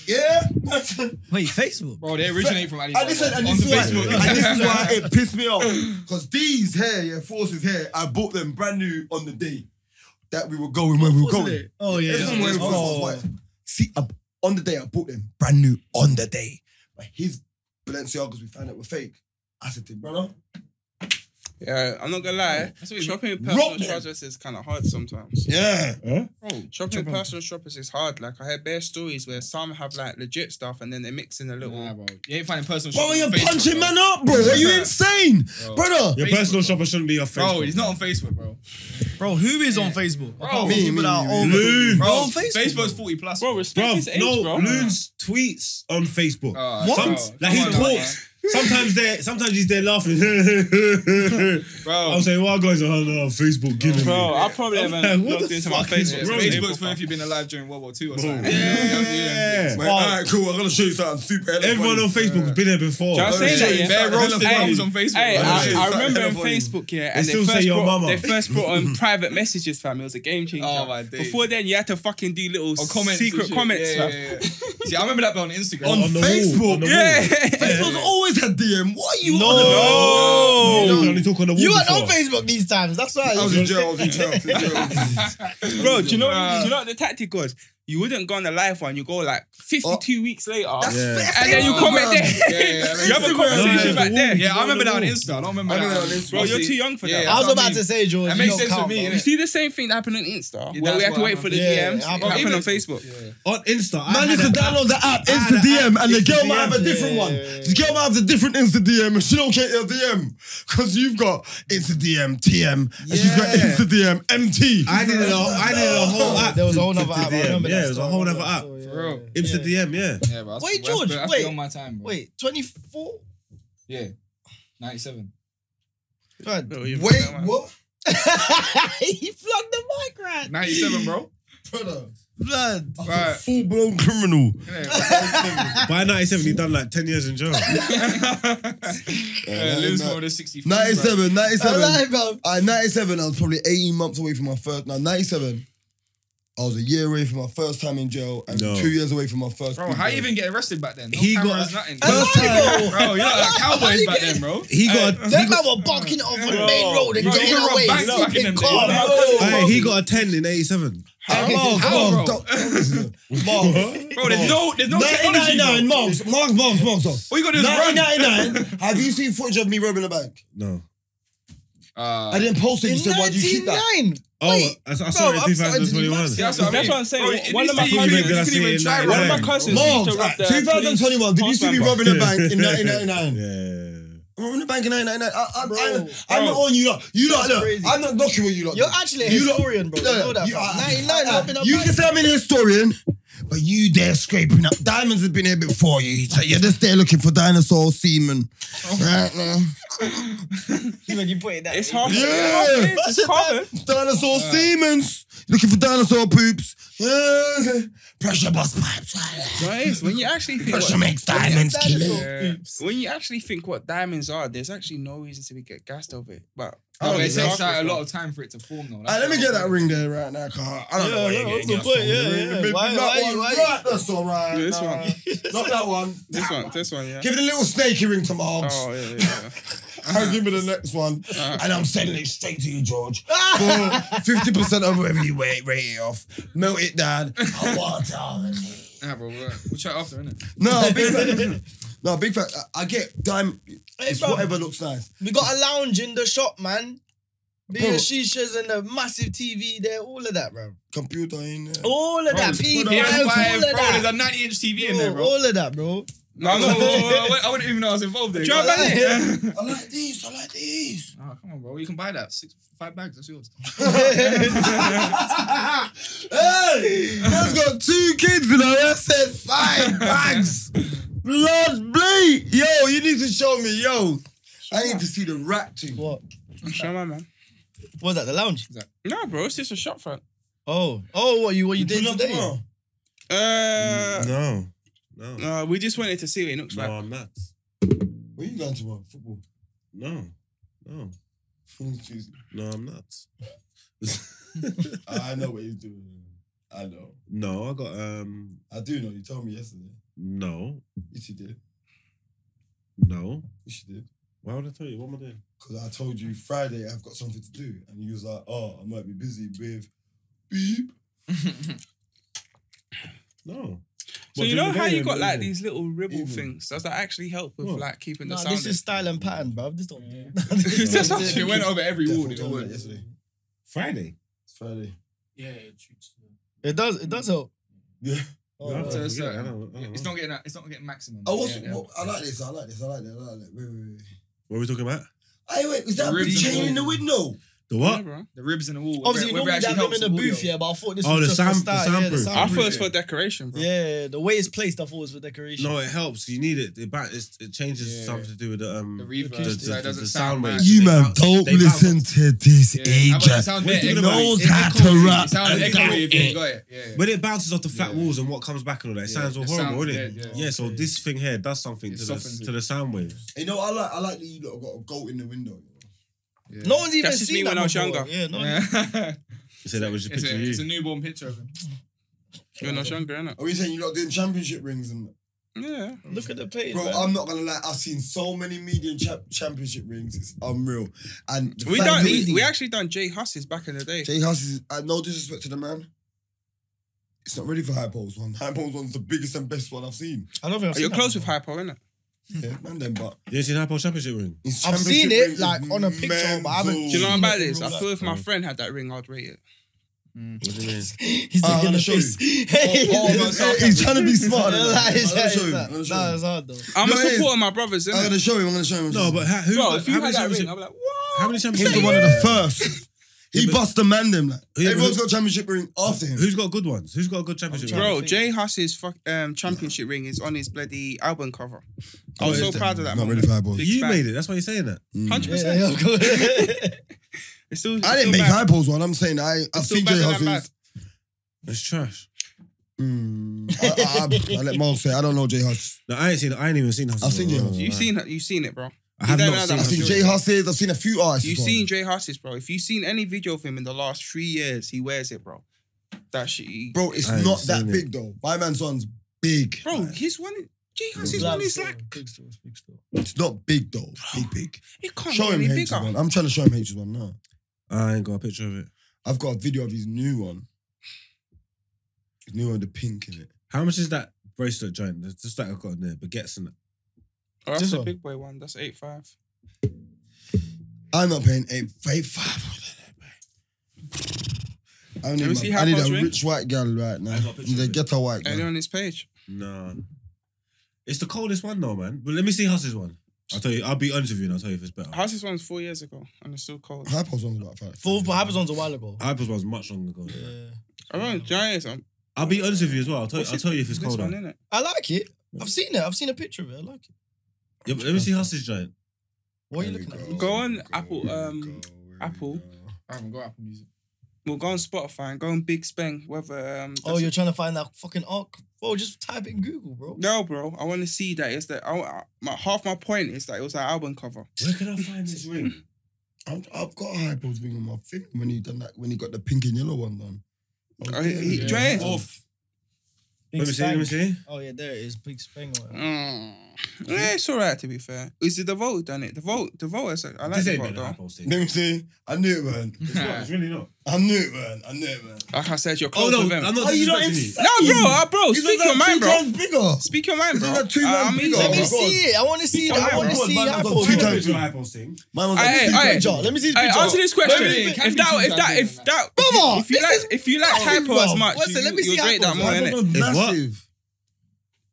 S2: Yeah? Man said-
S4: Wait, Facebook.
S5: Bro, they originate from Alibaba.
S2: And this, and
S5: on
S2: this,
S5: the
S2: is, why,
S5: Facebook.
S2: and this is why it pissed me off. Because these hair, yeah, forces hair, I bought them brand new on the day that we were going where we were
S4: Wasn't
S2: going.
S4: it? Oh yeah.
S2: This is when it was
S4: Oh.
S2: white. See, I- on the day I bought them, brand new on the day. But his Balenciagas we found out were fake. I said to him, brother,
S3: Yeah, I'm not gonna lie.
S5: That's what you-
S3: Shopping in
S2: Rock
S3: personal
S2: them.
S3: shoppers is kind of hard sometimes.
S2: yeah.
S3: Bro, shopping in personal shoppers is hard. Like I hear bare stories where some have like legit stuff and then they mix in a little.
S5: Nah, bro. You ain't finding personal
S2: Bro,
S5: shit
S2: you're
S5: on Facebook,
S2: punching
S5: bro.
S2: man up, bro. Are you insane?
S5: Bro.
S2: Brother.
S1: Your
S5: Facebook,
S1: personal
S5: bro.
S1: shopper shouldn't be your Facebook.
S5: Bro, he's not on Facebook, bro.
S4: Bro, who is on Facebook?
S5: Bro,
S4: Apart from
S5: me,
S4: people
S2: me,
S4: that are
S2: me,
S4: on-
S1: Loon.
S4: Bro,
S5: Bro,
S4: on Facebook.
S5: Facebook's 40 plus.
S3: Bro,
S1: Bro,
S3: respect his age,
S1: no,
S3: bro.
S1: Loon's tweets on Facebook.
S5: Ah,
S4: What?
S5: bro,
S1: Some- like he
S5: come on, man.
S1: talks. Sometimes they, are sometimes he's there laughing. I'm
S5: Bro,
S1: saying, "Why guys are on uh, Facebook giving
S3: Bro,
S1: me?"
S3: I probably haven't
S1: Like, what
S3: logged
S1: the
S3: into my
S1: fuck is
S3: Facebook.
S5: it's
S1: wrong?
S3: since April,
S5: Facebook's for
S3: fam.
S5: if you've been alive during World War II or
S1: Bro.
S5: something.
S1: Yeah.
S2: Wait,
S1: Oh.
S2: all right, cool. I'm gonna show you something super. hella
S1: Everyone
S2: funny.
S1: on Facebook's been there before.
S3: Shall I say that, yeah?
S5: Bare roasted
S3: Hey,
S5: mums on Facebook.
S3: Hey,
S5: bro.
S3: I,
S2: Yeah.
S3: I remember on
S2: Yeah.
S3: Facebook, yeah, and
S1: They
S3: they,
S1: still say
S3: first
S1: your
S3: brought,
S1: mama.
S3: they first brought on private messages, fam. It was a game changer.
S5: Oh, my days.
S3: Before then, you had to fucking do little
S5: Or comments. and
S3: secret
S5: shit.
S3: comments,
S5: Yeah,
S3: fam.
S5: yeah, yeah. See, I remember that on Instagram.
S1: on, the Wall,
S2: Facebook,
S1: on the
S3: Yeah.
S2: Facebook's always had DM. What are you
S1: Wall.
S2: on about?
S1: No,
S4: No.
S1: We only talk on the wall.
S4: You are
S1: before.
S4: on Facebook these times. That's why.
S2: I was in jail. I was in jail. I was in jail. I was in jail.
S3: Bro, do you know, do you know what the tactic was? You wouldn't go on the live one, you go like
S1: Oh.
S3: 52 weeks later.
S2: That's
S1: Yeah.
S2: that's
S3: And then you
S2: Instagram.
S3: comment there.
S5: Yeah, yeah, yeah.
S3: you have a
S2: Instagram.
S3: conversation
S1: Yeah.
S3: back there.
S5: Yeah, I remember that on
S1: Yeah.
S5: Insta. I don't remember
S2: I
S5: that.
S2: remember
S5: on
S2: that on
S5: Insta.
S2: Insta.
S3: Bro, you're too young for
S5: Yeah,
S3: that.
S5: yeah.
S4: I was
S5: That's
S4: about
S5: what I
S4: to say, George.
S5: That
S4: you
S5: makes
S4: don't
S5: sense
S4: count,
S5: to me,
S4: bro.
S3: You
S5: innit?
S3: see the same thing that happened on Insta, where we
S5: that's
S3: had to
S5: what
S3: wait for the
S4: happened. Yeah,
S3: DMs.
S4: yeah,
S3: It happened
S5: even-
S3: on Facebook.
S1: On Insta, I
S2: Man
S1: had
S2: used to
S1: a-
S2: download the app,
S1: I
S2: Insta
S1: had an
S2: DM,
S1: app,
S2: and the girl
S1: Insta
S2: might have a
S1: DM.
S2: different one. The girl might have a different Insta DM, and she don't get your DM because you've got Insta DM, TM, and she's got
S1: Yeah.
S2: Insta DM, MT.
S1: I did a whole, I did a whole app.
S4: There was a whole
S1: to-
S4: nother
S1: to
S4: app. I
S1: DM.
S4: remember
S1: Yeah,
S4: that
S1: it was a
S4: story,
S1: whole
S4: I
S1: nother
S4: remember
S1: app.
S4: that
S5: For real.
S4: story, yeah.
S1: Insta DM, yeah.
S5: Yeah, bro, that's- that's-
S4: Wait, George,
S5: that's
S4: wait.
S5: beyond my time, bro.
S4: Wait, 24?
S5: Yeah. 97.
S4: God.
S3: Oh, yeah,
S2: Wait,
S3: man.
S2: what?
S4: he flooded the mic right.
S5: 97, bro.
S2: Brother,
S4: Blood.
S5: Right.
S2: full blown criminal.
S1: By 97, he done like 10 years in jail.
S5: Yeah, Lim's more than 63. bro.
S2: 97, 97.
S4: Alive, bro.
S2: I 97, I was probably 18 months away from my first. Now, 97, I was a year away from my first time in jail and
S1: No.
S2: two years away from my first.
S5: Bro, how you even get arrested back then? No
S1: He got-
S5: cameras, nothing.
S2: First time.
S5: Bro, you're like cowboys back then, bro.
S1: He got,
S4: That man were barking it off on the main road and
S5: Bro, you
S4: getting
S5: were a
S4: away.
S5: bank back in
S4: Flipping
S5: them
S4: car,
S5: days.
S4: bro.
S1: hey, he got a 10 in 87.
S2: Mark,
S5: How, bro?
S2: Mark, don't-
S5: Bro, there's no, there's no technology,
S2: 1999,
S5: bro.
S2: Marks, Marks, Marks, Marks. Marks.
S5: All you gotta do is run.
S2: 1999, have you seen footage of me robbing a bank?
S1: No.
S5: Uh,
S2: I didn't post it. You
S4: In
S2: said, why do you keep that?
S4: 99.
S1: Oh,
S4: Wait,
S1: I, I saw
S4: bro,
S1: it
S4: I'm
S1: in
S4: starting to do
S1: 2021.
S4: maths
S5: See,
S4: here.
S5: that's what I
S3: That's
S5: mean.
S3: what I'm saying.
S5: Bro,
S3: One
S5: in
S3: of
S5: these
S3: my
S5: days, you
S3: cousins-
S5: couldn't- you couldn't even try, bro.
S3: One of my
S1: Hey.
S3: cousins used
S2: Marks,
S3: to rob
S2: at
S3: the
S2: 2021, did you
S3: police-
S2: see me
S3: police
S2: robbing a bank in 1999?
S1: Yeah.
S2: Robbing a bank in 1999. I- I- I'm,
S4: Bro.
S2: I'm not on you lot. You lot,
S4: That's
S2: look,
S4: crazy.
S2: I'm not knocking with you lot.
S4: You're
S2: do.
S4: actually a
S2: You lot-
S4: historian, bro. You
S2: Look,
S4: know that.
S2: you-
S4: fam.
S2: I-
S4: 99,
S2: I- I-
S4: open up
S2: You
S4: bank.
S2: can say I'm an historian, but you there scraping up. Diamonds have been here before you. So you're just there looking for dinosaur semen. Right now.
S4: Even you put it that
S3: It's
S4: way.
S3: hard.
S2: Yeah.
S3: It's hard.
S2: Dinosaur semen's. Looking for dinosaur poops. Yeah. Pressure bust pipes.
S3: Bro, it is. When you actually think
S2: Pressure
S3: what,
S2: makes diamonds
S4: Dinosaur
S2: kill it.
S4: poops.
S3: when you actually think what diamonds are, there's actually no reason to be get gassed over it. But
S5: Oh,
S3: Bro,
S5: it
S3: it's
S5: takes
S3: hard,
S5: like a
S3: bro.
S5: lot of time for it to form, though.
S2: Alright, let me get that ring there right now, car. I don't know
S4: Yeah,
S2: what
S4: yeah,
S2: you're
S4: what's
S2: getting. your
S4: the point?
S2: song.
S4: Yeah, yeah.
S2: Big- big
S4: Why-
S2: that
S4: why-
S2: one
S4: why-
S2: right, that's all right.
S3: This
S2: Nah.
S3: one.
S2: Not that one.
S3: This one, this one, yeah.
S2: Give it a little snaky ring to my arms.
S3: Oh, yeah, yeah.
S2: I'll give me the next one. And I'm sending it straight to you, George. For 50% of whatever you weigh, rate it off. Melt it down. I want it.
S5: Nah, bro, we'll we'll chat after, innit?
S2: No, big fact. No, big fact. I- I get dime. It's
S4: bro.
S2: whatever looks nice.
S4: We got a lounge in the shop, man. The
S2: Bro.
S4: shishas and the massive TV there, all of that, bro.
S2: Computer in there.
S4: All of that,
S5: Bro,
S4: P5, all
S5: PS5,
S4: of
S5: bro, there's
S4: that.
S5: a 90 inch TV in there,
S4: Bro,
S5: bro.
S4: all of that, bro.
S3: No,
S5: No,
S3: no,
S5: no, no,
S3: no.
S5: no, I wouldn't even know I was involved there.
S3: Do you have
S5: bro.
S3: that in it?
S2: I like these. I like these.
S5: Oh, come on, bro. You can buy that. Six, five bags. That's yours.
S2: Hey, that's got two kids and I said five bags. Blood bleed. Yo, you need to show me. Yo, I need to see the rat too.
S4: What?
S3: Show my man.
S4: Was that the lounge?
S3: No, bro, it's just a shop front.
S4: Oh, oh, what you what you did
S2: Pull up
S4: today?
S1: Mm.
S2: tomorrow.
S3: Uh,
S1: No. No. No,
S3: No, we just wanted to see what it looks like.
S1: I'm not.
S2: Where you going tomorrow? Football.
S1: No. No. No, I'm not.
S2: I know what you're doing. I know.
S1: no, I got um
S2: I do know. You told me yesterday.
S1: no.
S2: Yes, you did.
S1: No.
S2: Yes, you did.
S1: Why would I tell you? What am I doing?
S2: Because I told you Friday I've got something to do. And you was like, oh, I might be busy with beep.
S1: No.
S3: So
S1: What,
S3: you
S1: during
S3: know
S1: the
S3: how
S1: day
S3: you
S1: or
S3: got
S1: in
S3: like
S1: the evening?
S3: these little ribble
S2: Even.
S3: things? Does that actually help with
S1: What?
S3: like keeping the
S4: Nah,
S3: sound?
S4: this is style and pattern, bruv. This don't.
S3: That's what
S5: It went over every wall.
S2: Definitely
S5: It
S2: told me that
S5: was.
S2: yesterday.
S1: Friday.
S2: It's Friday.
S5: Yeah, it's it's-
S4: It does. It does help.
S2: Yeah.
S4: Oh,
S1: No, I
S5: So
S1: forget.
S5: it's, uh,
S1: I don't- I don't
S5: it's
S1: know.
S5: not getting that. It's not getting maximum.
S2: I was.
S5: Yeah, yeah.
S2: well, Oh, I like this. I like this. I like that. I like that. Wait, wait, wait.
S1: What are we talking about?
S2: Hey, wait. Was that a big
S5: Ribs and
S2: chain in the
S5: balls.
S2: window?
S1: The
S3: Yeah,
S1: what?
S3: bro.
S5: The ribs in the wall.
S4: Obviously,
S5: whether- whether
S4: normally
S5: it
S4: they have
S5: actually
S4: them in the
S5: helps
S4: booth,
S5: audio.
S4: yeah. But I thought this
S1: Oh,
S4: was
S1: the
S4: just for
S1: sound- the
S4: style. yeah, the
S1: soundproof.
S3: I
S4: soundproof,
S3: thought it was
S4: yeah.
S3: for decoration, bro.
S4: Yeah, the way it's placed, I thought was for decoration.
S1: No, it helps. You need it. It, ba- it's, it changes
S5: Yeah.
S1: something to do with the um
S5: The reverb,
S1: the,
S5: so it
S1: the-
S5: doesn't
S1: the
S5: sound
S1: waves.
S5: bad. You
S1: They
S5: man
S1: bounce-
S2: don't
S1: they bounce.
S2: to this
S5: Yeah, how about it sounds better
S1: We're talking
S5: echoey.
S1: about-
S5: It's
S2: how to
S5: echoey.
S2: rap.
S5: It sounds
S1: That's
S5: echoey if you
S1: it.
S5: got it. Yeah, yeah.
S1: When it bounces off the flat
S5: Yeah.
S1: walls and what comes back and all that, it
S5: Yeah.
S1: sounds all
S5: It
S1: horrible,
S5: sounds
S1: isn't it?
S5: dead,
S1: Yeah.
S5: yeah.
S1: so this thing here does something
S5: It
S1: to the
S5: softens it.
S1: to the sound waves.
S2: You know, I like. I like that you lot have got a goat in the window.
S5: Yeah.
S4: No one's even
S3: just me
S4: seen
S3: when
S4: that
S3: I was
S4: before.
S3: younger.
S4: Yeah, no. one-
S5: Yeah.
S1: So that was your
S5: it's,
S1: picture
S5: a,
S1: of
S5: it's a
S1: you.
S5: newborn picture of him.
S3: You're not younger, innit?
S2: Are we saying you lot doing championship rings and?
S3: Yeah.
S4: Look at the page,
S2: Bro,
S4: man.
S2: I'm not gonna lie. I've seen so many medium cha- championship rings. It's unreal. And the
S3: We
S2: fact
S3: done.
S2: that-
S3: We, we actually done Jay Huss's back in the day.
S2: Jay House is. Uh, no disrespect to the man. It's not ready for high poles one. High poles one's the biggest and best one I've seen.
S4: I don't think I've
S3: You're
S4: seen
S3: close
S4: that
S3: with Hypo, innit? Hmm.
S2: Yeah, man. Then, but
S1: You ain't seen Hypo Championship ring?
S2: his
S4: I've seen
S2: championship
S4: it,
S2: ring
S4: like,
S2: is
S4: on a picture, but I
S2: mental.
S4: haven't-
S3: Do you know
S4: Yeah,
S3: what I'm about this?
S4: real
S3: I
S4: life.
S3: feel if my
S1: Mm.
S3: friend had that ring, I'd rate it.
S1: What do you mean?
S4: before. He's
S2: Uh,
S4: taking
S2: I'll
S4: the
S2: show you.
S4: piss. Hey,
S5: Oh, oh,
S4: he's-
S5: man.
S2: He's- He's trying to be smart.
S4: Yeah, like,
S2: I'm
S4: it's-
S2: gonna show
S4: it's
S2: him.
S4: like-
S2: I'm gonna
S4: Nah,
S2: show him.
S4: it's hard though.
S3: I'm
S2: No,
S3: a
S2: it is.
S3: supporter of my brothers,
S2: I'm
S3: innit?
S2: gonna show him. I'm gonna show him.
S1: No, but how, who?
S3: Bro, if
S1: how many
S3: you had that
S1: championship?
S3: ring, I'm like,
S1: how
S3: what?
S1: many
S2: he's
S1: championship?
S2: the one of the first. He
S1: Yeah, but-
S2: bust the man them like.
S1: Yeah, but-
S2: Everyone's got championship ring after him.
S1: Who's got good ones? Who's got a good championship?
S4: trying-
S1: ring?
S3: Bro,
S4: thing.
S3: Jay Huss's fuck, um, championship ring is on his bloody album cover. I
S1: Oh,
S3: was
S1: is
S3: so
S1: it?
S3: proud of
S2: Not
S3: that. moment.
S2: ready for high poles.
S3: Big
S1: You
S3: fan.
S1: made it. That's why you're saying that.
S2: Mm.
S3: Hundred
S4: Yeah,
S3: percent.
S4: yeah, go
S3: It's still. it's
S2: I
S3: still
S2: didn't make
S3: bad.
S2: high poles one. I'm saying I, I've
S3: still
S2: seen
S3: better
S2: Jay
S3: than
S2: Huss's.
S1: It's trash.
S2: Mm, I, I, I, I let Miles say. I don't know Jay Huss.
S1: No, I ain't seen. I ain't even seen. Hustle.
S2: I've seen you.
S1: Oh,
S3: You
S1: right.
S3: seen it? You seen it, bro?
S1: I have
S3: You don't
S1: not
S3: know
S1: seen.
S3: that
S2: I've seen
S3: much.
S2: Jay Huss's. I've seen a few artists.
S3: You've
S2: bro.
S3: seen Jay Huss's, bro. If you've seen any video of him in the last three years, he wears it, bro. That shit, he-
S2: bro. It's
S1: I ain't
S2: not that
S1: seen it.
S2: big though. My man's one's big.
S3: bro. His one, Jay Huss's one is like
S4: ahead.
S2: It's not big though. Big big.
S3: it can't
S2: show
S3: get
S2: him
S3: any
S2: H's
S3: bigger. Oh,
S2: one. I'm trying to show him H's one now.
S1: I ain't got a picture of it.
S2: I've got a video of his new one. His new one, the pink in it.
S1: How much is that bracelet joint? That's just that I've got in there. Baguettes and that.
S3: Oh, that's
S4: This
S3: a
S4: one.
S3: big boy one. That's eight five.
S2: I'm not paying eight eight five. I
S3: Let
S2: need,
S3: me see
S2: my,
S3: how
S2: I need
S3: much
S2: a
S3: ring.
S2: rich white girl right now.
S1: I've got a picture
S2: The
S1: of it.
S2: get a white girl.
S3: Only on his page.
S1: Nah. It's the coldest one though, man. But let me see Huss's one. I'll tell you, I'll be honest with you and I'll tell you if it's better.
S3: Huss's one's four years ago, and it's still cold.
S2: Hypo's on about five.
S4: Four for Hyperson's a while
S2: Uh,
S4: ago.
S1: Hyper's one's much longer ago.
S4: Yeah.
S3: I remember Giants. um,
S1: I'll be honest with you as well. I'll tell, you,
S3: what's
S1: I'll
S3: his-
S1: tell you if it's
S3: this
S1: colder.
S3: One, innit?
S4: I like it. I've seen it. I've seen a picture of it. I like it.
S1: Yeah, but let me see Huss's joint.
S4: What are you
S2: There we
S4: looking at?
S3: Go on Apple,
S2: there we
S3: um,
S2: go, there we
S3: Apple.
S2: go.
S5: I haven't got Apple Music.
S3: We'll go on Spotify and go on Big Speng. Whether um,
S4: Oh,
S3: that's-
S4: you're trying to find that fucking arc? Bro, just type it in Google, bro.
S3: no, bro. I want to see that. It's that I, I- my, half my point is that it was an album cover.
S1: Where can I find this ring?
S2: I'm, I've got a Hypo's ring on my finger when he done that. When he got the pink and yellow one done. I was
S3: Oh, he-
S2: there.
S3: he-
S5: Dre?
S2: Off.
S1: Let me see, let me see.
S4: Oh, yeah, there it is. Big Spang. or whatever.
S3: Mm. Yeah, it's alright to be fair. Is it the vote done it? The vote, the vote is. I like
S1: this
S3: the
S1: ain't
S3: vote
S1: better than
S3: though.
S1: Hypo's thing.
S2: Let me see. I knew it, man.
S1: It's not, it's really not.
S2: I knew it, man. I knew it, man.
S3: Like I said, you're
S1: Oh
S3: close
S1: no,
S3: with him.
S1: I'm not
S2: Are you not
S1: disrespecting you.
S2: insane?
S3: no, bro, uh, bro,
S2: He's
S3: speak
S2: like
S3: your mind,
S2: two
S3: bro.
S2: times bigger.
S3: Speak your mind,
S2: He's
S3: bro.
S2: like two
S3: Uh,
S2: man
S3: I mean,
S2: bigger.
S4: Let
S2: Oh,
S4: me
S2: my
S4: see it. I want to see it. I want to
S2: Come on,
S4: see
S2: man, I've got
S4: Hypo.
S2: two
S1: Two
S4: Let
S2: times-
S4: me
S1: times Hypo's thing.
S2: Mine was
S3: Hey,
S2: like,
S3: hey,
S4: see
S3: hey.
S4: the picture. Let me see the
S3: Hey,
S4: picture.
S3: answer this
S4: Let
S3: question.
S4: me-
S5: It can
S3: If
S5: be
S3: that,
S5: two
S3: if
S5: times
S3: that,
S5: bigger
S3: if
S5: than
S3: that,
S4: Brother,
S3: if you
S4: this
S3: like,
S4: is
S3: if you like
S4: massive,
S3: hypo as
S4: bro.
S3: much,
S4: Listen,
S3: you,
S4: let me
S3: you'll
S4: see
S3: rate that
S4: hypos.
S3: more,
S2: Hypo's
S3: innit?
S2: was
S1: It's what?
S2: massive.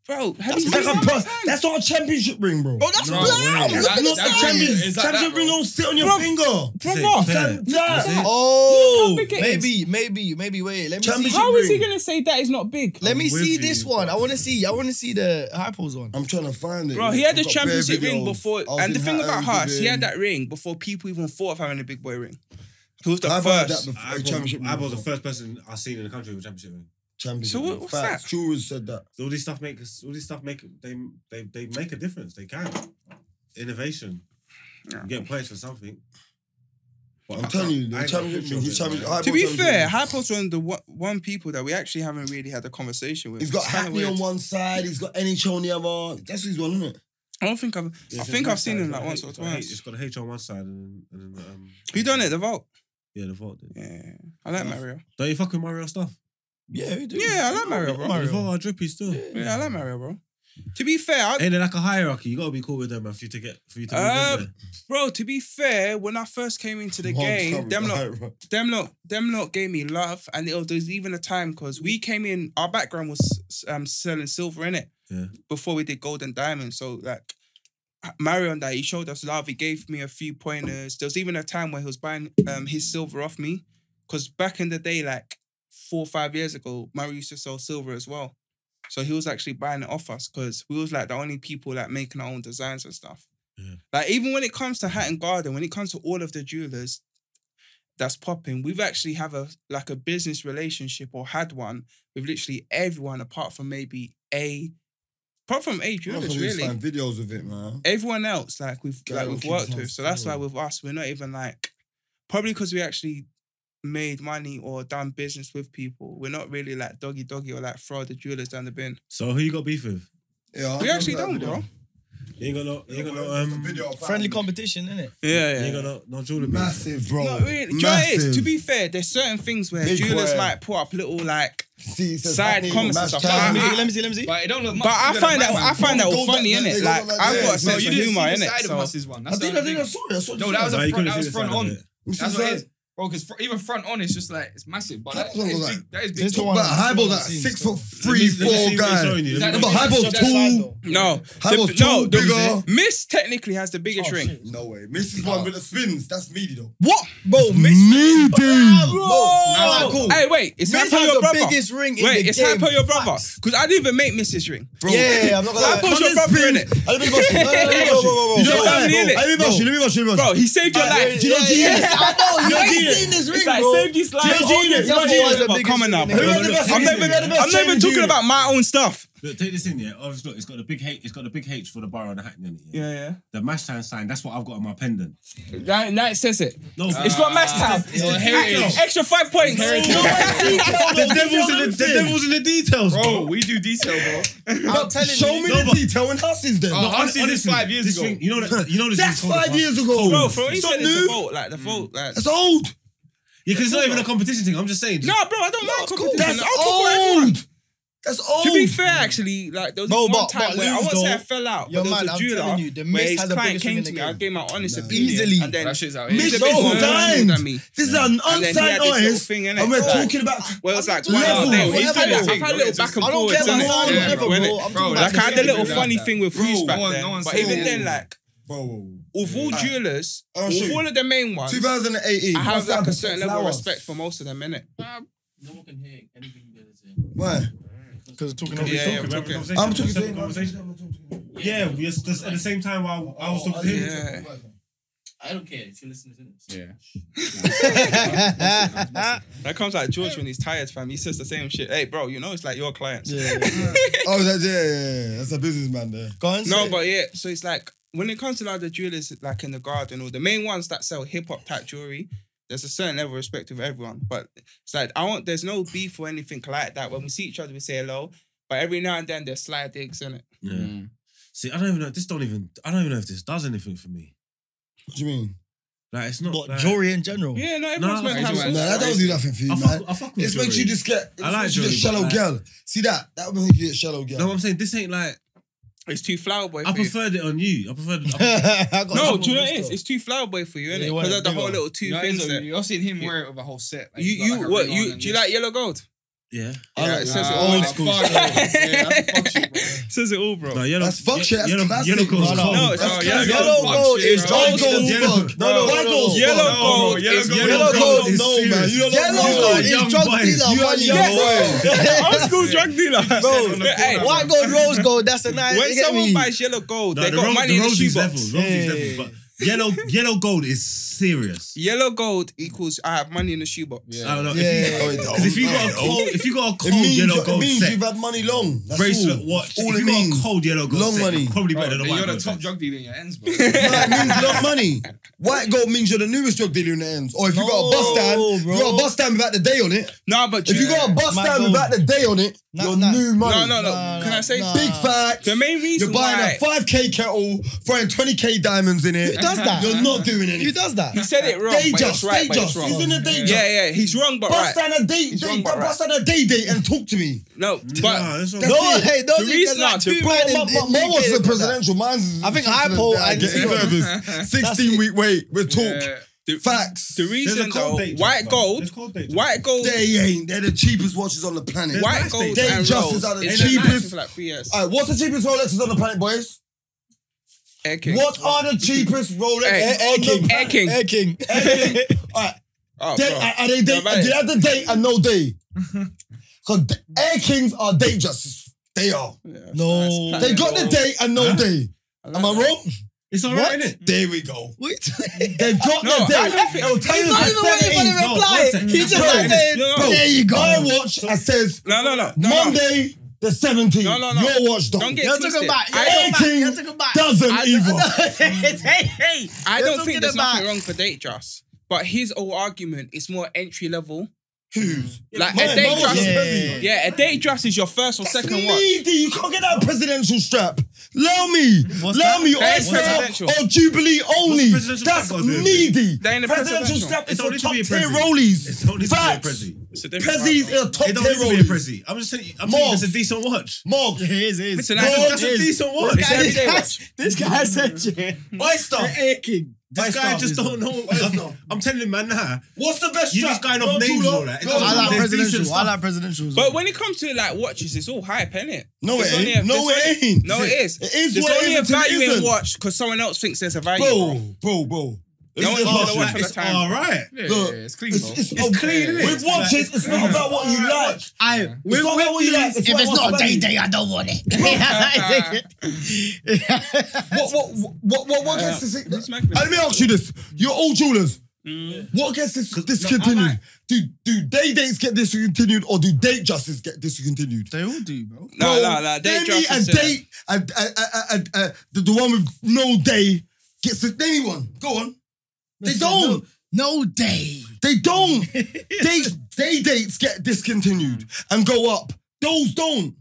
S3: Bro, have
S2: That's
S3: you
S2: like
S3: seen
S2: a
S3: that?
S2: purse. That's not a championship ring, bro.
S4: Bro, that's
S5: No,
S4: blam.
S5: wait.
S4: Look at
S5: That-
S4: the
S5: that
S4: size.
S5: champion is like
S2: championship
S5: that,
S2: ring
S5: bro.
S2: don't sit on your
S3: Bro.
S2: finger.
S1: Say-
S3: Brother,
S1: say
S2: Damn,
S1: it.
S2: damn.
S1: Say it.
S4: Oh,
S3: Look how big it is.
S4: maybe, maybe, maybe. Wait, let me
S2: Champions-
S4: see.
S3: how is he
S2: ring.
S3: gonna say that is not big?
S4: Let me
S1: I'm with
S4: see this
S1: you.
S4: one. I want to see. I want to see the hypos one.
S2: I'm trying to find it.
S3: Bro, he
S2: I've
S3: had the
S2: got bare
S3: championship ring
S2: videos.
S3: before,
S2: I was
S3: and the
S2: in
S3: thing
S2: Hatton
S3: about Haas, he had
S2: doing-
S3: that ring before people even thought of having a big boy ring. He was the
S2: I've had that
S3: first.
S2: before.
S1: Hypo-
S2: championship ring
S1: Hypo's the
S2: before.
S1: first person I've seen in the country with a championship ring.
S2: Champions
S3: So
S2: League.
S3: what- what's
S2: Facts.
S3: that?
S2: Churuz said that.
S1: So all these stuff make us. All these stuff make they they they make a difference. They can innovation.
S3: Yeah.
S1: You get points for something. But
S2: I'm telling you,
S1: I ain't
S2: the
S1: got a
S2: Champions
S1: picture of
S2: League, the
S1: it,
S2: Champions
S1: man.
S2: League.
S3: To be fair, Hypo's one of the one, one people that we actually haven't really had a conversation with.
S2: He's got
S3: It's kinda
S2: Hackney
S3: weird.
S2: on one side, he's got NHL on the other. That's his one, isn't it?
S3: I don't think I've.
S1: Yeah,
S3: I
S1: it's
S3: think
S1: got
S3: I've seen
S1: H-
S3: him like
S1: it's
S3: once
S1: got
S3: or
S1: H-
S3: twice.
S1: It's got H on one side and and then, um.
S3: Who done it? The vault.
S1: Yeah, the vault. Did.
S3: Yeah, I like Mario.
S1: Don't you fuck with Mario stuff?
S2: Yeah, we do.
S3: Yeah, I like Mario, bro.
S1: The vault are drippy still.
S3: Yeah, I like Mario, bro. To be fair, I,
S1: Ain't it like a hierarchy? You gotta be cool with them man, for you to get for you to move
S3: Uh,
S1: in there.
S3: bro. To be fair, when I first came into the
S2: Mom's
S3: game,
S2: covered
S3: them
S2: by
S3: lot,
S2: Hyro.
S3: them lot, them lot gave me love, and it was, there was even a time because we came in. Our background was um selling silver in it
S1: Yeah.
S3: before we did gold and diamond. So like. Mario and that he showed us love. He gave me a few pointers. There was even a time where he was buying um his silver off me, because back in the day, like four or five years ago, Mario used to sell silver as well. So he was actually buying it off us because we was like the only people like making our own designs and stuff.
S1: Yeah.
S3: Like even when it comes to Hatton Garden, when it comes to all of the jewelers that's popping, we've actually have a like a business relationship or had one with literally everyone apart from maybe a apart from a
S2: I
S3: jewelers
S2: can
S3: really
S2: find videos of it, man.
S3: everyone else like we've
S2: Guy
S3: like
S2: who
S3: we've
S2: keeps
S3: worked
S2: on
S3: with. So that's why
S2: stealing.
S3: with us, we're not even like probably because we actually made money or done business with people. We're not really like doggy doggy or like throw the jewelers down the bin.
S1: So who you got beef with?
S2: Yeah, I
S3: We actually
S2: remember
S3: don't,
S2: that
S3: bro.
S1: You ain't got no you ain't got no
S2: There's a
S1: um
S2: video of
S4: Friendly
S2: Hyro.
S4: competition, isn't it?
S1: you
S3: Yeah,
S1: ain't got no no jewelry.
S2: Massive, bro.
S3: No, really. Do you know what it is? To be fair, there's certain things where
S2: Big
S3: jewelers
S2: boy.
S3: might put up little like,
S2: See, it says
S3: Side
S2: Hackney,
S3: comments and
S2: Mass
S3: stuff.
S2: Chad,
S4: Let me
S3: Ah,
S4: see, let me see, let me see.
S5: But it don't look much.
S3: but I
S5: bigger
S3: find
S5: than
S3: that
S5: mine.
S3: I find that
S2: Don't
S3: all
S2: go
S3: funny
S2: back
S3: in
S2: there,
S3: it.
S2: they go
S3: Like
S2: like that.
S3: I've got a
S2: Yeah,
S5: Bro,
S3: sense
S5: you
S3: of
S5: didn't see
S3: humor
S5: the
S3: in it.
S5: side of
S3: So
S5: us is one.
S2: I
S5: That's
S2: did,
S5: the
S2: I
S5: only
S2: did, I
S5: thing.
S2: saw it. I saw it.
S5: No, that was
S1: Nah,
S5: a
S1: you
S5: front,
S1: couldn't
S5: that
S1: see
S5: was
S1: the
S5: front
S1: side of
S5: on.
S1: it.
S2: This
S5: That's
S2: is
S5: what it
S2: it.
S5: is, bro. Because even front on, it's just like it's massive. But that,
S2: That's what
S5: that
S2: it
S5: is
S2: was
S5: big. That is
S4: This
S5: big.
S4: the one
S2: But
S4: that's
S2: Hybo's like
S4: still on the
S2: six
S4: scene,
S2: foot
S1: Let
S2: three,
S1: me see
S2: four
S1: if it's
S2: guy.
S1: showing you.
S5: Is that
S2: No,
S1: Let
S5: the
S1: me-
S2: but
S5: biggest
S2: Hybo's
S5: shot that side,
S2: tall.
S5: though?
S3: no,
S2: Hybo's
S3: the, no,
S2: tall,
S3: the-
S2: bigger.
S3: Miss technically has the biggest
S4: Oh,
S3: ring.
S4: shit.
S2: No way. Miss is one with the spins. That's meaty though.
S3: What?
S4: Bro, Miss.
S2: Meaty.
S4: Bro,
S2: cool.
S3: Hey, wait, it's
S4: Miss
S3: Hypo
S4: had
S3: your
S4: the
S3: brother.
S4: biggest ring in
S3: Wait,
S4: the
S3: it's
S4: game.
S3: Hypo your brother. Because I didn't even make Miss's ring.
S4: Yeah, I'm not gonna
S3: Hypo's
S4: lie.
S3: your brother, innit?
S4: I don't think about you. No, no, no, no, whoa, whoa, whoa.
S2: You
S3: know
S2: know
S3: what I
S2: what?
S3: mean, innit?
S2: Let me rush you. Let me rush you. Let me rush
S3: Bro,
S2: you.
S3: he saved your
S4: Uh,
S3: life.
S4: yeah, yeah, yeah, I know. You ain't seen this ring,
S3: It's like,
S4: bro.
S3: saved his life.
S4: Gio Gio,
S3: It's
S4: Gio
S3: not
S4: Gio
S3: even
S4: is the
S3: about
S4: biggest
S3: coming now,
S4: in
S3: bro.
S4: the
S2: Who had the best
S3: I'm
S2: season?
S3: not
S2: Who had the
S3: even,
S2: best
S3: I'm not even
S2: season?
S3: talking about my own stuff.
S1: Look, take this in, yeah. Obviously, look, it's got a big H. It's got a big H for the borough and the Hackney on it. Yeah.
S3: yeah.
S1: The mash sign sign. That's what I've got on my pendant.
S3: That, that says it.
S1: No, Ah.
S3: It's got mass time.
S5: your heritage.
S3: Extra five points.
S1: the devil's in the, the devil's in the details, bro.
S5: Bro, we do detail, bro.
S4: I'm telling
S2: Show
S4: you.
S2: me
S1: No,
S2: the
S1: but-
S2: detail and us is then.
S5: Oh,
S1: Hon-
S5: I've seen this five years
S1: this
S5: ago.
S1: thing- you know that. You know this.
S2: That's
S1: is cold as
S2: five
S1: fuck.
S2: years ago.
S3: Bro, for what you
S2: It's not
S3: said, it's
S2: new.
S3: the vote. Like, the vote. Like,
S2: That's old.
S1: Yeah, because it's not even a competition thing. I'm just saying.
S3: no, bro, I don't like competition.
S2: That's
S3: I'll talk about everyone.
S2: old. That's old.
S3: To be fair, actually, like there was
S4: Bro,
S3: one
S4: but-
S3: time
S4: but
S3: where I
S4: lose,
S3: won't say I
S4: though.
S3: fell out,
S4: Yo,
S3: but there was
S4: man,
S3: a
S4: I'm
S3: jeweler
S4: telling you, the
S3: where
S4: Miss
S3: his
S4: has the
S3: client
S4: biggest
S3: came
S4: win
S3: to
S4: in
S3: me.
S4: the
S3: I
S4: game.
S3: gave my honest
S4: Nah.
S3: opinion,
S2: Easily.
S3: and then
S5: That shit's out
S2: Miss
S5: here.
S3: the
S2: so
S3: biggest one
S2: signed.
S3: than me.
S2: This is an
S3: And then he had
S2: unsigned
S3: this little
S2: artist,
S3: thing, "Ah, innit?
S2: and we're
S3: Like-
S2: talking about.
S3: Well, it's like,
S2: Level,
S3: wow, damn, he's
S2: whatever
S3: doing
S2: it
S3: his
S2: is.
S3: thing. I've had little back and
S4: I don't
S3: forth.
S4: care about
S2: innit?
S4: sign,
S2: Yeah,
S4: whatever,
S2: bro,
S4: bro. I'm
S5: bro,
S4: talking
S5: that
S4: about
S3: Like I had the little
S5: Yeah.
S3: funny thing with Freeze back
S5: no one-
S3: then,
S5: no one
S3: but
S5: said
S3: even
S5: that.
S3: then, like,
S2: Bro,
S3: with all jewelers,
S2: I'll show
S3: with
S2: you.
S3: all of the main ones,
S2: 2018.
S3: ah, I have
S2: what's
S3: like a
S2: happened?
S3: certain level of
S2: Flowers.
S3: respect for most of them, innit?
S6: No one can hear anything you're gonna say.
S2: Why?
S4: because talking
S3: Yeah, yeah,
S1: Remember the
S3: I'm talking.
S1: conversation?
S2: I'm
S1: Just
S2: talking
S1: have a
S2: to
S1: conversation. Yeah, we just, just at the same time while I was talking to him.
S3: Yeah.
S6: I don't care. It's your listeners, isn't it?
S5: Yeah.
S3: That comes like George when he's tired, fam. He says the same shit. Hey, bro, you know it's like your clients.
S2: Oh, that's, yeah, yeah, yeah. That's a businessman there.
S4: Go on,
S3: No,
S4: say it.
S3: but yeah, so it's like when it comes to like the jewelers, like in the garden or the main ones that sell hip hop type jewelry, there's a certain level of respect with everyone. But it's like I want there's no beef or anything like that. When we see each other, we say hello. But every now and then there's slight digs in it.
S1: Yeah. See, I don't even know. This don't even. I don't even know if this does anything for me.
S2: What do you mean?
S1: Like it's not.
S4: But
S1: like,
S4: jewelry in general.
S3: Yeah, no,
S1: No,
S3: everyone's meant to have
S5: it's
S2: Nah,
S3: some
S2: that
S5: alright.
S2: don't do nothing for you,
S1: I
S2: man.
S1: fuck, I fuck with
S2: This makes you
S1: jewelry.
S2: just get.
S1: I
S2: I
S1: like
S2: like you just
S1: jewelry,
S2: shallow
S1: but
S2: girl. See that? That will make you a shallow girl.
S1: No, what I'm saying this ain't like.
S3: It's too flower boy
S1: I
S3: for you.
S1: preferred it on you. I preferred. I
S4: I got
S3: No,
S4: some
S3: do you know what
S4: of
S3: it
S4: this
S3: is?
S4: stuff.
S3: It's too flower boy for you,
S4: Yeah,
S3: innit?
S4: you want
S3: Because
S4: it
S3: of the
S4: big
S3: whole
S4: one.
S3: little two
S5: You know,
S3: things
S5: Enzo,
S3: there.
S5: you- I've seen him wear it with a whole set. Like,
S3: You,
S5: he's got,
S3: you,
S5: like, a
S3: what,
S5: ring
S3: you,
S5: on
S3: do you
S5: and
S3: like yellow gold?
S1: yeah.
S3: Yeah,
S2: like
S3: it
S2: that.
S3: says it
S5: Nah,
S3: all.
S2: Old
S5: that's
S2: school
S5: fuck,
S2: stuff.
S5: bro. Yeah, that's fuck shit, bro.
S3: says it all, bro.
S1: No, yellow.
S2: That's fuck shit, that's
S1: yellow,
S2: classic.
S1: yellow gold's
S2: No,
S4: no,
S1: cold.
S3: no,
S1: That's-
S3: Oh,
S2: That's yellow,
S3: yellow gold's
S2: yellow
S5: fuck
S2: gold
S5: shit,
S2: is
S5: bro.
S2: dry
S1: Yellow-
S2: gold. fuck.
S1: No, no,
S2: Dry
S1: no,
S2: gold's
S1: no.
S2: fuck.
S3: Yellow
S5: no,
S3: gold.
S5: bro, yellow
S3: is
S5: gold-
S1: Yellow
S2: Yellow
S1: gold
S2: gold,
S1: is
S2: no man.
S1: serious.
S2: You don't know
S4: Yellow
S2: what
S4: gold
S2: it is.
S1: young
S4: is drug
S1: boy.
S4: dealer
S2: You are
S4: money.
S2: young
S4: Yes,
S2: boy.
S3: Old school drug dealer.
S4: Bro,
S3: Hey,
S5: Yeah,
S4: white gold, rose gold. That's a nice.
S3: when
S4: you get
S3: someone
S4: me?
S3: buys yellow gold,
S1: No,
S3: they
S1: the
S3: got
S1: road-
S3: money in
S1: the road
S3: the
S1: is
S3: shoebox.
S1: levels. road is
S4: Yeah.
S1: levels, but
S7: Yellow yellow gold is serious.
S3: Yellow gold equals I have money in the shoebox.
S7: I don't know.
S2: Yeah.
S7: if
S2: No,
S7: you,
S2: it don't.
S7: Because if you got a
S2: No, it
S7: cold, if you got a
S2: It
S7: cold
S2: means,
S7: yellow
S2: it
S7: gold
S2: means
S7: set,
S2: you've had money long. That's
S7: bracelet
S2: all.
S7: watch,
S2: All
S7: if
S2: it
S7: you got
S2: means.
S7: a cold yellow gold
S2: Long
S7: set,
S2: money.
S7: probably
S5: Bro,
S7: better than
S5: then
S7: a white
S5: you're the
S7: gold.
S5: top
S7: set.
S5: drug dealer in your ends, bro.
S2: No, it means long money. White gold means you're the newest drug dealer in the ends. Or if you got a bus
S4: No,
S2: stand, if you
S4: bro.
S2: got a bus stand without the day on it.
S3: No, but
S2: If you
S3: yeah.
S2: got a bus
S4: My
S2: stand
S4: gold.
S2: without the day on it,
S4: Nah,
S2: you're
S4: nah.
S2: new
S3: no,
S2: money.
S3: no, no.
S4: Nah,
S3: Can
S4: nah,
S3: I say
S4: nah.
S2: Big facts.
S3: the main reason
S2: You're buying
S3: why
S2: a 5k kettle, throwing 20k diamonds in it.
S4: Who does that?
S2: You're not doing anything.
S4: Who does that?
S3: he said it wrong,
S2: Day
S3: but
S2: jobs,
S3: it's right,
S2: day
S3: but it's
S2: jobs.
S3: wrong.
S2: He's in a day job.
S3: Yeah, yeah, he's wrong, but
S2: Bust
S3: right.
S2: down a day,
S3: He's
S2: day
S3: wrong, but
S2: bust down a day date and talk to me.
S3: No,
S1: Nah,
S3: but
S1: that's not-
S4: No, hey, those
S3: The reason- nah, the-
S2: Bro,
S4: men in-
S2: my, my,
S4: in
S2: my
S4: UK
S2: was
S4: that
S2: the
S4: do that.
S2: presidential. Mine's
S4: I think I poll and-
S2: get service. 16 week wait with talk.
S5: Yeah.
S2: Facts.
S3: the
S1: There's a
S3: reason
S1: cold
S3: though,
S1: date job,
S3: white
S1: fam.
S3: gold,
S1: There's cold date jobs.
S3: white gold,
S2: They ain't. They're the cheapest watches on the planet.
S1: Why-
S3: white
S1: nice
S3: gold,
S1: days.
S2: Day
S3: and
S2: jobs
S3: rolls.
S2: is at the
S3: It's been
S2: cheapest-
S3: nice for like three years.
S2: All right, what's the cheapest Rolexes on the planet, boys?
S3: Air King.
S2: What are the cheapest Rolexes
S3: Hey,
S2: on the planet?
S3: Air King.
S4: Air King.
S2: All right,
S3: Oh,
S2: they,
S3: bro.
S2: are, are they date?
S3: Yeah, man.
S2: Did have the date and no day? Because Air Kings are day justice. They are.
S3: Yeah.
S4: No.
S3: That's
S2: They got the
S3: platinum.
S2: day and no day. Am I wrong?
S7: It's alright,
S2: What?
S7: isn't it?
S2: There we go.
S4: Wait.
S2: They've got
S3: No,
S2: the day.
S3: I don't think-
S2: It'll tell you
S4: He's not
S2: the
S4: even waiting for
S2: percentage.
S4: the
S7: No,
S4: reply.
S7: one second.
S4: He's just
S2: Bro.
S4: like saying,
S3: No,
S2: Bro,
S3: no,
S2: there you go. My watch that says
S3: no, no, no, no.
S2: Monday the 17th.
S3: No, no, no.
S2: Your watch don't.
S3: Don't get
S4: you're talking
S3: twisted.
S4: about,
S3: I
S2: Air
S3: don't,
S2: King
S4: you're talking about,
S2: doesn't
S3: I-
S2: either.
S4: hey, hey.
S3: I
S4: you're
S3: don't
S4: talking
S3: think there's
S4: about-
S3: nothing wrong for date dress, but his whole argument is more entry level. Like
S2: Mine-
S3: a date
S2: mine was
S3: dress,
S4: yeah.
S2: heavy.
S3: yeah, a date dress is your first or second one.
S2: Needy. You can't get that presidential strap. Allow me. Allow me.
S3: That
S2: Or
S3: is
S2: strap
S3: presidential.
S2: or Jubilee only.
S7: presidential
S2: That's
S7: strap got to do with
S2: needy.
S3: That ain't a
S2: Presidential
S3: presidential.
S2: strap is
S7: It's
S2: for
S7: only to
S2: top
S7: be a
S2: tier
S7: prezi.
S2: rollies.
S7: It's only to be a
S2: Facts.
S7: prezi.
S3: It's a different
S2: Prezzies is a top
S7: It don't
S2: tier
S7: need to be a
S2: rollies.
S7: prezi. I'm just saying. I'm saying it's a
S2: Morph.
S7: decent watch.
S2: Mog.
S4: It is, it is.
S3: It's a nice-
S7: That's a
S4: It is.
S7: decent watch.
S3: guy- everyday watch.
S4: this guy said you.
S2: Oyster.
S4: Air King.
S7: This guy just don't know.
S2: Oyster.
S7: I'm telling him, man, nah.
S2: What's the best
S7: You
S2: strap?
S7: just going off
S2: Don't
S7: names
S2: you
S7: and all
S2: lot-
S7: that. It
S2: don't
S7: doesn't
S4: I
S2: you
S4: like
S7: There's
S2: lot-
S4: presidential.
S7: decent
S4: I
S7: stuff.
S4: like presidential.
S3: But when it comes to like watches, it's all hype, innit?
S2: No, it
S3: There's only a-
S2: ain't. No,
S3: there's
S2: it ain't.
S3: No, it is.
S2: It is
S3: There's
S2: what it
S3: only
S2: is
S3: a
S2: until it
S3: value in
S2: isn't.
S3: watch because someone else thinks there's a value. bro.
S2: Bro, bro, bro. This
S3: No
S2: is
S3: one
S2: hard
S3: cares about
S2: shit.
S3: that.
S7: It's all right.
S5: Yeah,
S2: Look,
S5: yeah, it's clean,
S2: It's,
S5: bro.
S2: it's,
S7: It's Oh, clean, innit?
S2: With watches, it's not about what you like.
S4: I,
S2: It's not about what you like.
S4: if it's not a day
S2: day.
S4: day, I don't want it.
S2: What, what, what, what, what gets this? And
S3: Who's making
S2: let me ask you this: You're all jewelers. What gets this discontinued? Do do day dates get discontinued, or do date justice get discontinued?
S4: they all do, bro.
S3: No, no, no. Date
S2: Name me
S3: dress
S2: a
S3: is
S2: date, a, a, a, a, a, the, the one with no day gets it. Name me one. Go on. They don't.
S4: No day.
S2: They don't. they they dates get discontinued and go up. Those don't.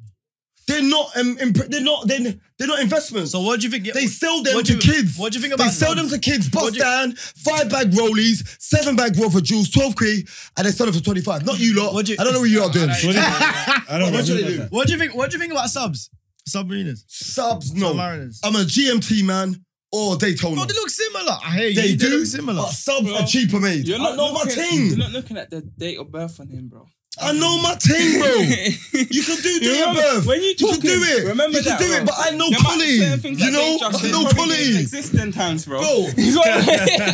S2: They're not. Um, imp- they're not. They're, they're not investments.
S4: So what do you think?
S2: they sell them
S4: what
S2: to
S4: do you-
S2: kids.
S4: what do you think
S2: They
S4: about-
S2: sell them to kids.
S4: what
S2: Bust
S4: do you-
S2: down, five bag rollies, seven bag worth of jewels, twelve k, and they sell them for twenty five. Not you lot.
S4: What do you-
S2: I don't know what you are doing.
S1: What do you- I don't know.
S2: What do
S1: Who
S2: they
S1: does
S2: do?
S1: that?
S4: What do you think? What do you think about subs? Submariners.
S2: Subs, no.
S4: Submariners.
S2: I'm a GMT man or Daytona.
S4: Bro, they look similar. I hear you.
S2: they, do,
S4: look similar.
S2: but subs
S3: Bro,
S2: are cheaper made.
S3: You're
S2: I
S3: not,
S2: know my
S3: looking,
S2: team.
S3: you're not looking at the date of birth on him, bro.
S2: I know my team, bro. You can do day of
S3: remember-
S2: birth.
S3: when you
S2: can do
S3: talking,
S2: it.
S3: remember
S2: you can
S3: that,
S2: do it,
S3: bro.
S2: but I know
S3: There might be
S2: Polly.
S3: certain things
S2: You
S3: that
S2: know,
S3: date dress
S2: I
S3: that
S2: know
S3: probably didn't
S2: Polly.
S3: exist in times, bro.
S2: Bro,
S3: You got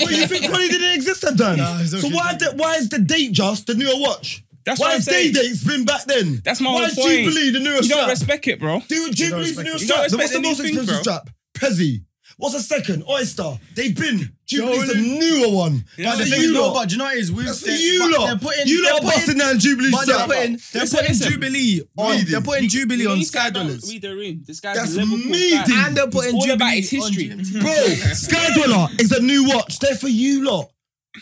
S2: but you think Polly didn't exist then?
S4: Nah, it's
S2: so
S4: okay.
S2: why, the, why is the date just the newer watch?
S3: That's
S2: why
S3: what I'm
S2: is day
S3: saying.
S2: date's been back then?
S3: That's my
S2: why
S3: whole
S2: is
S3: point.
S2: Jubilee the newer
S3: You don't
S2: strap?
S3: respect it, bro.
S2: Dude, Jubilee's the
S4: respect
S2: newer
S3: it. You don't
S2: strap. What's the
S3: respect
S2: most
S3: anything,
S2: expensive
S3: bro.
S2: strap? Prezi. What's the second? Oyster. They've been. Jubilee's the
S4: Yo,
S2: newer one.
S4: But the
S2: That's
S4: thing
S2: you
S4: is, no,
S2: lot.
S4: but do you know what it is? We've
S2: That's for
S4: they're-
S2: you
S4: but
S2: lot.
S4: They're putting,
S2: you
S4: they're
S2: lot are
S4: putting,
S2: busting down Jubilee
S4: but they're
S2: strap.
S4: putting, they're
S3: Listen,
S4: putting
S3: listen.
S4: Jubilee on,
S2: Read it.
S4: they're putting Jubilee on
S3: These
S4: Sky
S3: guys don't
S4: Dollars.
S3: Read the room. This guy's
S2: That's
S3: a Liverpool
S2: me,
S3: fan.
S2: dude.
S4: And they're putting
S3: all about
S4: Jubilee
S3: his history.
S4: on Jubilee.
S2: Bro, Sky Dweller is a new watch. They're for you lot.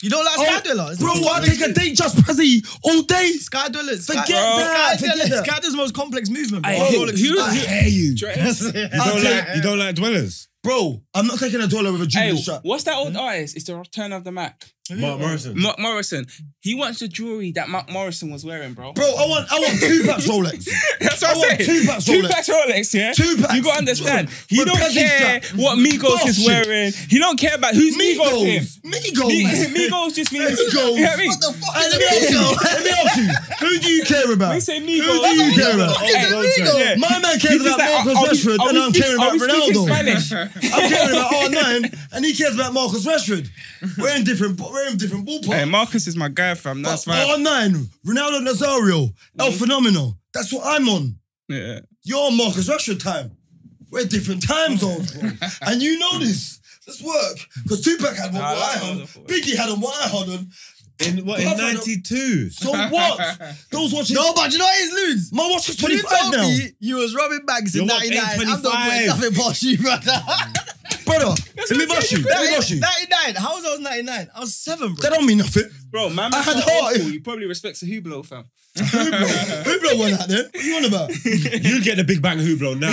S4: You don't like Sky Dweller? It's
S2: oh, Bro,
S4: not-
S2: I take a date just Prezi all day.
S4: Sky Dwellers.
S2: Forget
S4: Sky,
S2: that,
S4: Sky
S2: forget
S4: Dwellers.
S2: that.
S4: Sky Dwellers' most complex movement, bro.
S3: Hey,
S4: Rolex
S3: who-
S4: is
S3: who-
S4: bad.
S3: who-
S2: Hey, you.
S3: Do you know what it is?
S1: You
S2: I'll
S1: don't
S2: take-
S1: like you don't like dwellers.
S2: Bro, I'm not taking a dollar with a
S3: Hey,
S2: Jubilee strap.
S3: what's that old artist? It's the return of the Mac.
S1: Mark Morrison.
S3: Mark Morrison. He wants the jewelry that Mark Morrison was wearing, bro.
S2: Bro, I want I want two packs Rolex.
S3: That's
S2: I
S3: what I'm
S2: want
S3: saying.
S2: two packs
S3: Two
S2: Rolex.
S3: packs Rolex, yeah.
S2: Two packs.
S3: You gotta understand. He
S2: With
S3: don't
S2: peasant
S3: care
S2: strap.
S3: what Migos
S2: Bullshit.
S3: is wearing. He don't care about who's Migos. to him.
S2: Migos.
S3: Mi-
S2: Migos.
S3: Migos just means
S2: Migos.
S3: You know what I mean?
S2: What the fuck is Migos? Let me ask you. Who do you care about?
S3: We say Migos.
S2: Who do you
S3: That's
S2: care
S3: all-
S2: about?
S3: Hey, yeah.
S2: My man cares
S3: He's
S2: about
S3: just like,
S2: Marcus
S3: are- are
S2: Rashford
S3: we- are
S2: and
S3: we
S2: I'm
S3: speak-
S2: caring
S3: are
S2: about
S3: we speaking
S2: Ronaldo.
S3: Spanish?
S2: I'm caring about R9 and he cares about Marcus Rashford. We're in different we're in different ballparks.
S1: Um,
S3: Hey, Marcus is my guy, fam. That's
S2: But
S3: fine.
S2: R9, Ronaldo Nazario, El Phenomenal. That's what I'm on.
S3: Yeah.
S2: You're on Marcus Rashford time. We're different time zones, bro. and you know this. let's work. Because Tupac had one
S3: Nah,
S2: what I
S3: that was
S2: had on.
S3: awful.
S2: Biggie had on what I had on.
S1: In what? In
S2: Brother, no.
S1: '92.
S2: So what? Those watches.
S4: No, but you know what is loons?
S2: My watch is
S4: When you
S2: 25
S4: told
S2: now.
S4: me you was robbing banks in
S1: Your watch
S4: 99, I'm not putting
S1: 8.25.
S4: nothing past you, brother.
S2: Brother, let me rush you. Let me rush you.
S4: 99, how was I was 99? I was 7,
S2: That
S4: bro.
S2: don't mean nothing.
S3: Bro, man,
S2: I had
S3: so
S2: heart.
S3: awful, You probably respects a Hublot fam.
S2: Hublot. Hublot won that then. What you on about?
S1: You get the Big Bang Hublot now.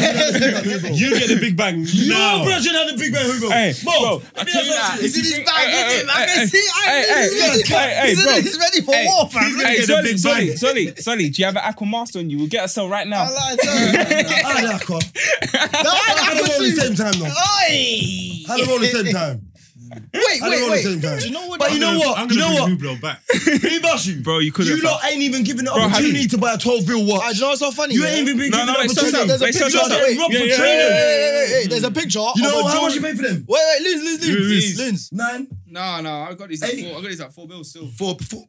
S1: you get the Big Bang
S2: Your
S1: now.
S2: version had a big man Hublot.
S3: Hey,
S2: Mo,
S3: bro, I tell you
S2: Ah,
S3: that.
S4: He's in his bag, isn't he? I can see.
S3: hey, hey,
S4: I
S3: hey, hey,
S4: can
S3: bro.
S4: see. He's ready for
S3: Hey,
S4: war, fam.
S1: gonna
S3: Hey,
S1: get a
S3: Solly,
S1: big
S3: Solly,
S1: bang.
S3: Solly, Solly, do you have an Aqua Master on you? We'll get us some right now.
S4: I like that.
S2: I had Aqua. I
S4: That
S2: had them all at the
S4: was
S2: same time though.
S4: Oi!
S2: I had them all at the same time.
S4: Wait,
S2: I had them
S4: wait,
S2: all at
S4: wait.
S2: the same time.
S4: Do you know what?
S2: But
S4: that-
S2: you know what?
S1: I'm
S2: You
S1: gonna
S2: know what?
S1: bring Hublot back.
S2: Me and Bashu,
S3: Bro, you couldn't.
S2: you lot ain't even given the
S3: have
S2: opportunity to buy a 12 bill
S4: Ah, do
S2: watch.
S4: you know what's so funny?
S2: You
S4: yeah?
S2: ain't even been
S3: No,
S2: given
S3: no,
S2: the
S3: wait, stop,
S2: opportunity.
S3: stop.
S4: There's a
S3: Wait, stop,
S4: picture
S3: stop,
S4: of
S3: stop.
S2: They
S4: that.
S2: robbed
S3: Yeah,
S2: for
S3: yeah,
S4: Wait,
S2: training.
S4: wait, wait, wait, wait. There's a picture.
S2: You
S4: of
S2: know
S4: a
S2: how much you
S4: joint-
S2: pay for them?
S4: Wait, wait, lose, lose, lose,
S3: Lose.
S4: lose.
S2: Nine.
S5: No, no, I got these at
S2: Hey.
S5: four. I got these at four bills still.
S2: Four. Four.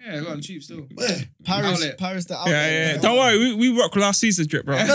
S5: Yeah, I got them cheap still.
S2: Where?
S4: Paris,
S5: Outlet.
S4: Paris, the outlet.
S3: Yeah, yeah, yeah. Don't worry, we, we rock last season drip, bro.
S2: How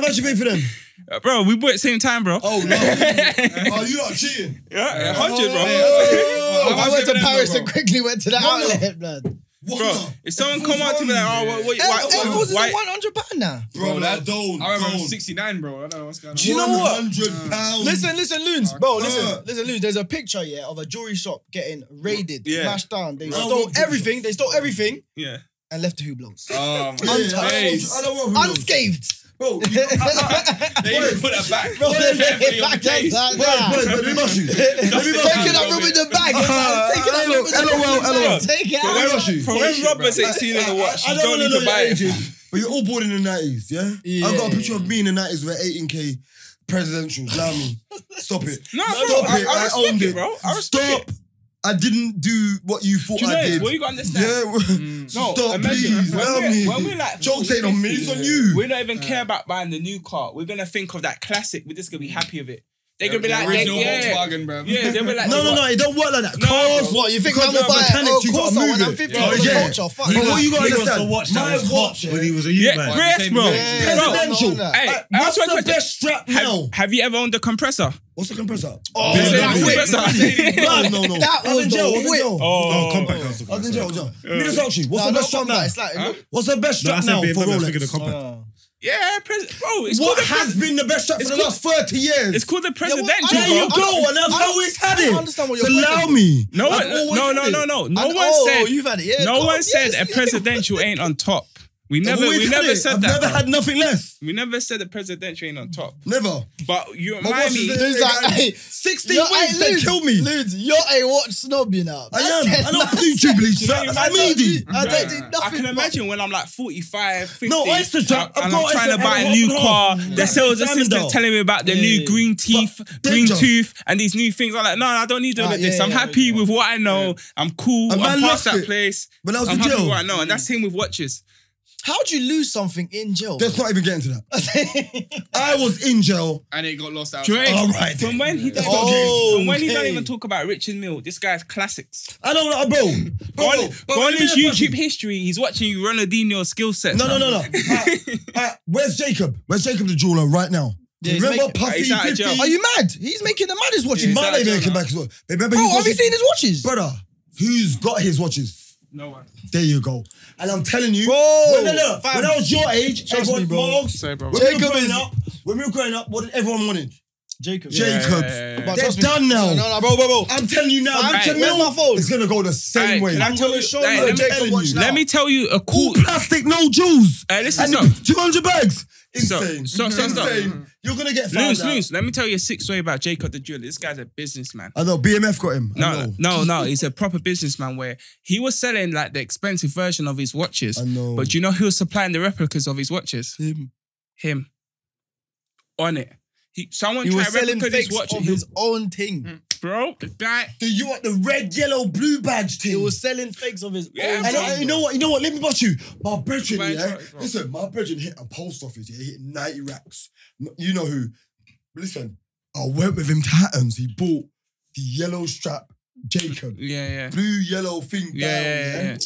S2: much you pay for them?
S3: Uh, bro, we bought at the same time, bro.
S2: Oh, no. oh, you are cheating.
S3: Yeah, 100, bro.
S4: Oh,
S5: How much
S4: I went to
S5: dividend,
S4: Paris
S5: bro?
S4: and quickly went to the outlet, blood.
S2: What?
S3: Bro, if someone come out to me like, oh, what, what,
S4: Air
S3: why,
S4: Air Force is
S3: why,
S4: at 100 pound now.
S2: Bro, that don't.
S5: I remember I was
S2: don't.
S5: 69, bro. I don't know what's going on.
S2: Do you know what?
S5: Uh,
S2: 100 pounds.
S4: Listen, listen, loons, bro.
S2: Uh.
S4: Listen, listen, loons. There's a picture here of a jewelry shop getting raided,
S3: Yeah.
S4: mashed down. They
S2: Bro,
S4: stole
S2: what-
S4: everything. They stole everything
S3: yeah.
S4: and left the Hublots
S5: Oh my
S2: Yeah,
S5: god.
S2: I
S5: Hey,
S2: don't- I don't want Hublot.
S4: unscathed.
S2: Bro, you-
S5: They didn't put that back.
S4: Bro,
S5: They didn't put it on the
S4: like
S5: case.
S4: that,
S2: Wait,
S4: nah.
S2: wait, wait, let me rush you. Let me rush you.
S4: Take it up from in the bag.
S2: Uh,
S4: Take it up
S2: LOL,
S4: from in the
S2: LOL.
S4: bag. Take it
S2: Let me
S4: out.
S2: rush you.
S3: For when Robert's
S2: I-
S3: 16 in the watch,
S2: I- I
S3: you don't
S2: wanna
S3: need to
S2: know
S3: buy
S2: your
S3: it.
S2: ages, But you're all born in the nineties, yeah?
S4: Yeah.
S2: I've got a picture of me in the nineties with an 18k presidential. Allow me. Stop it.
S3: No, bro,
S2: Stop
S3: I,
S2: it.
S3: I
S2: I,
S3: respect
S2: owned
S3: it,
S2: it.
S3: bro. I respect
S2: Stop. I didn't do what you thought
S3: it. Do you know
S2: I did.
S3: it? What you got to understand?
S2: yeah.
S3: No,
S2: Stop,
S3: imagine,
S2: please.
S3: when
S2: Allow
S3: we're-
S2: me.
S3: when we're like
S2: Jokes ain't on me, it's on
S3: 50,
S2: you.
S3: We don't even care about buying the new car. We're gonna think of that classic. We're just gonna be happy of it. They're gonna be like, they,
S5: original
S3: yeah,
S5: Volkswagen, bro.
S3: yeah. They'll be like,
S2: no, no,
S3: what?
S2: no. It don't work like that.
S3: No,
S2: Cars.
S3: bro.
S4: What, you think
S2: Because
S4: I'm a
S2: you're a mechanic,
S4: buyer? Of
S2: you gotta
S4: course I
S2: move
S4: would. I'm
S2: it.
S4: 50
S2: Yeah.
S4: for the
S2: Yeah.
S4: culture. Fuck.
S2: But what you gotta
S1: He wants
S2: understand,
S1: to watch
S2: my
S1: that was
S2: watch,
S1: hot when he was a youth
S3: Yeah,
S1: man.
S5: Right.
S3: yes,
S5: Same
S3: bro.
S5: thing.
S4: Yeah, yeah,
S3: Bro,
S4: yeah.
S2: Presidential.
S4: Hey,
S3: Hey,
S2: Uh, What's
S3: that's what I
S2: the
S3: question.
S2: best strap now?
S3: Have, have you ever owned a compressor?
S2: What's the compressor?
S3: Is it
S2: no,
S3: that
S2: wait.
S3: compressor?
S2: No, no, no.
S4: That
S2: I was in
S4: was
S2: jail.
S4: the
S2: I was in
S4: whip.
S2: jail.
S1: Oh,
S3: Oh,
S1: compact house.
S2: I was in jail. I was in jail. Let me just ask you. What's
S4: What's
S2: the
S4: no,
S2: best
S4: not
S2: strap
S4: from
S2: now?
S4: that. It's like,
S3: Huh?
S4: look,
S2: What's the best
S1: No, I
S2: strap
S1: said
S2: now
S1: BMW,
S2: for
S1: I was thinking of
S2: Rolex?
S1: compact.
S4: uh,
S3: yeah, pres- bro. It's
S2: What
S3: called a
S2: has
S3: pres-
S2: been the best strap for the last 30 years?
S3: It's called the
S4: well,
S3: presidential.
S4: I-
S2: there you
S3: bro.
S2: go, and I've
S4: I don't-
S2: always had
S4: I
S2: it.
S4: don't understand what
S2: So
S4: you're
S2: allow
S4: pointing
S2: me.
S3: No
S2: I've
S3: one,
S2: always
S3: no,
S2: had
S3: no,
S2: it.
S3: no, no. No
S4: and-
S3: one
S4: oh,
S3: said.
S4: you've had it. Yeah,
S3: no
S4: God,
S3: one
S4: yes,
S3: said a
S4: yeah.
S3: presidential ain't on top. We
S2: I've
S3: never,
S2: always
S3: we
S2: had
S3: never
S2: it.
S3: said
S2: I've
S3: that.
S2: never
S3: bro.
S2: had nothing less.
S3: we never said the presidential ain't on top.
S2: Never.
S3: But you
S2: My
S3: remind
S2: watch
S3: me.
S2: is-
S4: Dude's like, hey,
S2: 16
S4: you're-
S2: weeks,
S4: hey,
S2: they
S4: Ludes,
S2: killed me.
S4: Ludes, you're a watch snob, you know.
S2: I am. I don't do Jubilee straps. I need it.
S4: I don't do
S3: I
S4: nothing.
S3: can
S4: but-
S3: imagine when I'm like 45, 50.
S2: No, oyster trap.
S3: And
S2: I've
S3: I'm
S2: got
S3: trying
S2: oyster
S3: to buy
S2: and
S3: a new
S2: I'm
S3: car.
S2: half.
S3: The sales
S2: Diamond
S3: assistant's
S2: dog.
S3: telling me about the new
S4: yeah.
S3: green teeth, green
S2: danger.
S3: tooth, and these new things. I'm like, no, I don't need all
S4: Ah,
S3: of
S4: yeah,
S3: this. I'm
S4: yeah,
S3: happy
S4: yeah.
S3: with what I know. I'm cool.
S2: A man
S3: I'm
S2: lost
S3: past that
S2: it.
S3: place.
S2: When I was
S3: I'm
S2: in
S3: happy with
S2: jail,
S3: what I know. And that's him with watches.
S4: How do you lose something in jail?
S2: let's not even get into that. I was in jail.
S5: And it got lost Oh, out.
S3: Do you know what I
S2: All
S3: mean?
S2: right.
S3: From
S2: then.
S3: when he doesn't,
S4: Oh,
S3: from when he don't
S4: okay.
S3: even talk about Richard Mill, this guy's classics.
S2: I don't know, bro.
S3: Go
S2: Bro, bro,
S3: on, go on
S2: Oh, let me
S3: his
S2: ask you-
S3: YouTube history. He's watching you Ronaldinho's skill set.
S2: No, no, no,
S3: fam.
S2: no. Uh, uh, where's Jacob? Where's Jacob the jeweler right now?
S4: Yeah, he's
S2: remember
S4: making-
S2: Puffy
S3: he's out of
S2: 50?
S3: jail.
S4: Are you mad? He's making the maddest watches.
S2: He
S3: he's
S2: might
S3: out
S2: not
S3: of
S2: even
S3: jail
S2: come
S3: now.
S2: back as well. Remember
S4: Bro,
S2: his
S4: have you
S2: watches?
S4: seen his watches?
S2: Brother, who's got his watches?
S5: No one.
S2: There you go. And I'm telling you,
S4: Bro,
S2: when, no, no,
S4: fam.
S2: when I was your age, everyone
S4: me, bro.
S2: Morgs,
S3: Sorry, bro.
S2: when we were
S4: Jacob
S2: growing
S4: is-
S2: up, when we were growing up, what did everyone wanted?
S4: Jacob.
S2: Jacob. They're
S4: But trust me-
S2: done now.
S4: No, no, no, bro, bro, bro.
S2: I'm telling you now,
S4: Fam,
S2: Richard
S4: where's
S2: Mille
S4: my phone?
S2: is gonna go the
S3: Hey,
S2: same way.
S3: can I
S2: I'm
S3: tell you?
S4: show
S3: hey,
S4: you
S3: let,
S4: a
S3: me,
S2: telling
S4: Jacob watch
S2: you.
S4: now.
S3: let me tell you a
S2: all
S3: cool.
S2: plastic, no jewels.
S3: Hey, listen
S2: And
S3: up.
S2: 200 bags.
S3: Stop.
S2: Insane.
S3: Stop, stop, stop.
S2: Insane. You're gonna get found
S3: Loose,
S2: out.
S3: loose. Let me tell you a sick story about Jacob the Jeweler. This guy's a businessman.
S2: I know BMF got him. I
S3: No,
S2: know.
S3: no, no. He's a proper businessman where he was selling like the expensive version of his watches.
S2: I know.
S3: But you know who was supplying the replicas of his watches?
S4: Him.
S3: Him. On it. He, someone
S4: He
S3: tried
S4: was
S3: to
S4: selling
S3: replicate his
S4: fakes
S3: watch.
S4: of
S3: He-
S4: his own thing.
S3: Hmm. Bro, the guy.
S2: Do you want the red, yellow, blue badge
S4: He
S2: team?
S4: was selling fakes of his
S3: Yeah,
S4: own
S2: and
S3: bro.
S2: I,
S4: thing.
S2: you know what? You know what? Let me watch you. My brethren,
S3: Right,
S2: yeah.
S3: right, right.
S2: Listen, my brethren hit a post office. Yeah, he hit ninety racks. N- You know who? Listen, I went with him to Hattams. He bought the yellow strap Jacob,
S3: Yeah, yeah.
S2: blue yellow thing
S3: Yeah,
S2: down,
S3: yeah, yeah, yeah.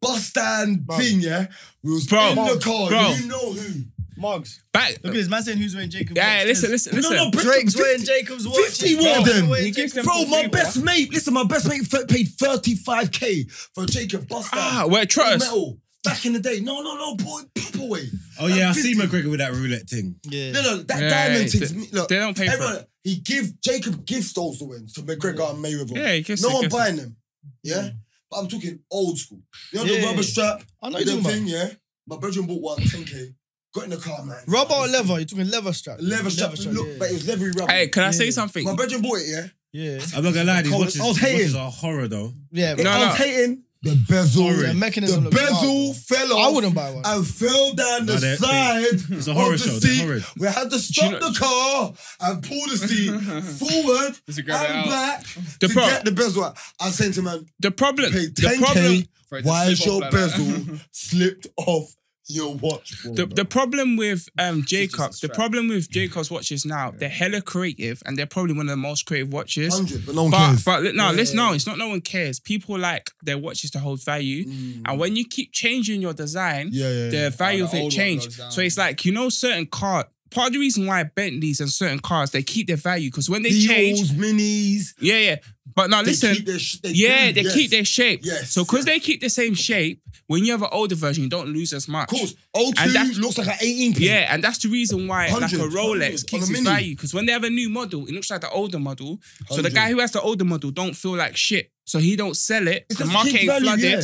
S2: Bus stand thing, yeah. We was
S3: Bro,
S2: in the car.
S3: bro.
S2: You know who?
S4: Mugs.
S3: Back.
S4: Look at this man saying who's wearing Jacob's
S3: Yeah,
S4: watch.
S3: listen, listen, listen.
S8: no,
S4: Drake's wearing Jacob's watch.
S2: 50
S4: Bro,
S2: of them.
S4: wearing
S3: He gives
S4: Jacob's-
S3: them
S2: Bro,
S3: for
S2: my
S3: free,
S2: best mate, listen, my best mate f- paid 35k for a Jacob Buster.
S3: Ah, we're trust.
S2: metal. Back in the day. No, no, no, boy, proper way.
S1: Oh yeah, I see McGregor with that roulette thing.
S4: Yeah.
S2: No, no, that
S3: Yeah,
S2: diamond
S3: yeah,
S2: thing's me. Look,
S3: They don't pay for
S2: everyone,
S3: it.
S2: he give Jacob gives those wins to McGregor and Mayweather.
S3: Yeah, he gives
S2: no
S3: it,
S2: one
S3: gives it.
S2: buying them. Yeah? But I'm talking old school. You know
S4: Yeah,
S2: the
S4: yeah,
S2: rubber
S4: yeah.
S2: strap?
S4: I know
S2: You
S4: you're
S2: know
S4: talking
S2: the
S4: about.
S2: thing, yeah? My bedroom bought one, 10k. Got in the car, man.
S4: Rubber or leather? You're talking leather strap.
S2: Leather strap. Look,
S4: yeah.
S2: but it was leathery rubber.
S3: Hey, can I say
S4: Yeah.
S3: something?
S2: my bedroom bought it, yeah?
S4: yeah.
S1: I'm not gonna lie, these
S2: Cold.
S1: watches,
S2: I was
S1: these watches
S2: hating.
S1: are horror though.
S4: Yeah,
S3: No,
S2: I
S3: no.
S2: was hating the bezel.
S4: The mechanism
S2: The
S4: looks wild,
S2: bezel
S4: though.
S2: fell off.
S4: I wouldn't buy one.
S2: And fell down
S1: No,
S2: the
S1: they're-
S2: side.
S1: It's a horror
S2: of the
S1: show. They're
S2: Seat.
S1: horrid.
S2: We had to
S3: you
S2: stop
S3: know-
S2: the car and pull the seat forward
S3: Just to
S2: and
S3: grab it out.
S2: back
S3: The
S2: to
S3: pro-
S2: get the bezel out. I said to man,
S3: The problem.
S2: pay
S3: The problem.
S2: 10k.
S3: For it to
S2: Why
S3: slip
S2: is your
S3: off like that.
S2: bezel slipped off your watch? bro?
S3: The, the problem with um Jacob, the
S5: strap.
S3: problem with Jacob's watches now, they're hella creative and they're probably one of the most creative watches.
S2: 100, but no one
S3: But
S2: cares.
S3: but li- no, listen, no, it's not. No one cares. People like their watches to hold value, and when you keep changing your design,
S2: Mm. yeah, yeah, yeah.
S3: the value
S5: the
S3: of
S5: old
S3: it
S5: one
S3: changes.
S5: goes down.
S3: So it's like you know, certain car. Part of the reason why Bentleys and certain cars they keep their value because when they change,
S2: Deals, minis.
S3: yeah, yeah. But now
S2: They
S3: listen,
S2: keep their sh-
S3: yeah,
S2: do,
S3: they
S2: yes.
S3: keep their shape.
S2: Yes,
S3: So because they keep the same shape, when you have an older version, you don't lose as much.
S2: Of course,
S3: And that's-
S2: O2 looks like an 18 pin.
S3: Yeah, and that's the reason why like a
S2: 100, 100, on
S3: Rolex keeps
S2: a
S3: its
S2: mini.
S3: value because when they have a new model, it looks like the older model. So the
S2: 100.
S3: guy who has the older model don't feel like shit, so he don't sell it.
S2: It's
S3: the
S2: just
S3: market
S2: keep
S3: ain't
S2: value,
S3: flooded.
S2: yeah.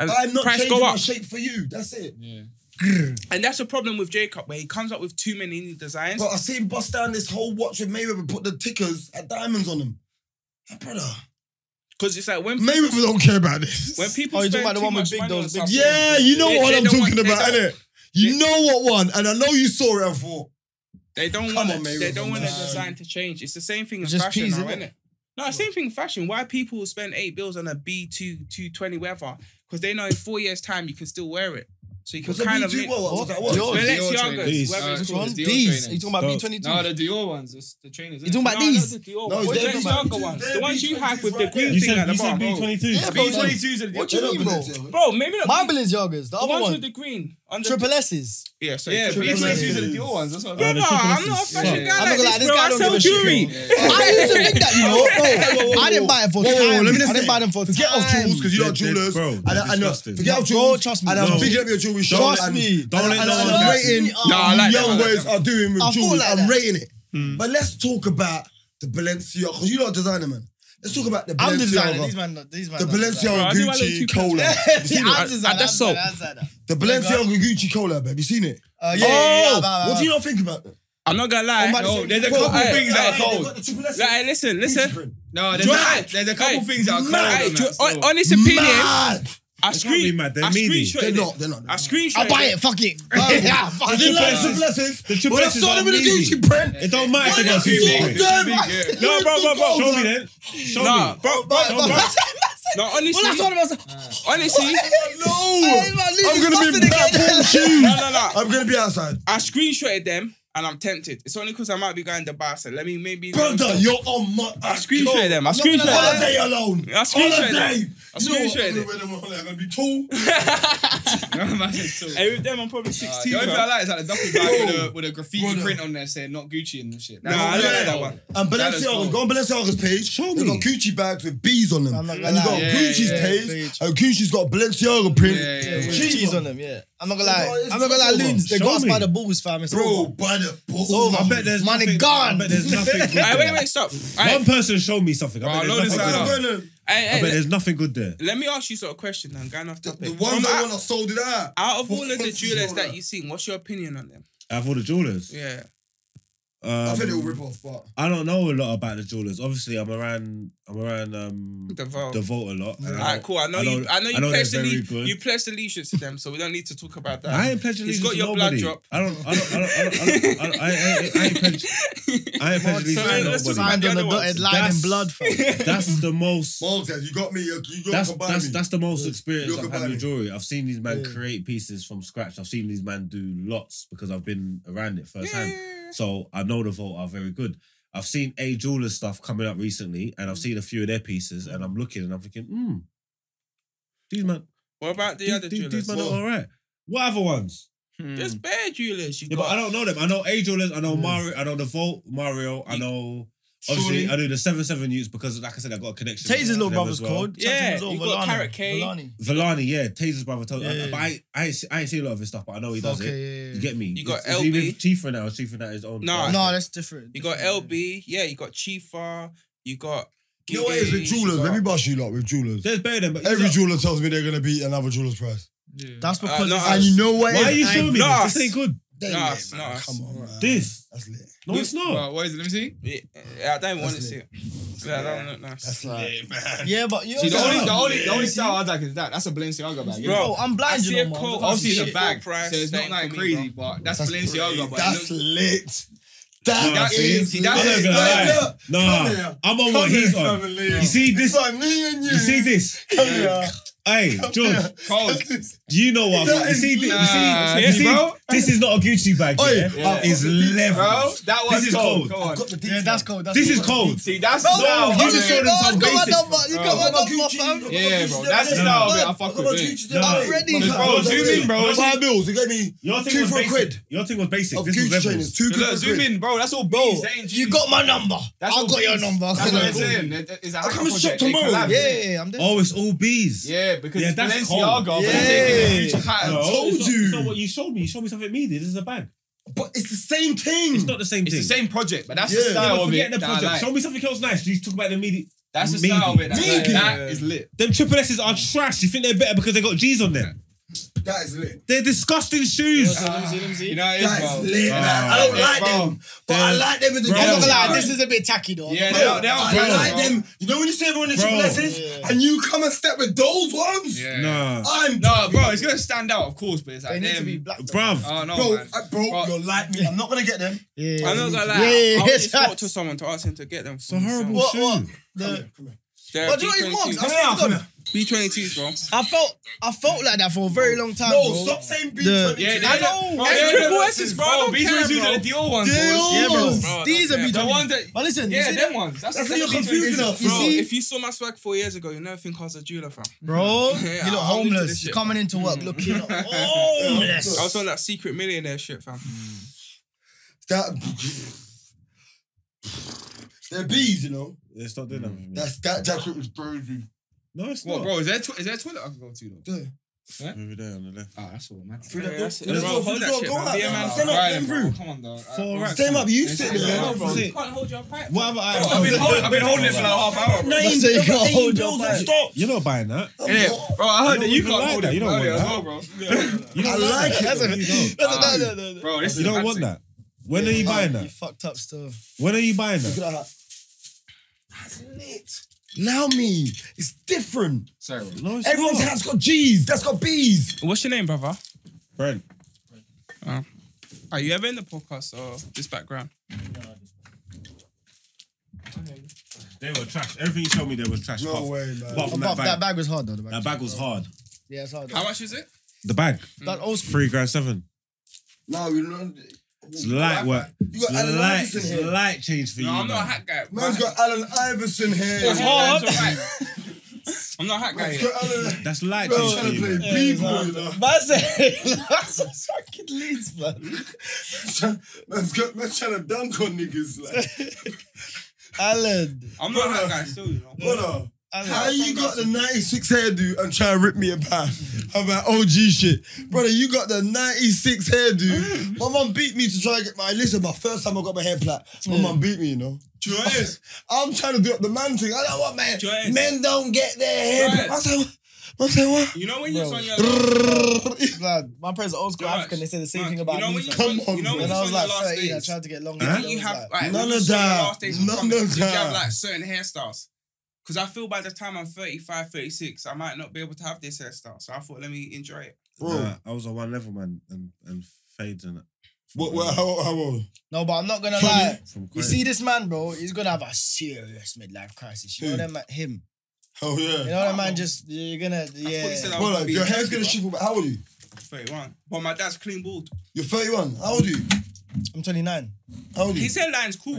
S3: And
S2: I'm not
S3: price
S2: changing
S3: go
S2: my
S3: up,
S2: shape for you. That's it.
S3: and that's a problem with Jacob where he comes up with too many new designs.
S2: But I seen bust down this whole watch with Mayweather put the tickers and diamonds on them. Like, brother,
S3: Because it's like when
S2: Mayweather don't care about this.
S3: when people
S4: Oh, you're talking
S3: spend
S4: about the
S3: too
S4: one with
S3: much
S4: big
S3: money
S4: doors,
S3: on
S4: big-
S3: something,
S2: yeah, you know
S3: They-
S2: what
S3: they
S2: I'm
S3: don't
S2: talking
S3: want- they
S2: about,
S3: don't-
S2: innit? You know what one, and I know you saw it and thought,
S3: they don't
S2: Come
S3: want
S2: on,
S3: it- they
S2: Mayweather,
S3: don't want the
S2: man.
S3: design to change. It's the same thing in
S4: It's just
S3: fashion,
S4: peas,
S3: now,
S4: innit?
S3: isn't it? No, same thing in fashion. Why people will spend eight bills on a B two two twenty whatever because they know in four years time you can still wear it, so you can
S2: what's the
S3: kind of.
S2: B2
S3: make-
S2: what? What's that watch?
S4: Dior.
S3: Balenciagas,
S5: Dior trainers.
S1: These.
S3: whether it's
S4: Which
S5: Uh,
S3: called
S4: one?
S5: Dior
S4: These.
S5: trainers.
S4: Are you talking about
S1: No.
S4: B22?
S5: No, the Dior ones, it's the trainers.
S4: You talking about
S3: No,
S4: these?
S3: not the Dior
S2: No,
S3: ones.
S2: it's
S3: What
S2: their
S3: Balenciaga
S2: B22s,
S3: ones.
S2: their
S3: The ones you
S2: B22s
S3: had with the
S2: right
S3: blue
S2: there.
S1: You
S3: thing at
S1: said
S3: the
S1: you said
S3: bottom.
S1: B22.
S4: Yeah, bro.
S5: B22s are the
S4: What
S2: They
S4: do you
S2: don't
S4: mean, bro?
S2: do that.
S3: Bro, maybe not.
S4: My Balenciagas, the
S3: the
S4: other
S3: ones
S4: one.
S3: with the green. On the-
S4: Triple S's.
S3: Yeah, sorry.
S5: Yeah,
S3: triple
S5: but
S3: S.
S5: these
S2: Yeah.
S5: are the Dior ones. That's what
S3: Brother,
S1: the triple
S3: I'm not a
S1: S's
S3: fashion
S5: suck.
S3: guy
S4: I'm
S3: like
S4: not gonna lie,
S3: this,
S4: this
S3: bro.
S4: guy
S3: I
S4: don't
S3: sell
S4: give a shit,
S3: jewelry.
S4: bro. I used to think that, you know. Bro, I didn't buy it for
S2: Whoa,
S4: time.
S2: whoa, whoa, let me just
S4: I
S2: say-
S4: didn't buy them for
S2: Forget
S4: time.
S2: off jewels because you
S1: They're-
S2: are jewelers.
S1: they're- bro,
S2: and
S1: they're
S2: I, I know.
S1: disgusting.
S2: Forget off
S4: Bro,
S2: jewels.
S4: trust me.
S2: And I'm
S1: No.
S2: picking up your jewelry shop.
S4: Trust
S2: and-
S4: me.
S2: and
S1: Don't
S2: I-
S1: let
S2: and
S1: no one
S2: I'm
S1: catch
S4: you.
S2: rating.
S4: No, I
S2: what
S3: like that, I
S2: young
S3: like
S2: boys are doing with
S4: I feel
S2: jewelry.
S4: like
S2: I'm
S4: that.
S2: rating it. But let's talk about the Balenciaga because you lot are designer man. Let's talk about the
S4: I'm the designer.
S2: Balenciaga.
S4: These man, these man.
S2: The
S4: not designer.
S3: Bro,
S2: Balenciaga
S3: I do my little
S2: Gucci
S3: two-piece.
S2: collab. Have you
S4: Yeah,
S2: seen
S4: I'm
S2: it?
S4: designer. I'm
S3: that's
S4: designer,
S3: so-
S4: I'm designer.
S2: The Balenciaga Gucci collab. Have you seen it?
S4: Uh, yeah, yeah, yeah, bye,
S3: Oh,
S4: bye,
S2: What
S4: bye.
S2: do you not think about that?
S3: I'm not gonna lie.
S4: Imagine-
S3: No, there's a
S2: Bro,
S3: couple
S2: hey,
S3: things that
S2: hey,
S3: are
S2: they
S3: cold.
S2: got the triple S
S3: Like, listen,
S2: Gucci
S3: listen.
S2: print.
S5: No, there's a,
S2: Drag.
S5: there's a couple
S3: Hey,
S5: things that are cold
S3: Hey,
S5: on
S3: do-
S5: that.
S3: hon-
S5: still.
S3: honest opinion.
S2: Mad.
S3: I
S1: can't be
S3: screen.
S1: mad, they're
S3: I
S1: meaty.
S3: screenshotted
S2: They're
S3: it.
S2: not. They're not.
S3: I screenshotted.
S4: I'll buy it. Fuck it. yeah, fuck
S2: I
S4: it.
S2: didn't like
S1: Balenciagas.
S2: the blessings.
S1: The
S2: When I
S1: Triple
S2: saw them in the
S1: S's are
S2: Gucci print,
S1: It don't matter if they got
S2: Why
S1: two
S2: not?
S1: print.
S2: Damn,
S5: Big, yeah.
S2: like,
S1: No, bro, bro, bro.
S2: gold,
S1: Show me
S2: like,
S1: then. Show
S3: Nah,
S1: me.
S3: bro,
S2: bro,
S1: Don't
S2: bro.
S1: bro.
S3: no, honestly,
S4: Well, that's what I was.
S3: honestly,
S2: No. I'm
S4: I'm
S2: gonna be in platform shoes.
S3: no, no, no.
S2: I'm gonna be outside.
S3: I screenshotted them and I'm tempted. It's only because I might be going to Barca. Let me maybe.
S2: Brother, you're on my.
S3: I screenshotted them. I
S4: I'm not gonna
S3: screenshotted
S4: lie.
S3: them.
S2: Holiday alone.
S3: I screenshotted
S2: Holiday.
S3: I
S2: You know what? I'm
S3: screenshotted
S2: gonna
S3: it.
S2: wear them on holiday. I'm gonna be tall.
S5: No, man, it's still-
S3: Hey, with them, I'm probably
S5: Uh,
S3: 16.
S5: the only thing I
S3: bro.
S5: like is like the duffel bag with a, with a graffiti
S2: Brother.
S5: print on there saying not Gucci and shit.
S3: Nah, I
S2: Yeah.
S3: don't like that one.
S2: And
S5: That is
S2: Balenciaga,
S5: cold.
S2: go on Balenciaga's page. Show me. They got Gucci bags with bees on them.
S4: I'm not
S2: And
S4: gonna
S2: you got
S4: lie.
S5: Yeah,
S2: Gucci's
S5: yeah,
S2: page,
S4: page.
S2: and Gucci's got Balenciaga print.
S5: Yeah, yeah, yeah.
S4: With
S2: Cheese
S4: cheese
S2: on.
S4: on them, yeah. I'm not gonna
S2: Bro,
S4: lie.
S2: it's
S4: I'm not gonna lie,
S2: over.
S4: loons. They
S1: Show
S4: got us
S1: me.
S4: by the balls, fam. It's
S2: Bro,
S4: over.
S2: by the
S4: over.
S1: I bet there's
S4: Money
S1: nothing-
S4: gone.
S1: I bet there's nothing good
S3: Hey, wait,
S1: there.
S3: wait, stop. Hey,
S1: One person show me something.
S5: Bro,
S1: I bet
S5: I know
S1: there's
S5: this
S1: nothing
S5: guy
S1: good
S5: up.
S1: there.
S2: The,
S3: hey,
S1: I
S3: hey,
S1: bet
S3: let-
S1: there's nothing good there.
S3: let me ask you sort of question. I'm going off topic.
S2: the ones
S3: From
S2: that
S3: out,
S2: want to sold it out.
S3: out of all of the
S2: Fucking
S3: jewelers that
S2: Zara.
S3: you seen, what's your opinion on them?
S1: I have all the jewelers.
S3: Yeah.
S2: I think they will
S1: Um,
S2: rip off, but
S1: I don't know a lot about the jewelers. Obviously, I'm around. I'm around um,
S3: The Vault.
S1: The vault a lot. and I
S3: Alright,
S1: know-
S3: cool. I know,
S1: I know-
S3: you. I know you
S1: I know they're
S3: pledged alle-
S1: very good.
S3: you pledged allegiance to them, so we don't need to talk about that.
S1: I ain't pledging
S3: He's
S1: allegiance
S3: got
S1: to
S3: your blood
S1: nobody.
S3: drop.
S1: I don't. I don't. I don't. I don't. I, don't, I, ain't- I ain't pledging. I ain't pledging
S3: so
S1: allegiance
S3: let's
S1: to
S3: just
S1: nobody.
S4: Signed on the
S3: Balenciaga ones.
S4: dotted line
S1: That's-
S4: in blood, fam.
S1: That's the most.
S2: Mark said, you got me. You, you got
S1: That's
S2: to buy
S1: that's
S2: me.
S1: that's the most experience
S2: You're
S1: I've had
S2: combining.
S1: with jewelry. I've seen these men
S4: Yeah.
S1: create pieces from scratch. I've seen these men do lots because I've been around it firsthand. So I know the vault are very good. I've seen a jeweler stuff coming up recently, and I've seen a few of their pieces, and I'm looking and I'm thinking, hmm, these man,
S3: What about the
S1: these,
S3: other
S1: these,
S3: jewelers?
S1: these man are
S2: well.
S1: all right. What other ones?
S3: There's bare jewelers. You
S1: Yeah, but
S3: got.
S1: I don't know them. I know A Jewelers, I know Mario, I know the Vault, Mario, I know obviously
S2: Surely.
S1: I know the seven seven youths because like I said, I got a connection. with
S4: Taser's little
S1: them
S4: brother's
S1: as well.
S4: called.
S3: Yeah,
S4: Something
S3: you
S4: was all
S3: got
S4: Villani.
S3: Carrot Cake.
S4: Villani.
S1: Villani, yeah, Taser's brother told
S4: Yeah.
S1: I, but I I ain't, se- I ain't seen a lot of his stuff, but I know he does it.
S4: Okay, yeah,
S1: You
S4: yeah.
S1: get me?
S3: You got
S1: Is- is he
S3: LB?
S1: with Chief for now. Chief for now is on.
S3: Nah.
S4: No, that's different.
S3: You got
S4: different.
S3: LB. Yeah, you got Chifa. You got.
S2: You know what it is with
S3: Gigi,
S2: jewelers?
S3: you
S2: Let me
S3: got-
S2: bust you lot with jewelers.
S1: There's better than but
S2: Every jeweler tells me they're gonna beat another jeweler's price.
S4: That's because
S3: no,
S4: it's-
S3: I-
S2: And you know what?
S1: Why
S2: it
S1: are you
S2: is?
S1: showing me
S3: Nah.
S1: this? This ain't good.
S2: Damn
S3: Nah,
S2: it,
S3: it's
S2: man.
S3: not us.
S2: Come on, man.
S1: This.
S2: That's lit.
S1: No, it's not.
S5: Well, what is it? Let me see.
S3: Yeah, I don't want to
S2: That's
S3: see it. Yeah, that don't look nice.
S2: That's lit, man.
S4: yeah, but you
S5: See, the only,
S4: understand-
S5: the only, the only
S4: Yeah.
S5: style I like is that. That's a Balenciaga bag.
S3: Bro,
S4: Bro, I'm
S3: I
S4: blind,
S3: see
S4: you
S3: a
S4: know, man.
S3: coat.
S5: obviously it's a
S3: shit,
S5: bag,
S3: full price,
S5: so it's
S3: that
S5: not
S3: ain't
S5: like
S3: for me,
S5: crazy, but that's, Balenciaga. But
S2: That's
S5: that's
S2: lit. That
S1: Nah,
S2: is
S5: see, that's
S1: I'm
S5: it.
S1: not gonna
S5: Like,
S1: lie.
S2: look, come
S1: Nah,
S2: here.
S1: I'm on
S2: Come
S1: what
S2: here,
S1: he's
S2: come
S1: on.
S2: and
S1: You
S2: live.
S1: see
S2: It's
S1: this?
S2: like me and you.
S1: You see this?
S2: Come here.
S1: Hey, George,
S5: cold.
S1: you know what?
S2: That
S1: You
S2: is
S1: see, thi- you
S5: Nah.
S1: see, you see,
S5: Bro.
S1: this is not a Gucci bag.
S2: Oi,
S1: Yeah?
S2: yeah.
S1: It's
S5: Bro,
S1: level.
S5: that was
S1: This is
S5: cold.
S1: cold.
S5: Go on.
S4: Yeah, that's cold. That's
S1: This is
S4: cold.
S1: cold.
S5: See, that's
S4: No,
S5: style.
S1: you just showed them some
S4: I've got my
S1: basics,
S4: number. You got my
S2: bro.
S4: number, fam.
S5: Yeah, bro,
S4: Yeah,
S5: that's the
S4: yeah.
S5: style of it. I
S4: But-
S5: fuck
S4: but
S5: with
S4: you
S5: it.
S4: just-
S1: No.
S4: I'm ready.
S5: Bro,
S4: fam.
S5: zoom in, bro.
S2: Five bills. You get me
S1: Your thing
S2: two
S1: was
S2: for a
S1: basic.
S2: quid
S1: Your thing was basic.
S2: of
S1: this
S2: Gucci
S1: was level.
S2: trainers. Two
S5: Look,
S2: quid for a
S5: zoom
S2: quid.
S5: in, bro. That's all
S4: Bro,
S5: bees. That ain't
S4: you
S5: G's.
S4: got my number.
S5: That's
S4: I've
S5: all
S4: got your
S5: bees.
S4: number.
S5: That's what I'm
S4: Cool.
S5: saying. That- that is a
S2: come and
S5: hacker
S2: shop
S5: project. They
S2: tomorrow.
S5: collab,
S4: Yeah,
S5: innit?
S4: yeah, yeah, I'm there.
S1: Oh, it's all bees.
S5: Yeah, because
S1: Yeah,
S5: it's
S1: that's cold.
S5: Balenciaga, but
S4: Yeah.
S5: they're taking the future pattern.
S1: No,
S2: told
S1: it's not,
S2: you.
S1: It's not what you showed me. You showed me something meaty. This is a bag.
S2: But it's the same thing.
S1: It's not the same
S5: It's
S1: thing.
S5: the same project, but that's
S2: Yeah.
S5: the
S1: Yeah,
S5: style
S1: but
S5: of
S1: forget
S5: it.
S1: the
S5: that I
S1: project.
S5: like.
S1: Show me something else nice. You talk about the meaty.
S5: That's the
S1: Maybe.
S5: style of it. that I like.
S2: Maybe.
S5: That is lit.
S1: Them triple S's are trash. You think they're better because they got G's on them?
S2: That is lit.
S1: They're disgusting shoes.
S5: You know what it is,
S2: That
S5: bro?
S2: is lit. man. I don't like them, but I like them in the
S1: Bro.
S4: I'm not gonna lie,
S2: Bro.
S4: this is a bit tacky though.
S5: Yeah,
S4: I'm
S5: they don't-
S4: not gonna
S5: they
S4: lie.
S2: I
S5: don't-
S1: Bro.
S2: like them. You know when you see everyone in
S1: Bro.
S2: triple S's
S4: Yeah.
S2: and you come and step with those ones?
S1: Nah.
S2: I'm
S5: No, bro, it's gonna stand out, of course, but it's
S4: They
S5: like
S4: need to
S5: them.
S4: be black. though.
S1: Bruv.
S5: Oh no,
S2: Bro,
S5: man.
S2: I, bro,
S5: Bro.
S2: you're like me. I'm not gonna get them.
S4: Yeah.
S3: I'm not gonna lie.
S4: Yeah,
S3: I always
S4: yeah.
S3: talk to someone to ask him to get them.
S1: It's a horrible
S4: What-
S1: shoe.
S4: what?
S2: Come
S4: The-
S2: here, come here.
S4: But do you know what, Marks? I
S2: Come here,
S4: swear to
S2: come
S4: God,
S2: here.
S3: B twenty twos, bro.
S4: I felt I felt like that for a very long time.
S2: No,
S4: bro.
S2: stop saying B.
S4: The-
S5: Yeah,
S4: I
S5: they-
S4: know.
S5: bro,
S4: Hey,
S5: they're
S3: triple
S5: the-
S3: S's, bro, I don't
S5: These
S3: care,
S5: ones
S3: bro.
S5: are the Dior ones,
S2: Deal.
S5: bro.
S4: Yeah, bro.
S3: Bro,
S4: These are
S3: yeah,
S5: The
S4: B
S3: bro.
S4: twenty.
S5: ones that.
S4: But listen, you
S5: Yeah,
S4: see
S5: them
S4: that,
S5: ones. That's
S2: That's
S5: the
S2: what you're
S5: B20s.
S2: confusing us.
S4: You
S3: Bro,
S4: see-
S3: if you saw my swag four years ago, you never think I was a jeweler, fam.
S4: bro.
S3: Yeah,
S4: you look
S3: I'll leave you this
S4: homeless.
S3: shit.
S4: Coming into work looking homeless.
S3: I was on that secret millionaire shit, fam.
S2: That, they're bees, you know.
S1: Yeah, stop doing that. with me.
S2: That's that jacket was crazy.
S1: No, it's
S5: What,
S1: not.
S5: bro? Is there tw- is there a toilet I can go to though?
S2: Yeah.
S1: Over there on the left.
S5: Ah, that's all, man.
S2: Through that door,
S3: that's-
S2: through that
S3: bro,
S2: door,
S3: hold
S2: through the
S3: that
S2: door,
S3: shit,
S2: go
S3: man.
S2: out.
S3: Be a man.
S2: Stand up,
S5: Right,
S2: get
S5: bro.
S2: through.
S5: Come on, though. Alright,
S1: Four
S5: bro.
S1: racks.
S2: Stand up, you sit there.
S5: Yeah, bro.
S1: That's it.
S3: can't hold your pipe.
S1: Whatever I
S5: Bro, I've been holding- I've been holding it for like half hour. bro.
S4: That's it, you gotta hold your
S2: bills and
S4: back.
S2: stop.
S1: You're not buying that.
S5: Yeah, bro, I
S1: You
S5: heard that
S1: don't
S5: you
S1: even
S5: can't
S1: like
S5: hold
S1: that.
S5: it.
S1: You don't
S5: earlier
S1: want
S5: as
S1: that.
S5: well, bro. Yeah.
S1: You
S2: I
S1: don't
S2: like it.
S1: that.
S4: That's a-
S1: You don't.
S4: That's a- no, no, no, no.
S5: Bro, this
S1: You
S5: is
S1: don't want
S5: massive.
S1: that. When are you buying
S4: You
S1: that?
S4: fucked up stuff.
S1: When are you buying that?
S2: Look at that. That's lit. Allow me. It's different.
S5: Sorry, bro.
S1: No, it's
S2: Everyone's
S1: not.
S2: hat's got G's. That's got B's.
S3: What's your name, brother?
S1: Brent.
S3: Are you ever in the podcast or this background?
S1: They were trash. Everything you told me, they was trash. Apart-
S2: way,
S1: Apart from that
S4: Above,
S1: bag.
S4: that bag was hard though. The bag.
S1: That bag was hard.
S4: Yeah, it's hard.
S3: How
S4: Though.
S3: much is it?
S1: The bag.
S4: That old school.
S1: Three grand seven.
S2: No, we learned.
S1: It's light work.
S2: You got Alan
S1: Light,
S2: Iverson here.
S1: light change for you.
S3: No, I'm not a
S1: man.
S3: hat guy.
S2: Man's got Alan Iverson here.
S3: It's hard. I'm not a hat guy.
S2: Man's
S3: Here.
S2: got Alan.
S1: That's light
S2: Bro,
S1: change for
S2: trying to
S1: you.
S2: play
S1: man.
S2: b-boy, you know.
S4: That's it. That's a fucking leads, man.
S2: Man's got man's trying to dunk on niggas. Like,
S4: Alan.
S3: I'm not a hat guy still, you know.
S2: brother,
S4: Alan.
S2: how you got the 96 hairdo and try and rip me apart about OG shit? Brother, you got the 96
S3: Mm.
S2: hairdo. My mum beat me to try and get my. Listen, my first time I got my hair plait, my
S3: Mm.
S2: mum beat me, you know.
S5: Joyous.
S2: I'm trying to do up the man thing. I don't want man.
S3: Joyce.
S2: Men don't get their hair. I
S3: Joyce.
S2: said, what? I said, what?
S3: You know when you're on your
S4: Blood. My parents are old school
S3: Josh,
S4: African. They say the same
S3: Mark,
S4: thing about
S3: you know
S4: me.
S3: when you,
S4: fam.
S2: Come
S3: you
S2: on,
S3: know
S2: bro.
S3: when
S4: when
S3: you
S4: I
S3: saw
S4: was
S3: your
S4: like
S3: last
S4: 13, I
S3: days,
S4: tried to get long.
S1: Huh?
S4: hair,
S3: did you
S4: I was
S3: have
S4: like,
S3: like,
S2: None
S3: when you
S2: of
S3: saw your
S2: that.
S3: last days
S2: None
S3: coming,
S2: of
S3: did you have
S2: that.
S3: like certain hairstyles? Because I feel by the time I'm 35, 36, I might not be able to have this hairstyle. So I thought, let me enjoy it.
S2: Bro.
S1: Nah, I was on one level, man, and and fades and
S2: What, what, how, how old?
S4: No, but I'm not gonna
S2: Twenty.
S4: lie.
S1: from
S4: You see this man, bro? He's gonna have a serious midlife crisis. You know
S2: Who?
S4: that man, him.
S2: Oh,
S4: You
S2: yeah.
S4: know that man. Just you're gonna
S3: you said
S4: yeah.
S3: I
S2: Bro,
S3: was
S2: like,
S3: being
S2: your hair's gonna
S3: happy,
S2: shift. How old are you?
S3: 31. But my dad's clean bald.
S2: You're 31. How old are you?
S4: I'm 29.
S2: How old are you?
S3: His hairline's cool.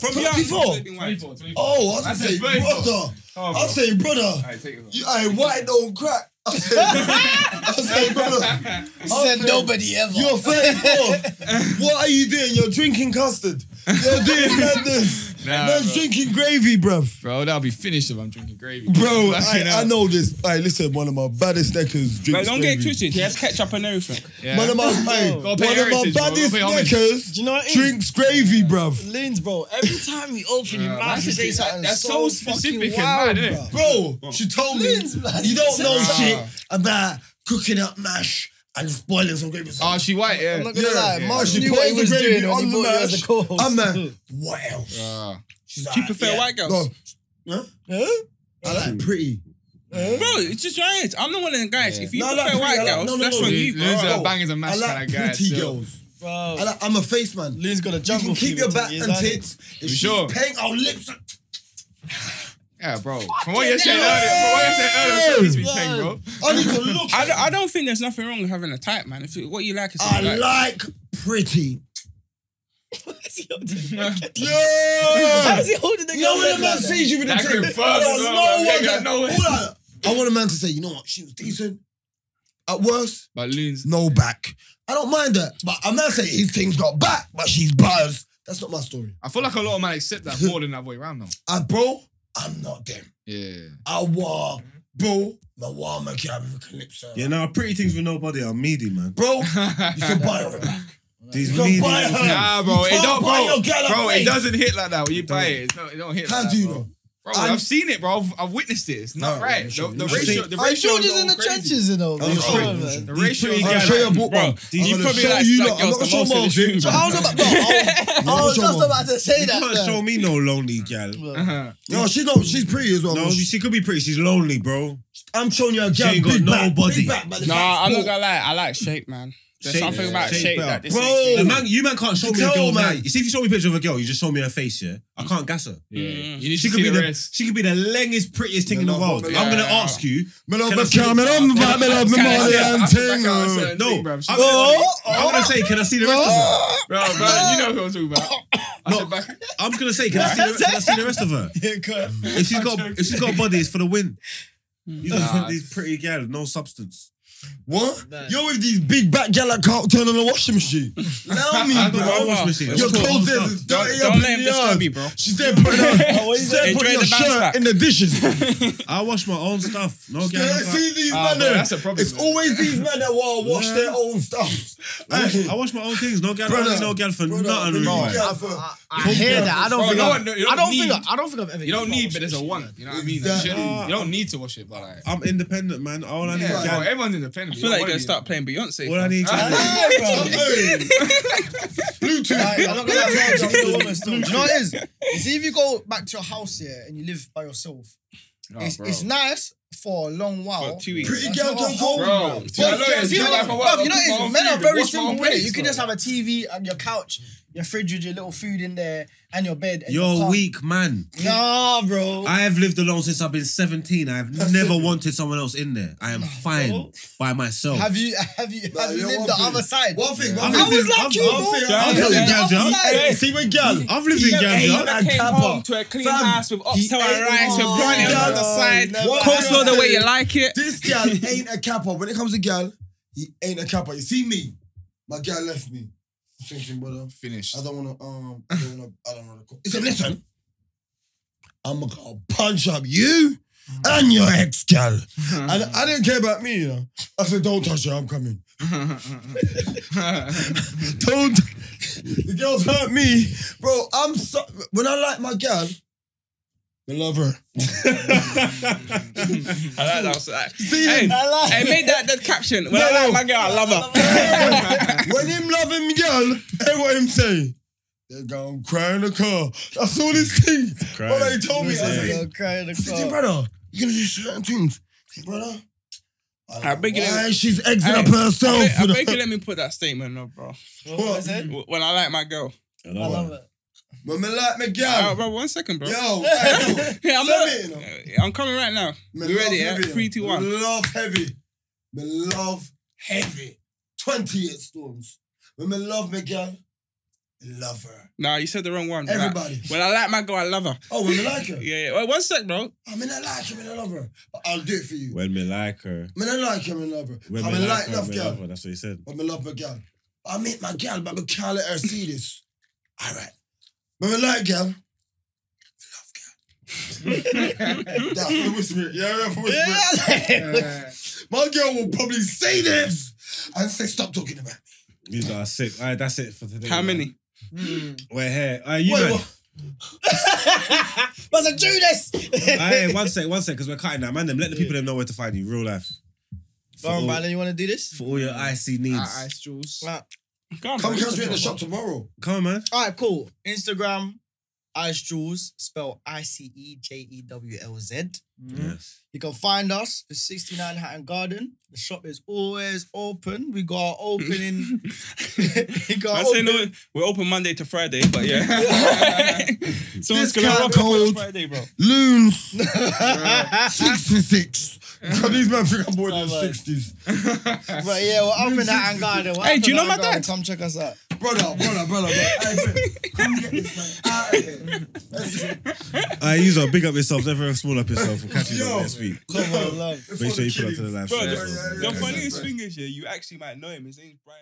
S3: From young,
S2: 24?
S3: he's been white.
S5: 24, 24.
S2: Oh, I was
S5: I
S2: gonna say,
S5: said very
S2: brother.
S5: Oh,
S2: I was saying, brother.
S5: Alright, take it.
S2: You, I white don't crack. I said, I said, brother,
S4: Said nobody ever.
S2: you're 34. what are you doing? You're drinking custard. You're doing madness.
S5: Nah,
S2: Man's
S5: bro.
S2: drinking gravy, bruv.
S5: Bro, that'll be finished if I'm drinking gravy.
S2: Bro,
S5: Fucking
S2: I, I
S5: hell.
S2: know this. Hey, listen, one of my baddest neckers
S3: Bro,
S2: drinks gravy.
S3: don't get it twisted. He has ketchup and everything.
S5: Yeah.
S2: One of my, hey, one
S5: pay
S2: of my
S5: heritage, bro. Gotta
S2: baddest
S5: pay homage.
S2: neckers
S4: Do you know what it is?
S2: drinks gravy, bruv.
S4: Lins, bro. Every time you open your
S5: Yeah,
S4: mouth,
S5: that's
S4: you say
S5: just-
S4: something
S5: that's so
S4: so,
S5: specific
S4: fucking
S5: and
S4: wild,
S5: mad, innit?
S4: bruv.
S2: Bro, she told me
S4: Lins, man.
S2: you don't know
S4: Nah.
S2: shit about cooking up mash and spoiling some gravy.
S5: Oh, she white, yeah.
S4: I'm not gonna
S2: Yeah,
S4: lie,
S5: yeah.
S4: Marsh
S2: She
S4: knew what he
S2: put
S4: was
S2: the gravy
S4: doing when
S2: on
S4: he
S2: the
S4: bought you as a
S2: mash.
S4: co-host.
S2: I'm like, what else?
S5: Ah.
S2: She's like,
S3: Do you prefer
S2: yeah.
S3: white girls?
S2: No,
S4: Huh? Huh?
S2: I like pretty.
S4: Huh?
S3: Bro, it's just your age. I'm not one of the guys.
S5: Yeah.
S3: If you
S2: Eh? No, I like
S3: prefer
S2: pretty, I
S3: white
S2: like-
S3: girls,
S2: no, no,
S3: that's
S2: no,
S3: on
S2: dude,
S3: you,
S5: Lindsay,
S3: bro.
S5: a bangers and
S2: I
S5: mash kind
S2: like
S5: of guy.
S2: pretty
S5: so-
S2: girls.
S4: Bro.
S2: I like, I'm a face man.
S4: Lin's got a
S2: You
S4: jungle
S2: can keep
S4: fever
S2: your
S4: to
S2: back
S4: you,
S2: and
S4: isn't it?
S2: tits. If she's
S5: sure?
S2: paying our lips,
S5: Yeah, bro. From what you're saying earlier, from what you're saying earlier, it's been paying, bro.
S2: I need to look.
S3: I don't, I don't think there's nothing wrong with having a type, man. If it- what you like is
S2: I
S3: what you like.
S2: like pretty.
S4: What's he holding? How
S2: Yeah.
S4: is he holding the
S2: You know when a
S4: gun
S2: man
S4: like that?
S2: sees you with a
S5: That
S2: tip,
S5: confirms
S2: oh,
S5: as
S2: no
S5: well, man.
S2: one
S5: You got
S2: can-
S5: no way.
S2: Hold on. I want a man to say, you know what, she was decent. At worst,
S5: But Lindsay,
S2: no back. I don't mind that, but I'm not saying his thing's got back, but she's buzz. That's not my story.
S5: I feel like a lot of men accept that more than that way around, though.
S2: I bro, I'm not them.
S5: Yeah.
S2: I wa bro, my wa make you have a calypso.
S1: Yeah, now pretty things with nobody are meaty, man.
S2: Bro, you can buy her back.
S1: These
S2: You can
S1: meaty.
S2: buy
S1: little
S2: her.
S1: things.
S5: Nah, bro, it
S2: can't
S5: don't,
S2: buy
S5: bro,
S2: your girl a
S5: bro, it
S2: face.
S5: doesn't hit like that when you buy it. It's not, it don't hit.
S2: How
S5: like
S2: do
S5: that,
S2: you
S5: bro.
S2: know?
S5: Bro,
S2: I'm-
S5: I've seen it, bro. I've, I've witnessed it. It's not
S2: No,
S5: right.
S2: you
S5: The,
S2: should-
S5: the
S2: you
S5: ratio,
S2: should-
S5: the
S4: Our
S5: ratio
S4: shoulders
S5: is
S4: in the
S5: crazy.
S4: trenches, you know.
S1: Oh,
S4: Come
S1: sure.
S4: on, man.
S5: The
S1: These
S5: ratio
S1: pretty
S5: is
S2: I'll
S1: guys-
S2: show you a book,
S3: Bro,
S2: bro.
S1: These
S5: You
S1: are the
S5: probably
S1: shit-
S5: like
S2: you
S5: slut
S2: lot. I'm
S5: girls
S2: not
S5: the
S2: sure
S5: most in the
S2: more.
S5: gym.
S4: I was about, bro, I was- I was
S2: Show
S4: just
S2: them.
S4: about to say
S1: You
S4: that.
S1: can't show
S4: man.
S1: me no lonely gal.
S4: Bro.
S5: Uh-huh.
S2: No, she's not. She's pretty as well.
S1: No,
S2: but she-
S1: she could be pretty. She's lonely, bro.
S2: I'm showing you a
S1: She
S2: girl.
S1: ain't got
S2: big back,
S1: nobody.
S2: big back, but the
S3: Nah,
S2: back's
S3: I'm
S2: small.
S3: not gonna lie. I like shape, man. There's
S1: Shape-
S3: something about
S1: shape
S3: shape
S1: better.
S3: that this
S2: Bro,
S1: The man, you man can't show me a
S2: Tell,
S1: girl
S2: man.
S1: man. You see, if you show me a picture of a girl, you just show me her face, yeah? I can't gas her.
S5: Yeah.
S3: Mm.
S5: You need
S1: She
S5: to
S1: could
S5: see
S1: be
S5: the
S1: the
S5: rest.
S1: she could be the longest, prettiest thing in the
S2: Yeah,
S1: world.
S2: yeah.
S1: I'm gonna ask you.
S2: Melo,
S1: Can I
S2: but
S1: see
S2: come
S1: the-
S2: on,
S1: Can I-
S2: man, Melo,
S3: can I-
S2: Melo,
S3: yeah,
S2: and
S5: I can back
S2: ting,
S5: out
S2: uh,
S5: certain-
S1: No,
S5: See,
S1: I'm
S5: bruv,
S1: gonna,
S5: she-
S1: I'm gonna say, can I see the rest of
S2: Oh.
S1: her?
S5: Bro, bro, you know who I'm talking about. I
S1: No.
S5: said back.
S1: I'm just gonna say, can I see the, can I see the rest of her? If she's got if she's got a body, it's for the win. You just
S5: Nah.
S1: want these pretty girls, no substance.
S2: What?
S4: Man.
S2: You're with these big back gal that can't turn on the washing machine. Tell me,
S3: Nah,
S2: bro.
S3: bro,
S1: Wash machine.
S2: Your
S1: It's cool.
S2: clothes there
S1: Don't-
S2: is
S3: Don't,
S2: dirty up
S3: don't let
S2: in
S3: him
S2: the
S3: disturb
S2: yard.
S3: you, bro.
S2: She's there putting her,
S4: what
S2: she's
S4: is
S2: there
S3: it?
S2: putting
S3: Enjoy
S2: your
S3: the bounce
S2: shirt
S3: back.
S2: in the dishes.
S1: I wash my own stuff. No girl.
S2: Yeah, see these
S5: Ah,
S2: men
S5: bro,
S2: there.
S5: that's a problem.
S2: It's always these men that want to wash
S1: Yeah.
S2: their own stuff.
S1: I wash,
S2: Hey,
S1: I wash my own things. No girl.
S2: Brother,
S1: I ain't no girl for
S2: brother,
S1: nothing.
S2: brother,
S1: Really.
S2: girl
S4: I-
S2: for-
S4: I I hear that. I don't
S5: Bro,
S4: think.
S5: no,
S4: I-
S5: no, you don't
S4: I don't
S5: need-
S4: think. I don't think I've ever.
S5: You don't need, but there's a one. You know what I mean? Like,
S2: Exactly.
S5: shouldn't- You don't need to watch it, but like.
S1: I'm independent, man. All I need,
S5: Yeah,
S1: is
S5: bro,
S1: gal.
S5: everyone's independent.
S3: I feel like you're gonna start playing Beyonce.
S1: all I
S3: fam.
S1: need. Gal.
S4: Like, I'm not gonna lie, I'm not gonna lie, still. Do you know what it is? You see, if you go back to your house here and you live by yourself, it's, it's nice for a long while.
S3: For two weeks.
S2: Pretty girl
S4: Until
S2: don't go.
S4: how-
S5: Bro,
S4: Bro,
S5: I know
S4: yeah,
S5: it's
S4: see,
S5: not
S4: like,
S5: like a
S4: bruv,
S5: world.
S4: you
S5: I'll cook
S4: know,
S5: my
S4: it's,
S5: own
S4: men are
S5: food,
S4: very
S5: wash my own
S4: simple with it.
S5: plates,
S4: You can
S5: bro.
S4: just have a TV and your couch, your fridge with your little food in there, and your bed. And your
S1: You're
S4: car.
S1: a weak man.
S4: Nah, bro.
S1: I have lived alone since I've been 17. I have never wanted someone else in there. I am fine by myself.
S4: have you have you
S2: Nah,
S4: have
S2: you
S4: you
S2: know
S4: lived
S2: one
S4: the
S2: thing-
S4: other side?
S2: One thing,
S1: I've
S2: one
S1: lived
S4: I
S2: thing.
S4: was
S1: in-
S4: like
S1: I've-
S4: you,
S1: I've-
S4: bro.
S2: I've-
S1: I've lived in
S4: Yeah,
S1: Gaza.
S4: outside.
S1: Hey, See when gal, I've lived in
S4: Yeah, hey,
S1: Gaza.
S4: man.
S3: I came
S4: Kappa.
S3: home to a clean
S2: Fam,
S3: house with oxtail
S2: ain't-
S3: and rice with
S4: Oh,
S3: brownie on the
S2: yeah.
S3: other side.
S2: What
S3: Coleslaw the way you like it.
S2: This gal ain't a capper. When it comes to gal, he ain't a capper. You see me? My gal left me. I'm thinking, brother,
S5: Finished.
S2: I don't wanna um I don't wanna I don't wanna call. He said, listen, I'm gonna punch up you and your ex gal. and I didn't care about me, you know. I said, don't touch her, I'm coming. Don't the girls hurt me. Bro, I'm so when I like my gal, I love her.
S3: I like that. was like-
S2: See
S3: Hey,
S4: I like-
S3: hey, make that, that caption. When I
S2: No,
S3: like
S2: no.
S3: my girl, I love her.
S2: when him loving me girl, hey, what him say? They're going cry in the car. That's all this thing. What they told me. I said,
S4: I'm crying in the
S2: City,
S4: car.
S2: brother, you're gonna do certain things. Say, brother.
S3: I beg you
S2: why
S3: let-
S2: she's exiting
S3: Hey,
S2: up herself.
S3: I
S2: with
S3: think
S2: a-
S3: you let me put that statement up, bro.
S4: What was it?
S3: W- When I like my girl.
S4: I love it.
S2: When me like my
S3: Uh,
S2: girl,
S3: bro, one second, bro.
S2: yo, hey,
S3: Yeah,
S2: send it,
S3: I'm, not,
S2: you know.
S3: Uh, I'm coming right now.
S2: yo, me
S3: You ready,
S2: love
S3: yeah?
S2: heavy,
S3: Three, two,
S2: me
S3: one.
S2: Love heavy, me love heavy. Twenty-eight storms. When me love my girl, love her.
S5: Nah, you said the wrong one. Like,
S2: Everybody.
S5: when I like my girl, I love her.
S2: Oh, when I like her.
S5: Yeah, yeah. Wait, one sec, bro.
S2: I mean, I like her, man, I love her. But I'll do it for you.
S1: When me like her.
S2: Man, I like her, man, I love her.
S1: When
S2: I'm
S1: me
S2: in
S1: like,
S2: like
S1: her,
S2: enough
S1: me love
S2: girl.
S1: her. That's what he said.
S2: I'm in love my girl. I meet my girl, but I can't let her see this. All right. When I like girl. That's the whisper. Yeah, yeah, for whisper. My girl will probably say this and say, "Stop talking about." Me.
S1: You got sick. All right, that's it for today.
S5: How
S1: man.
S5: many?
S4: Mm.
S1: We're here. All right, you
S2: Wait,
S1: man.
S2: what?
S4: Was a Judas.
S1: Hey, one sec, one sec, because we're cutting that. Man, them, let the people them know where to find you. Real life. For,
S4: Lauren
S1: all,
S4: Byler, you want to do this?
S1: for all your icy needs.
S5: Ice Jules. Go on,
S2: Come
S5: bro.
S2: catch me in the shop tomorrow.
S1: Come on, man.
S4: All right, cool. Instagram, Ice Jules, spelled I C E J E W L Z.
S2: Mm-hmm.
S5: Mm.
S1: Yes.
S4: You can find us at 69 Hatton Garden. The shop is always open. We got our opening. we got
S5: I
S4: our
S5: say
S4: opening.
S5: no. We're open Monday to Friday, but yeah. Someone's gonna
S2: Discount
S5: rock up on
S2: code.
S5: Friday, bro.
S2: Loons. 66. God, these men think I'm born in the
S4: Bye-bye.
S2: 60s.
S4: But yeah, we're up in Hatton Garden. We're
S5: Hey,
S4: up
S5: do you
S4: in
S5: know
S4: Hatton
S5: my
S4: Garden.
S5: dad?
S4: Come check us out.
S2: Brother, brother, brother, brother. Hey, man, come get this man out of here. That's it.
S1: I use our big up yourself, never small up yourself. We'll catch you
S2: Yo.
S1: next week.
S4: Come on, love.
S1: Make
S2: Before
S1: sure
S2: the
S1: you put up to the
S2: kiddies.
S1: live
S5: Bro,
S1: show.
S5: the,
S2: yeah, yeah,
S5: the
S2: yeah.
S5: funniest thing is, yeah, you actually might know him. His name's Brian.